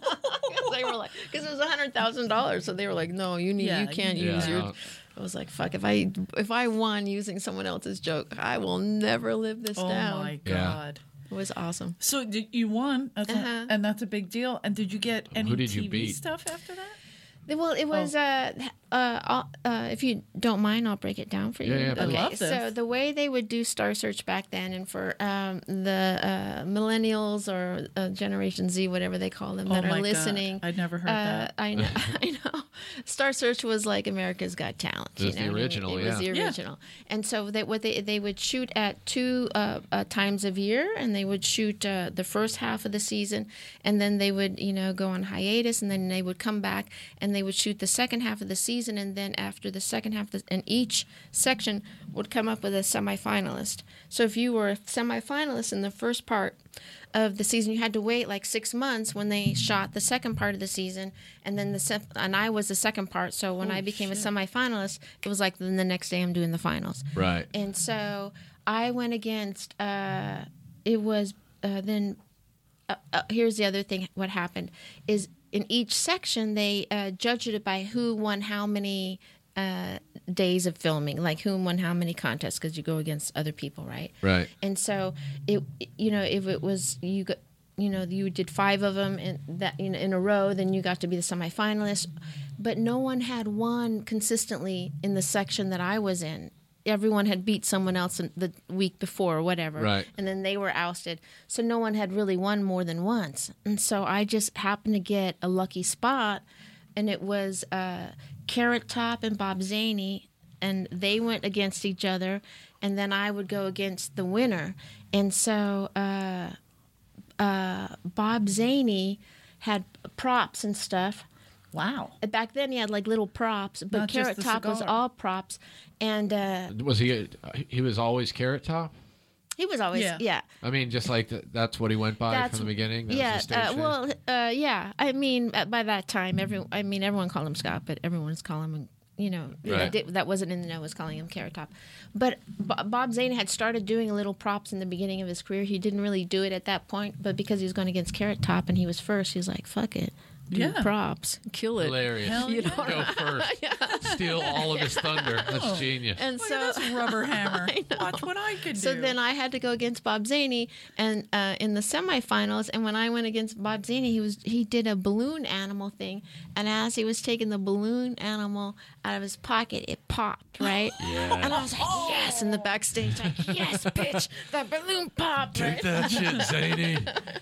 Speaker 4: they were like, because it was a hundred thousand dollars, so they were like, "No, you need,
Speaker 3: Yeah,
Speaker 4: you can't
Speaker 3: you-
Speaker 4: use
Speaker 2: Yeah.
Speaker 4: your." I was like, "Fuck! If I if I won using someone else's joke, I will never live this
Speaker 3: Oh
Speaker 4: down."
Speaker 3: my
Speaker 2: Yeah.
Speaker 3: god.
Speaker 4: It was awesome.
Speaker 3: So did, you won, that's a-
Speaker 4: Uh-huh.
Speaker 3: and that's a big deal. And did you get any
Speaker 2: did you
Speaker 3: TV
Speaker 2: beat?
Speaker 3: stuff after that?
Speaker 4: Well, it
Speaker 3: Oh.
Speaker 4: was uh, uh, I'll- uh, if you don't mind, I'll break it down for you.
Speaker 2: Yeah, yeah, I
Speaker 4: okay.
Speaker 3: love this.
Speaker 4: So the way they would do Star Search back then, and for um, the uh, millennials or uh, Generation Z, whatever they call them, that
Speaker 3: oh my
Speaker 4: are listening.
Speaker 3: God. I'd never heard
Speaker 4: Uh,
Speaker 3: that.
Speaker 4: I know, [laughs] I know. Star Search was like America's Got Talent.
Speaker 2: It was
Speaker 4: you know
Speaker 2: the
Speaker 4: what I mean?
Speaker 2: original,
Speaker 4: It was
Speaker 2: yeah.
Speaker 4: the
Speaker 3: Yeah.
Speaker 4: original. And so they what they they would shoot at two uh, uh, times of year, and they would shoot uh, the first half of the season, and then they would you know go on hiatus, and then they would come back, and they would shoot the second half of the season, and then after the second half, of the, and each section would come up with a semifinalist. So if you were a semifinalist in the first part of the season, you had to wait like six months when they shot the second part of the season, and then the se- and I was the second part. So when I became a semifinalist, it was like then the next day I'm doing the finals.
Speaker 2: Right.
Speaker 4: And so I went against. Uh, it was uh, then. Uh, uh, here's the other thing. What happened is in each section they uh, judged it by who won how many uh, days of filming, like who won how many contests, because you go against other people, right?
Speaker 2: Right.
Speaker 4: And so it, you know, if it was you got, you know, you did five of them in that you know, in a row, then you got to be the semifinalist. But no one had won consistently in the section that I was in. Everyone had beat someone else in the week before or whatever,
Speaker 2: Right.
Speaker 4: and then they were ousted. So no one had really won more than once. And so I just happened to get a lucky spot, and it was uh, Carrot Top and Bob Zaney, and they went against each other, and then I would go against the winner. And so uh, uh, Bob Zaney had props and stuff.
Speaker 3: Wow.
Speaker 4: Back then, he had like little props, but
Speaker 3: Not just
Speaker 4: Carrot
Speaker 3: the
Speaker 4: Top was
Speaker 3: cigar.
Speaker 4: all props, and uh,
Speaker 2: Was he? He was always carrot top.
Speaker 4: he was always
Speaker 3: Yeah.
Speaker 4: yeah.
Speaker 2: I mean, just like th- that's what he went by
Speaker 4: That's-
Speaker 2: from the beginning. That
Speaker 4: yeah,
Speaker 2: Was his stage
Speaker 4: uh,
Speaker 2: name?
Speaker 4: well, uh, yeah. I mean, uh, by that time, every I mean, everyone called him Scott, but everyone's calling him, you know,
Speaker 2: Right.
Speaker 4: that, di- that wasn't in the know was calling him Carrot Top. But B- Bob Zane had started doing little props in the beginning of his career. He didn't really do it at that point, but because he was going against Carrot Top and he was first, he was like, "Fuck it, do
Speaker 3: Yeah.
Speaker 4: props."
Speaker 5: Kill it.
Speaker 2: hilarious.
Speaker 3: Hell
Speaker 2: You
Speaker 3: yeah.
Speaker 2: don't Go
Speaker 4: [laughs]
Speaker 2: first. Steal all of his thunder. That's genius.
Speaker 4: Oh. And
Speaker 3: Look
Speaker 4: so
Speaker 3: at this
Speaker 4: [laughs]
Speaker 3: rubber hammer. Watch what I could
Speaker 4: So
Speaker 3: do.
Speaker 4: then I had to go against Bob Zaney, and uh, in the semifinals. And when I went against Bob Zaney, he was he did a balloon animal thing, and as he was taking the balloon animal out of his pocket, it popped right. And I was like, yes! In the backstage, like, yes, bitch, that balloon popped. Right?
Speaker 2: that shit, Zany.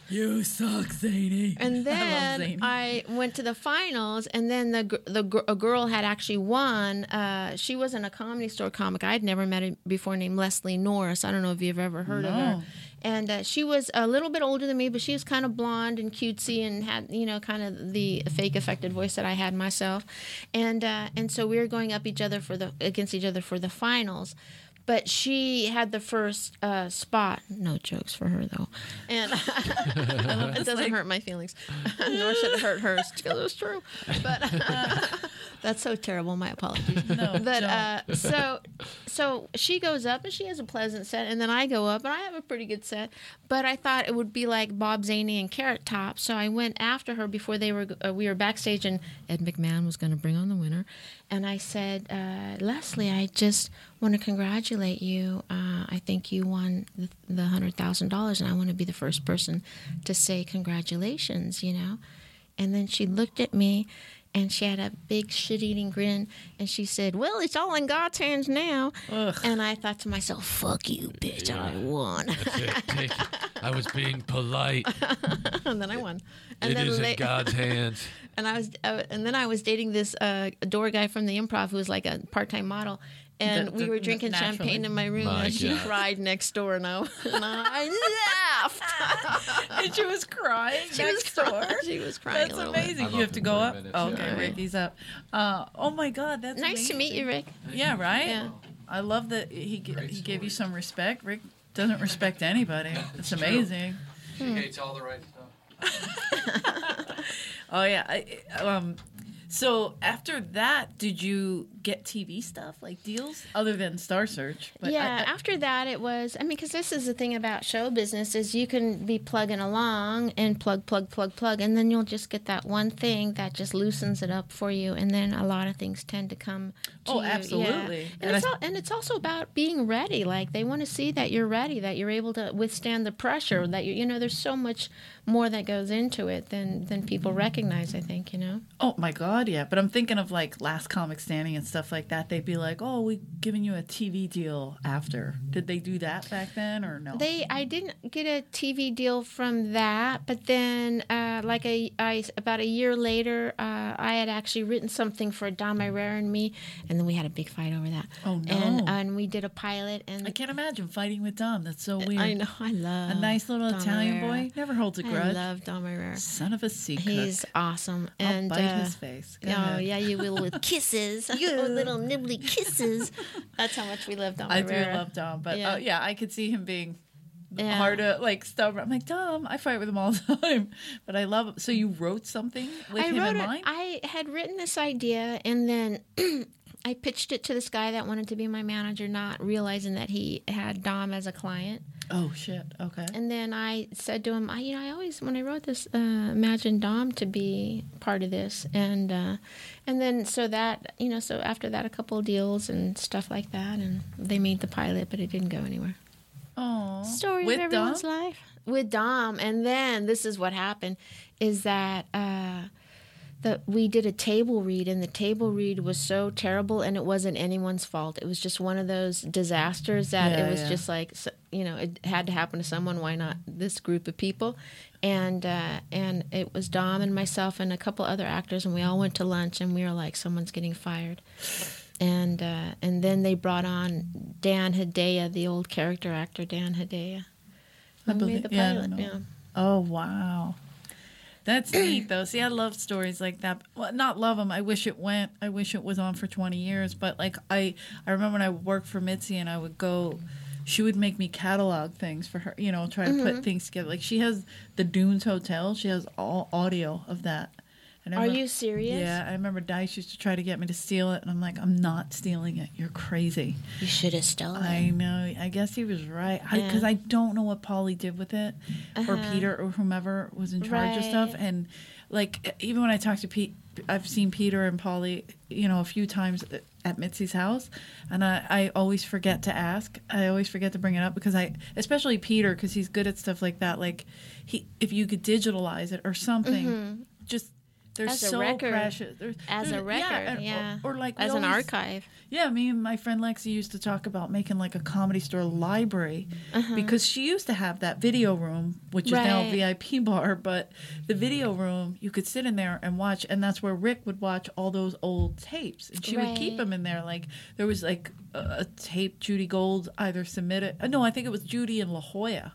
Speaker 3: you suck, Zany. [laughs] Zany.
Speaker 4: And then I, went to the finals, and then the gr- the gr- a girl had actually won. Uh, she wasn't a comedy store comic. I'd never met her before, named Leslie Norris. I don't know if you've ever heard of her.
Speaker 3: No.
Speaker 4: And uh, she was a little bit older than me, but she was kind of blonde and cutesy, and had you know kind of the fake affected voice that I had myself. And uh, and so we were going up each other for the against each other for the finals. But she had the first uh, spot. No jokes for her though, and [laughs] it doesn't hurt my feelings, [laughs] nor should it hurt hers because [laughs] it's true. But uh, [laughs] that's so terrible. My apologies. [laughs]
Speaker 3: No,
Speaker 4: but
Speaker 3: don't.
Speaker 4: uh, so so she goes up and she has a pleasant set, and then I go up and I have a pretty good set. But I thought it would be like Bob Zaney and Carrot Top, so I went after her before they were uh, we were backstage, and Ed McMahon was going to bring on the winner, and I said, uh, Leslie, I just want to congratulate you. Uh, I think you won the, the hundred thousand dollars, and I want to be the first person to say congratulations. You know. And then she looked at me and she had a big shit eating grin and she said, Well, it's all in God's hands now. And I thought to myself, Fuck you, bitch, I won.
Speaker 2: I was being polite.
Speaker 4: [laughs] and then I won. [laughs] And
Speaker 2: It
Speaker 4: then
Speaker 2: is
Speaker 4: la-
Speaker 2: in God's hands.
Speaker 4: and I was uh, and then I was dating this uh, door guy from the improv who was like a part time model. And
Speaker 3: That-
Speaker 4: we
Speaker 3: that-
Speaker 4: were drinking
Speaker 3: naturally.
Speaker 4: champagne in my room,
Speaker 2: My
Speaker 4: and she
Speaker 2: God.
Speaker 4: cried next door, and I, and
Speaker 3: [laughs]
Speaker 4: I laughed. [laughs]
Speaker 3: and she was crying.
Speaker 4: She was
Speaker 3: next door.
Speaker 4: crying. [laughs] She was crying
Speaker 3: That's
Speaker 4: a little bit.
Speaker 2: I'm
Speaker 3: amazing.
Speaker 2: up
Speaker 3: You have to
Speaker 2: in
Speaker 3: go
Speaker 2: three
Speaker 3: up.
Speaker 2: minutes,
Speaker 3: Oh,
Speaker 2: yeah.
Speaker 3: okay,
Speaker 2: All right.
Speaker 3: Ricky's up. Uh, oh my God, that's
Speaker 4: Nice to
Speaker 3: amazing.
Speaker 4: meet you, Rick.
Speaker 3: Yeah, right.
Speaker 4: Yeah.
Speaker 3: I love that he g- he gave you some respect. Rick doesn't respect anybody. It's amazing.
Speaker 2: She hates all the right stuff.
Speaker 3: Oh yeah. I, um, so after that, did you get TV stuff like deals other than Star Search? I-
Speaker 4: yeah,
Speaker 3: I-
Speaker 4: after that it was. I mean, because this is the thing about show business is you can be plugging along and plug, plug, plug, plug, and then you'll just get that one thing that just loosens it up for you, and then a lot of things tend to come. To
Speaker 3: Oh,
Speaker 4: you. Yeah.
Speaker 3: absolutely.
Speaker 4: And,
Speaker 3: And
Speaker 4: it's
Speaker 3: I-
Speaker 4: al- and it's also about being ready. Like they want to see that you're ready, that you're able to withstand the pressure. That you, you know, there's so much more that goes into it than than people recognize. I think you know.
Speaker 3: Oh my god, yeah. But I'm thinking of like Last Comic Standing and stuff like that. They'd be like, "Oh, we giving you a TV deal after." Did they do that back then or no?
Speaker 4: They, I didn't get a TV deal from that, but then, uh, like a, I, about a year later, uh, I had actually written something for Don My Rare and me, and then we had a big fight over that.
Speaker 3: Oh, no.
Speaker 4: And and we did a pilot, and
Speaker 3: I can't imagine fighting with Dom. That's so weird.
Speaker 4: I know, I love
Speaker 3: A nice little
Speaker 4: Don
Speaker 3: Italian
Speaker 4: Marrero.
Speaker 3: boy never holds a
Speaker 4: I
Speaker 3: grudge.
Speaker 4: love Don My Rare.
Speaker 3: Son of a sea cook.
Speaker 4: He's awesome,
Speaker 3: I'll
Speaker 4: and
Speaker 3: bite
Speaker 4: uh,
Speaker 3: his face. Go
Speaker 4: Oh
Speaker 3: ahead.
Speaker 4: yeah, you
Speaker 3: [laughs]
Speaker 4: will with kisses, oh, [laughs] little nibbly kisses. That's how much we love Don.
Speaker 3: I do
Speaker 4: Marrero.
Speaker 3: love Dom, but
Speaker 4: Yeah.
Speaker 3: uh, yeah, I could see him being
Speaker 4: Yeah.
Speaker 3: hard to like stubborn. I'm like Dom. I fight with him all [laughs] the time, but I love. Him. So you wrote something with
Speaker 4: I
Speaker 3: him
Speaker 4: wrote
Speaker 3: in
Speaker 4: it-
Speaker 3: mind.
Speaker 4: I had written this idea, and then [clears throat] I pitched it to this guy that wanted to be my manager, not realizing that he had Dom as a client.
Speaker 3: Oh shit. Okay.
Speaker 4: And then I said to him, I, you know, I always when I wrote this, uh, imagined Dom to be part of this, and uh, and then so that you know, so after that, a couple of deals and stuff like that, and they made the pilot, but it didn't go anywhere.
Speaker 3: Oh.
Speaker 4: Story
Speaker 3: With
Speaker 4: of everyone's
Speaker 3: Dom?
Speaker 4: life with Dom, and then this is what happened: is that. Uh, that we did a table read and the table read was so terrible and it wasn't anyone's fault it was just one of those disasters that
Speaker 3: Yeah,
Speaker 4: it was
Speaker 3: yeah.
Speaker 4: just like so- you know it had to happen to someone why not this group of people and uh, and it was dom and myself and a couple other actors and we all went to lunch and we were like someone's getting fired and uh, and then they brought on dan hedaya the old character actor dan hedaya
Speaker 3: I
Speaker 4: who
Speaker 3: believe-
Speaker 4: made the
Speaker 3: yeah, I
Speaker 4: pilot
Speaker 3: know.
Speaker 4: yeah.
Speaker 3: Oh wow,
Speaker 4: [clears throat]
Speaker 3: that's neat though. See, I love stories like that. Well, not love them. I wish it went. I wish it was on for twenty years. But like I, I remember when I worked for Mitzi and I would go. She would make me catalog things for her. You know, try to
Speaker 4: Mm-hmm.
Speaker 3: put things together. Like she has the Dunes Hotel. She has all audio of that. And I
Speaker 4: are
Speaker 3: remember-
Speaker 4: you serious
Speaker 3: Yeah, I remember Dice used to try to get me to steal it, and I'm like, I'm not stealing it. You're crazy.
Speaker 4: you should have stolen
Speaker 3: I know. I guess he was right
Speaker 4: Yeah. Uh-huh.
Speaker 3: because I, don't know what Polly did with it, or Peter, or whomever was in charge of stuff.
Speaker 4: Right.
Speaker 3: And like, even when I talked to Pete, I've seen Peter and Polly, you know, a few times at Mitzi's house, and I, I always forget to ask. I always forget to bring it up because I, especially Peter, because he's good at stuff like that. Like, he if you could digitalize it or something, just. They're
Speaker 4: Mm-hmm. As a
Speaker 3: so
Speaker 4: record.
Speaker 3: precious. They're-
Speaker 4: as a
Speaker 3: they're- yeah,
Speaker 4: record yeah,
Speaker 3: and- or- Or, like we
Speaker 4: as an
Speaker 3: always-
Speaker 4: archive
Speaker 3: yeah, me and my friend Lexi used to talk about making like a comedy store library because she used to have that video room, which is now a
Speaker 4: Uh-huh. Right.
Speaker 3: VIP [laughs] bar. But the video room, you could sit in there and watch, and that's where Rick would watch all those old tapes, and she would keep
Speaker 4: Right.
Speaker 3: them in there. Like there was like a, a tape Judy Gold either submitted. uh, No, I think it was Judy and La Jolla,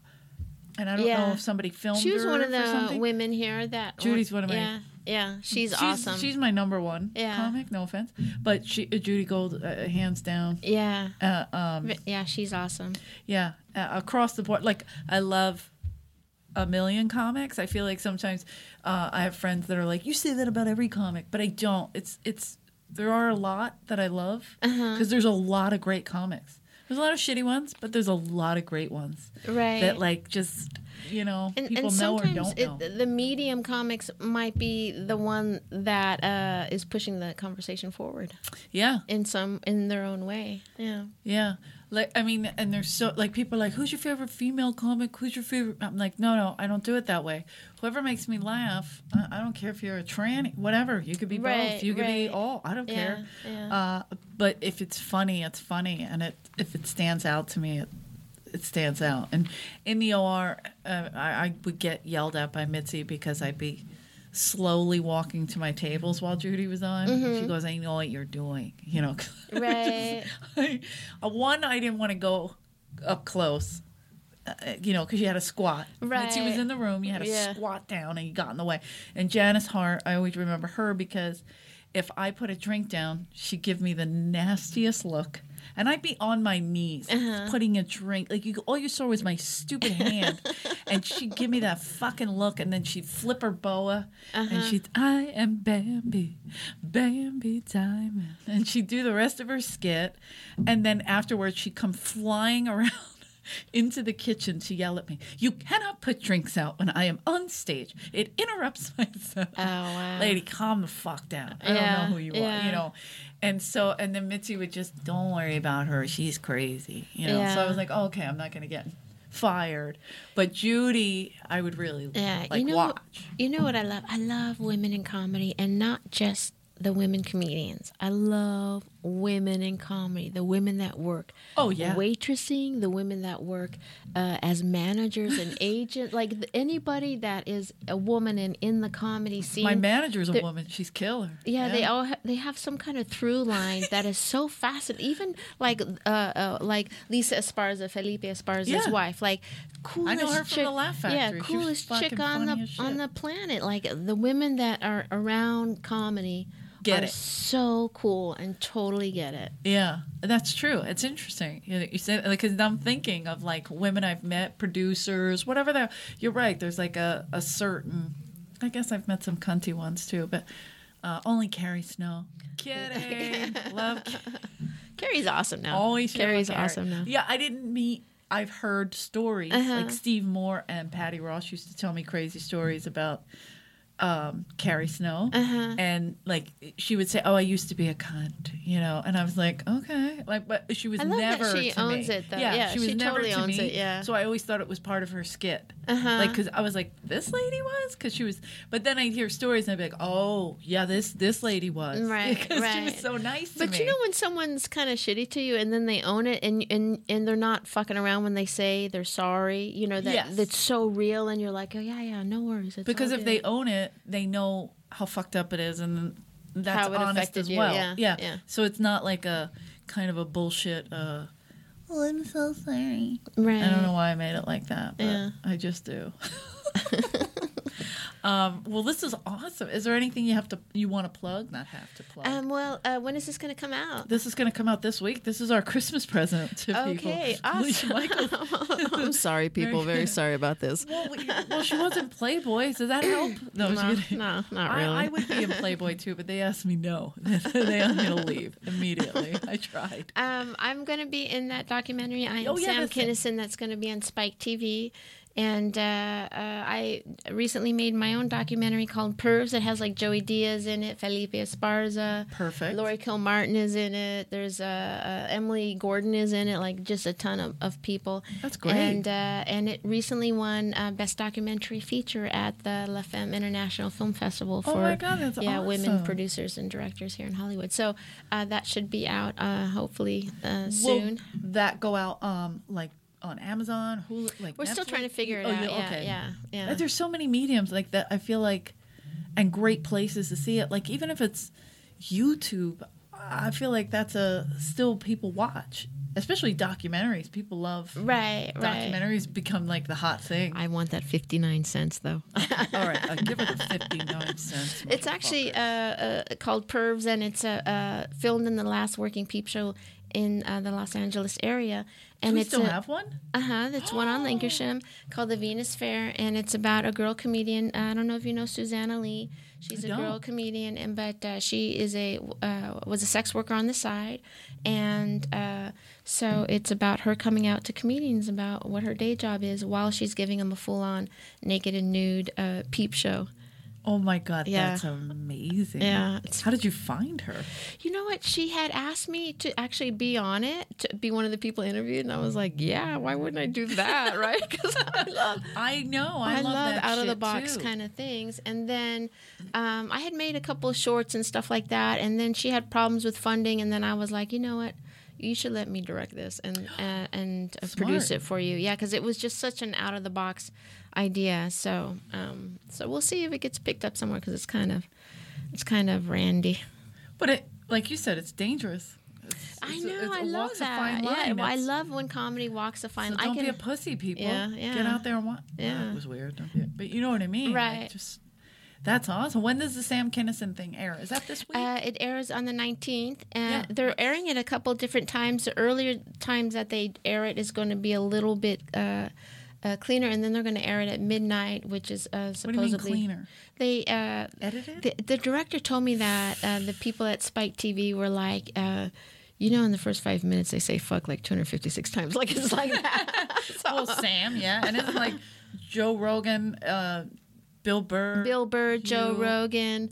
Speaker 3: and I don't know
Speaker 4: Yeah.
Speaker 3: if somebody filmed.
Speaker 4: She was
Speaker 3: her
Speaker 4: one of
Speaker 3: for
Speaker 4: the
Speaker 3: something.
Speaker 4: women here that
Speaker 3: Judy's one of my-
Speaker 4: yeah yeah she's, awesome
Speaker 3: She's my number one
Speaker 4: Yeah.
Speaker 3: comic. No offense, but she uh, Judy Gold, uh, hands down.
Speaker 4: yeah
Speaker 3: Uh, um,
Speaker 4: Ri- yeah she's awesome
Speaker 3: Yeah, uh, across the board. Like I love a million comics. I feel like sometimes uh, I have friends that are like, "You say that about every comic," but I don't. It's it's there are a lot that I love because
Speaker 4: Uh-huh.
Speaker 3: there's a lot of great comics. There's a lot of shitty ones, but there's a lot of great ones
Speaker 4: right
Speaker 3: that like just you know
Speaker 4: and,
Speaker 3: people
Speaker 4: and
Speaker 3: know or
Speaker 4: sometimes
Speaker 3: don't know.
Speaker 4: it, the medium comics might be the one that uh, is pushing the conversation forward
Speaker 3: yeah,
Speaker 4: in some in their own way yeah
Speaker 3: Yeah. Like I mean, and there's so like people are like, who's your favorite female comic? Who's your favorite? I'm like, no, no, I don't do it that way. Whoever makes me laugh, I, I don't care if you're a tranny, whatever. You could be both.
Speaker 4: Right,
Speaker 3: You could be
Speaker 4: right.
Speaker 3: all. I don't
Speaker 4: Yeah,
Speaker 3: care.
Speaker 4: yeah.
Speaker 3: Uh, but if it's funny, it's funny, and it if it stands out to me, it it stands out. And in the OR, uh, I, I would get yelled at by Mitzi because I'd be slowly walking to my tables while Judy was on. She goes, I know what you're doing, you know. [laughs] 'cause I [laughs] just-
Speaker 4: Mm-hmm. Right.
Speaker 3: [laughs] I, uh, one, I didn't want to go up close. Uh, you know, because you had to squat. Mitzi was
Speaker 4: Right.
Speaker 3: in the room. You had to
Speaker 4: Yeah.
Speaker 3: squat down, and you got in the way. And Janice Hart, I always remember her because if I put a drink down, she'd give me the nastiest look, and I'd be on my knees putting a drink. Like you, all you saw was my stupid hand, and she'd give me that fucking look, and then she'd flip her boa, and she'd, "I am Bambi, Bambi Diamond," and she'd do the rest of her skit, and then afterwards she'd come flying [laughs] around into the kitchen to yell at me. You cannot put drinks out when I am on stage. It interrupts [laughs] my set.
Speaker 4: Oh, wow.
Speaker 3: Lady, calm the fuck down. I
Speaker 4: Yeah,
Speaker 3: don't know who you are,
Speaker 4: yeah.
Speaker 3: you know. And so and then Mitzi would just don't worry about her. She's crazy. You know. So I
Speaker 4: Yeah.
Speaker 3: was like, oh, okay, I'm not gonna get fired. But Judy, I would really
Speaker 4: yeah
Speaker 3: like
Speaker 4: you know
Speaker 3: watch.
Speaker 4: you know what i love i love women in comedy and not just the women comedians i love women in comedy the women that work
Speaker 3: Oh, yeah.
Speaker 4: waitressing the women that work uh, as
Speaker 3: [laughs]
Speaker 4: managers and agents like th- anybody that is a woman in in the comedy scene
Speaker 3: My manager's a
Speaker 4: They're-
Speaker 3: woman. She's killer.
Speaker 4: yeah, they all ha- they have some kind of through line that is so fascinating. Even like uh, uh like Lisa Esparza, Felipe Esparza's
Speaker 3: Yeah.
Speaker 4: wife, like coolest
Speaker 3: her from
Speaker 4: chick,
Speaker 3: the Laugh Factory.
Speaker 4: yeah,
Speaker 3: She was
Speaker 4: coolest
Speaker 3: fucking
Speaker 4: chick
Speaker 3: funny
Speaker 4: on the
Speaker 3: as shit.
Speaker 4: on the planet. Like the women that are around comedy
Speaker 3: Get
Speaker 4: are
Speaker 3: it.
Speaker 4: so cool and totally get it.
Speaker 3: Yeah, that's true. It's interesting. You, know, you said because I'm thinking of like women I've met, producers, whatever. That you're right. There's like a a certain. I guess I've met some cunty ones too, but uh, only Carrie Snow. kidding. Love
Speaker 4: Carrie's awesome now.
Speaker 3: Always feel
Speaker 4: Carrie's
Speaker 3: like Carrie.
Speaker 4: awesome now.
Speaker 3: Yeah, I didn't meet. I've heard stories
Speaker 4: Uh-huh.
Speaker 3: like Steve Moore and Patty Ross used to tell me crazy stories about um, Carrie Snow,
Speaker 4: Uh-huh.
Speaker 3: and like she would say, "Oh, I used to be a cunt," you know, and I was like, "Okay," like, but she was
Speaker 4: I love that
Speaker 3: never.
Speaker 4: she
Speaker 3: to
Speaker 4: owns
Speaker 3: me.
Speaker 4: it, though. Yeah, she totally owns it, yeah.
Speaker 3: So I always thought it was part of her skit,
Speaker 4: Uh-huh.
Speaker 3: like because I was like, "This lady was," because she was. But then I'd hear stories and I'd be like, "Oh, yeah, this this lady was," [laughs]
Speaker 4: Right,
Speaker 3: because she
Speaker 4: right.
Speaker 3: was so nice to
Speaker 4: But
Speaker 3: me.
Speaker 4: you know when someone's kind of shitty to you and then they own it and and and they're not fucking around when they say they're sorry, you know that
Speaker 3: Yes.
Speaker 4: that's so real and you're like, "Oh yeah, yeah, no worries." It's
Speaker 3: because
Speaker 4: all
Speaker 3: if they
Speaker 4: good."
Speaker 3: own it, they know how fucked up it is, and that's
Speaker 4: How it
Speaker 3: honest
Speaker 4: affected
Speaker 3: as
Speaker 4: you,
Speaker 3: well.
Speaker 4: yeah,
Speaker 3: yeah.
Speaker 4: yeah.
Speaker 3: So it's not like a kind of a bullshit. Uh, oh, I'm so sorry.
Speaker 4: right.
Speaker 3: I don't know why I made it like that, but
Speaker 4: Mm. Yeah.
Speaker 3: I just
Speaker 4: [laughs]
Speaker 3: do. [laughs] um, well, this is awesome. Is there anything you have to you want to plug? Not have to plug.
Speaker 4: Um well, uh, when is this going to come out?
Speaker 3: this is going to come out this week. This is our Christmas present to people. [laughs]
Speaker 4: Okay,
Speaker 3: Alicia
Speaker 4: awesome. [laughs]
Speaker 3: Michaels. [laughs]
Speaker 5: I'm sorry, people. Very sorry about this.
Speaker 3: Well, we- well, she was in Playboy. Does that
Speaker 4: [coughs]
Speaker 3: help? No, I'm just
Speaker 4: No,
Speaker 3: kidding.
Speaker 4: no, not really.
Speaker 3: I, I would be in [laughs] Playboy too, but they asked me no. [laughs] they asked me to leave [laughs] immediately. I tried.
Speaker 4: Um, I'm going to be in that documentary. I am
Speaker 3: Oh, yeah,
Speaker 4: Sam
Speaker 3: that's it.
Speaker 4: Kinison. That's going to be on Spike TV. And uh, uh, I recently made my own documentary called Pervs. It has like Joey Diaz in it, Felipe Esparza.
Speaker 3: Perfect.
Speaker 4: Lori Kilmartin is in it. There's uh, uh, Emily Gordon is in it. Like just a ton of, of people.
Speaker 3: That's great.
Speaker 4: And uh, and it recently won uh, best documentary feature at the La Femme International Film Festival
Speaker 3: Oh
Speaker 4: for
Speaker 3: my God, that's
Speaker 4: yeah
Speaker 3: awesome.
Speaker 4: women producers and directors here in Hollywood. So uh, that should be out uh, hopefully uh, soon.
Speaker 3: Will that go out um like on Amazon, Hulu, like
Speaker 4: We're still
Speaker 3: Netflix?
Speaker 4: trying to figure it
Speaker 3: Oh,
Speaker 4: out.
Speaker 3: yeah,
Speaker 4: Yeah,
Speaker 3: okay.
Speaker 4: yeah, yeah.
Speaker 3: Uh, There's so many mediums like that. I feel like, and great places to see it. Like even if it's YouTube, I feel like that's a still people watch, especially documentaries. People love
Speaker 4: right, right.
Speaker 3: documentaries. Become like the hot thing.
Speaker 4: I want that fifty nine
Speaker 3: [laughs]
Speaker 4: cents though.
Speaker 3: All right, I'll give it
Speaker 4: [laughs]
Speaker 3: a 59 cents.
Speaker 4: It's actually uh, uh, called Pervs, and it's uh, uh, filmed in the last working peep show in uh, the Los Angeles area. And
Speaker 3: we
Speaker 4: it's
Speaker 3: still
Speaker 4: a,
Speaker 3: have one.
Speaker 4: Uh huh. That's one on Lancashire called The Venus Fair, and it's about a girl comedian. uh, I don't know if you know Susanna Lee. She's
Speaker 3: I
Speaker 4: a girl
Speaker 3: don't.
Speaker 4: comedian, and but uh, she is a uh, was a sex worker on the side, and uh, so it's about her coming out to comedians about what her day job is while she's giving them a full on naked and nude uh, peep show.
Speaker 3: Oh my god,
Speaker 4: Yeah.
Speaker 3: that's amazing.
Speaker 4: Yeah, it's-
Speaker 3: How did you find her?
Speaker 4: You know what? She had asked me to actually be on it, to be one of the people interviewed, and I was like, yeah, why wouldn't I do that, [laughs] right? Because I love
Speaker 3: I know. I,
Speaker 4: I, love,
Speaker 3: that
Speaker 4: out of the
Speaker 3: shit,
Speaker 4: box
Speaker 3: too.
Speaker 4: kind of things. And then um, I had made a couple of shorts and stuff like that. And then she had problems with funding. And then I was like, you know what? You should let me direct
Speaker 3: [gasps]
Speaker 4: this and uh, and uh, produce
Speaker 3: Smart.
Speaker 4: it for you. Yeah, because it was just such an out of the box idea. So um, so we'll see if it gets picked up somewhere because it's kind of it's kind of randy.
Speaker 3: But it, like you said, it's dangerous. It's,
Speaker 4: I
Speaker 3: it's a-
Speaker 4: know.
Speaker 3: it's a
Speaker 4: I
Speaker 3: walk
Speaker 4: love
Speaker 3: is a
Speaker 4: that.
Speaker 3: fine
Speaker 4: Yeah,
Speaker 3: line.
Speaker 4: well, I
Speaker 3: It's-
Speaker 4: love when comedy walks a fine.
Speaker 3: So
Speaker 4: I
Speaker 3: don't
Speaker 4: can,
Speaker 3: be a pussy, people.
Speaker 4: Yeah,
Speaker 3: Get
Speaker 4: yeah.
Speaker 3: out there and watch.
Speaker 4: Yeah.
Speaker 3: that was weird. Don't be a, but you know what I mean, Like,
Speaker 4: Right.
Speaker 3: just that's awesome. When does the Sam Kinison thing air? Is that this week?
Speaker 4: Uh, it airs on the 19th.
Speaker 3: Yeah.
Speaker 4: and They're airing it a couple different times. The earlier times that they air it is going to be a little bit uh, uh, cleaner, and then they're going to air it at midnight, which is uh,
Speaker 3: what do you
Speaker 4: supposedly.
Speaker 3: mean cleaner?
Speaker 4: They. Uh,
Speaker 3: Edited?
Speaker 4: the, the director told me that uh, the people at Spike TV were like, uh, you know, in the first five minutes they say fuck like 256 times. [laughs] Like it's
Speaker 3: [laughs]
Speaker 4: like that.
Speaker 3: well,
Speaker 4: [laughs]
Speaker 3: Sam, yeah, and it's like Joe Rogan, uh, Bill Burr,
Speaker 4: Bill Burr, Joe
Speaker 3: You-
Speaker 4: Rogan,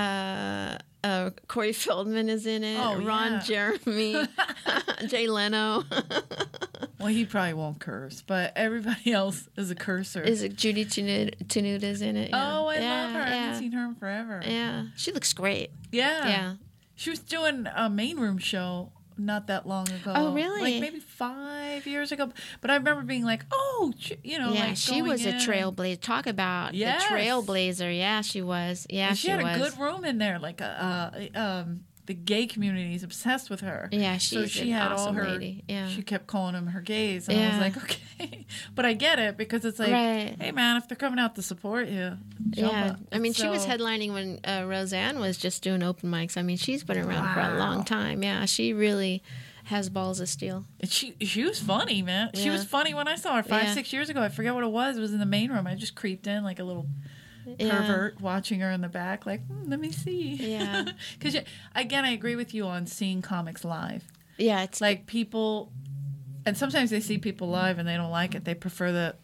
Speaker 4: uh, uh, Corey Feldman is in it.
Speaker 3: Oh,
Speaker 4: Ron
Speaker 3: yeah.
Speaker 4: Jeremy, [laughs] Jay Leno.
Speaker 3: [laughs] Well, he probably won't curse, but everybody [laughs] else is a curser.
Speaker 4: Is it Judy Tenud Tenuta is in it? yeah.
Speaker 3: oh, I
Speaker 4: yeah,
Speaker 3: love her. I
Speaker 4: Yeah.
Speaker 3: haven't seen her in forever.
Speaker 4: yeah, she looks great.
Speaker 3: Yeah.
Speaker 4: Yeah.
Speaker 3: She was doing a main room show not that long ago.
Speaker 4: Oh, really?
Speaker 3: Like maybe five years ago. But I remember being like, oh, she- you know,
Speaker 4: yeah,
Speaker 3: like
Speaker 4: she
Speaker 3: going
Speaker 4: was a
Speaker 3: in.
Speaker 4: trailblazer. Talk about
Speaker 3: Yes.
Speaker 4: the trailblazer. Yeah, she was. Yeah,
Speaker 3: And she, had
Speaker 4: was.
Speaker 3: a good room in there. Like, uh, uh, um, the gay community is obsessed with her.
Speaker 4: Yeah,
Speaker 3: so
Speaker 4: she's
Speaker 3: she
Speaker 4: an
Speaker 3: had all
Speaker 4: awesome
Speaker 3: her.
Speaker 4: lady. Yeah.
Speaker 3: She kept calling him her gays, and I
Speaker 4: Yeah.
Speaker 3: was like, [laughs] okay, but I get it because it's like,
Speaker 4: Right.
Speaker 3: hey man, if they're coming out to support you, show
Speaker 4: yeah,
Speaker 3: up.
Speaker 4: I mean, she was
Speaker 3: So-
Speaker 4: headlining when uh, Roseanne was just doing open mics. I mean, she's been around for a long time. Yeah, she really has balls of steel.
Speaker 3: And she she was funny, man. She
Speaker 4: Yeah.
Speaker 3: was funny when I saw her five
Speaker 4: Yeah.
Speaker 3: six years ago. I forget what it was. It was in the main room. I just creeped in like a little
Speaker 4: Yeah.
Speaker 3: pervert watching her in the back, like, "Hmm, let me see. [laughs]
Speaker 4: Yeah.
Speaker 3: Because, again, I agree with you on seeing comics live.
Speaker 4: Yeah, it's like
Speaker 3: Like, people, and sometimes they see people live and they don't like it. They prefer the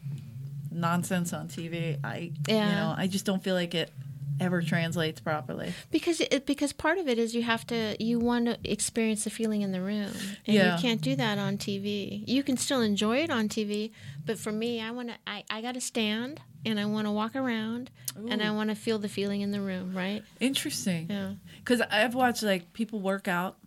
Speaker 3: nonsense on TV. I, you
Speaker 4: Yeah.
Speaker 3: know, I just don't feel like it ever translates properly.
Speaker 4: because it, because part of it is you have to you want to experience the feeling in the room, and
Speaker 3: Yeah.
Speaker 4: you can't do that on TV. You can still enjoy it on TV, but for me, I want to I, I got to stand and I want to walk around and I want to feel the feeling in the room, right?
Speaker 3: Interesting.
Speaker 4: Yeah.
Speaker 3: Because I've watched like people work out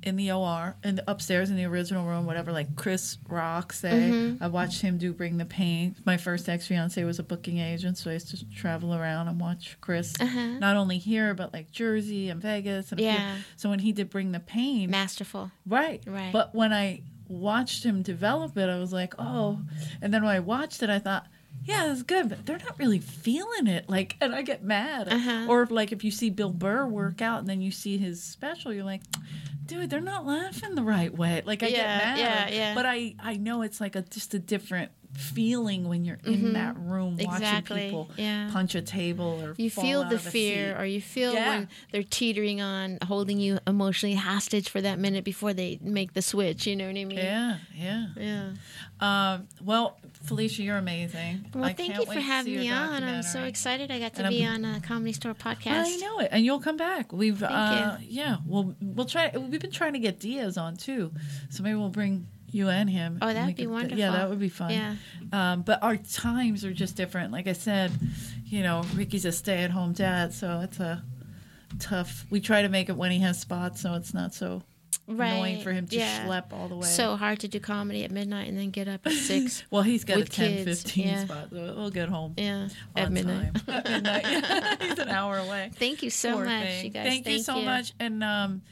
Speaker 3: in the OR and upstairs in the original room, whatever. Like Chris Rock, say
Speaker 4: Mm-hmm.
Speaker 3: I watched him do Bring the Pain. My first ex fiance was a booking agent, so I used to travel around and watch Chris
Speaker 4: Uh-huh.
Speaker 3: not only here but like Jersey and Vegas. And a few-
Speaker 4: Yeah.
Speaker 3: So when he did Bring the Pain,
Speaker 4: Masterful.
Speaker 3: Right.
Speaker 4: Right.
Speaker 3: But when I watched him develop it, I was like, oh. And then when I watched it, I thought, yeah, that's good, but they're not really feeling it. Like, and I get mad.
Speaker 4: Uh-huh.
Speaker 3: Or if, like if you see Bill Burr work out and then you see his special, you're like, dude, they're not laughing the right way. Like I
Speaker 4: Yeah,
Speaker 3: get mad.
Speaker 4: yeah, yeah.
Speaker 3: But I, I know it's like a just a different feeling when you're in that room
Speaker 4: Mm-hmm. Exactly,
Speaker 3: watching people
Speaker 4: yeah.
Speaker 3: punch a table or
Speaker 4: You
Speaker 3: fall
Speaker 4: feel
Speaker 3: out
Speaker 4: the
Speaker 3: of a
Speaker 4: fear,
Speaker 3: seat.
Speaker 4: or you feel
Speaker 3: Yeah.
Speaker 4: when they're teetering on holding you emotionally hostage for that minute before they make the switch. You know what I mean?
Speaker 3: Yeah, yeah.
Speaker 4: Yeah.
Speaker 3: Um, well, Felicia, you're amazing.
Speaker 4: Well,
Speaker 3: I
Speaker 4: thank
Speaker 3: can't wait
Speaker 4: you for
Speaker 3: to see
Speaker 4: having
Speaker 3: your
Speaker 4: me on. I'm so
Speaker 3: documentary.
Speaker 4: excited I got to
Speaker 3: And
Speaker 4: be
Speaker 3: I'm-
Speaker 4: on a Comedy Store podcast.
Speaker 3: I know it, and you'll come back. We've uh,
Speaker 4: Thank
Speaker 3: yeah, we'll we'll try. We've been trying to get Diaz on too, so maybe we'll bring you and him.
Speaker 4: Oh,
Speaker 3: and
Speaker 4: that'd
Speaker 3: we
Speaker 4: be
Speaker 3: could-
Speaker 4: wonderful.
Speaker 3: Yeah, that would be fun.
Speaker 4: Yeah.
Speaker 3: Um, but our times are just different. Like I said, you know, Ricky's a stay-at-home dad, so it's a tough. We try to make it when he has spots, so it's not so annoying
Speaker 4: Right,
Speaker 3: for him to
Speaker 4: yeah.
Speaker 3: schlep all the way.
Speaker 4: So hard to do comedy at midnight and then get up
Speaker 3: [laughs]
Speaker 4: at six.
Speaker 3: well, he's got
Speaker 4: with
Speaker 3: a 10,
Speaker 4: kids,
Speaker 3: 15
Speaker 4: yeah.
Speaker 3: spot. So we'll get home.
Speaker 4: yeah,
Speaker 3: on
Speaker 4: at midnight.
Speaker 3: time. [laughs] At midnight. yeah. He's an hour away.
Speaker 4: Thank you so
Speaker 3: Poor
Speaker 4: much,
Speaker 3: thing.
Speaker 4: you guys.
Speaker 3: Thank, you so much. And um,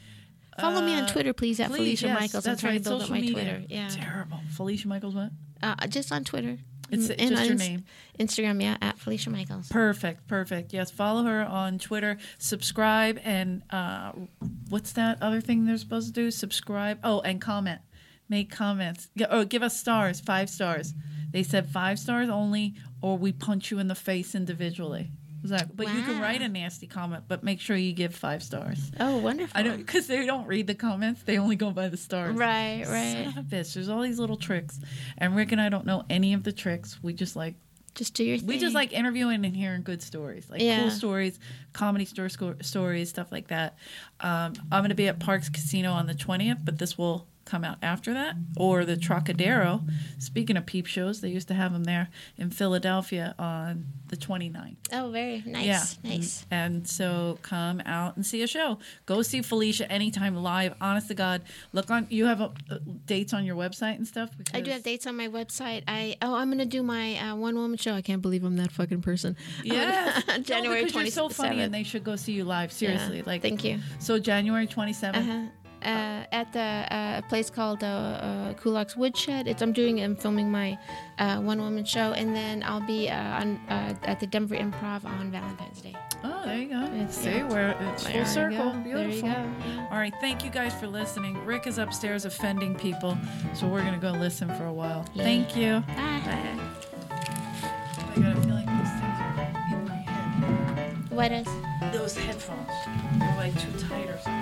Speaker 4: Follow me on
Speaker 3: uh,
Speaker 4: Twitter, please, at
Speaker 3: please,
Speaker 4: Felicia
Speaker 3: yes,
Speaker 4: Michaels. I'm
Speaker 3: That's
Speaker 4: trying
Speaker 3: right.
Speaker 4: to build
Speaker 3: social
Speaker 4: up my
Speaker 3: media.
Speaker 4: Twitter. Yeah,
Speaker 3: Terrible. Felicia Michaels. What?
Speaker 4: uh, just on Twitter.
Speaker 3: It's
Speaker 4: Mm,
Speaker 3: just
Speaker 4: on
Speaker 3: your
Speaker 4: Inst-
Speaker 3: name.
Speaker 4: Instagram, yeah, at Felicia Michaels.
Speaker 3: Perfect. Perfect. Yes. Follow her on Twitter. Subscribe and uh, what's that other thing they're supposed to do? Subscribe. Oh, and comment. Make comments. G- Oh, give us stars. Five stars. They said five stars only, or we punch you in the face individually. Was that- But you can
Speaker 4: Wow.
Speaker 3: write a nasty comment, but make sure you give five stars.
Speaker 4: Oh, wonderful.
Speaker 3: I don't because they don't read the comments. They only go by the stars.
Speaker 4: Right, right.
Speaker 3: Son of a bitch. There's all these little tricks, and Rick and I don't know any of the tricks. We just like
Speaker 4: Just do your thing.
Speaker 3: we just like interviewing and hearing good stories, like
Speaker 4: Yeah.
Speaker 3: cool stories, comedy store sco- stories, stuff like that. Um, I'm going to be at Parks Casino on the 20th, but this will come out after that. Or the Trocadero. Speaking of peep shows, they used to have them there in Philadelphia on the 29th.
Speaker 4: Oh, very nice.
Speaker 3: Yeah. Mm-hmm.
Speaker 4: Nice.
Speaker 3: And so come out and see a show. Go see Felicia anytime live. Honest to God, look on. You have uh uh, dates on your website and stuff.
Speaker 4: I do
Speaker 3: Because-
Speaker 4: have dates on my website. I oh, I'm gonna do my uh, one woman show. I can't believe I'm that fucking person. [laughs]
Speaker 3: Yeah,
Speaker 4: January
Speaker 3: no, because You're so funny,
Speaker 4: 27th.
Speaker 3: and they should go see you live. Seriously,
Speaker 4: Yeah.
Speaker 3: like
Speaker 4: Thank you.
Speaker 3: So January 27th.
Speaker 4: Uh-huh. Uh, at the uh, place called uh, uh, Kulak's Woodshed. It's, I'm doing I'm filming my uh, one woman show, and then I'll be uh, on uh, at the Denver Improv on Valentine's Day.
Speaker 3: Oh, there you go.
Speaker 4: It's-
Speaker 3: see
Speaker 4: yeah.
Speaker 3: where it's
Speaker 4: There
Speaker 3: full
Speaker 4: you
Speaker 3: circle.
Speaker 4: go. There you
Speaker 3: Beautiful.
Speaker 4: go.
Speaker 3: All right, thank you guys for listening. Rick is upstairs offending people, so we're gonna go listen for a while.
Speaker 4: Yeah.
Speaker 3: Thank you.
Speaker 4: Bye.
Speaker 3: Oh my God, I feel like those things are in my head.
Speaker 4: What is?
Speaker 3: Those headphones are like too tight or something.
Speaker 4: Oh,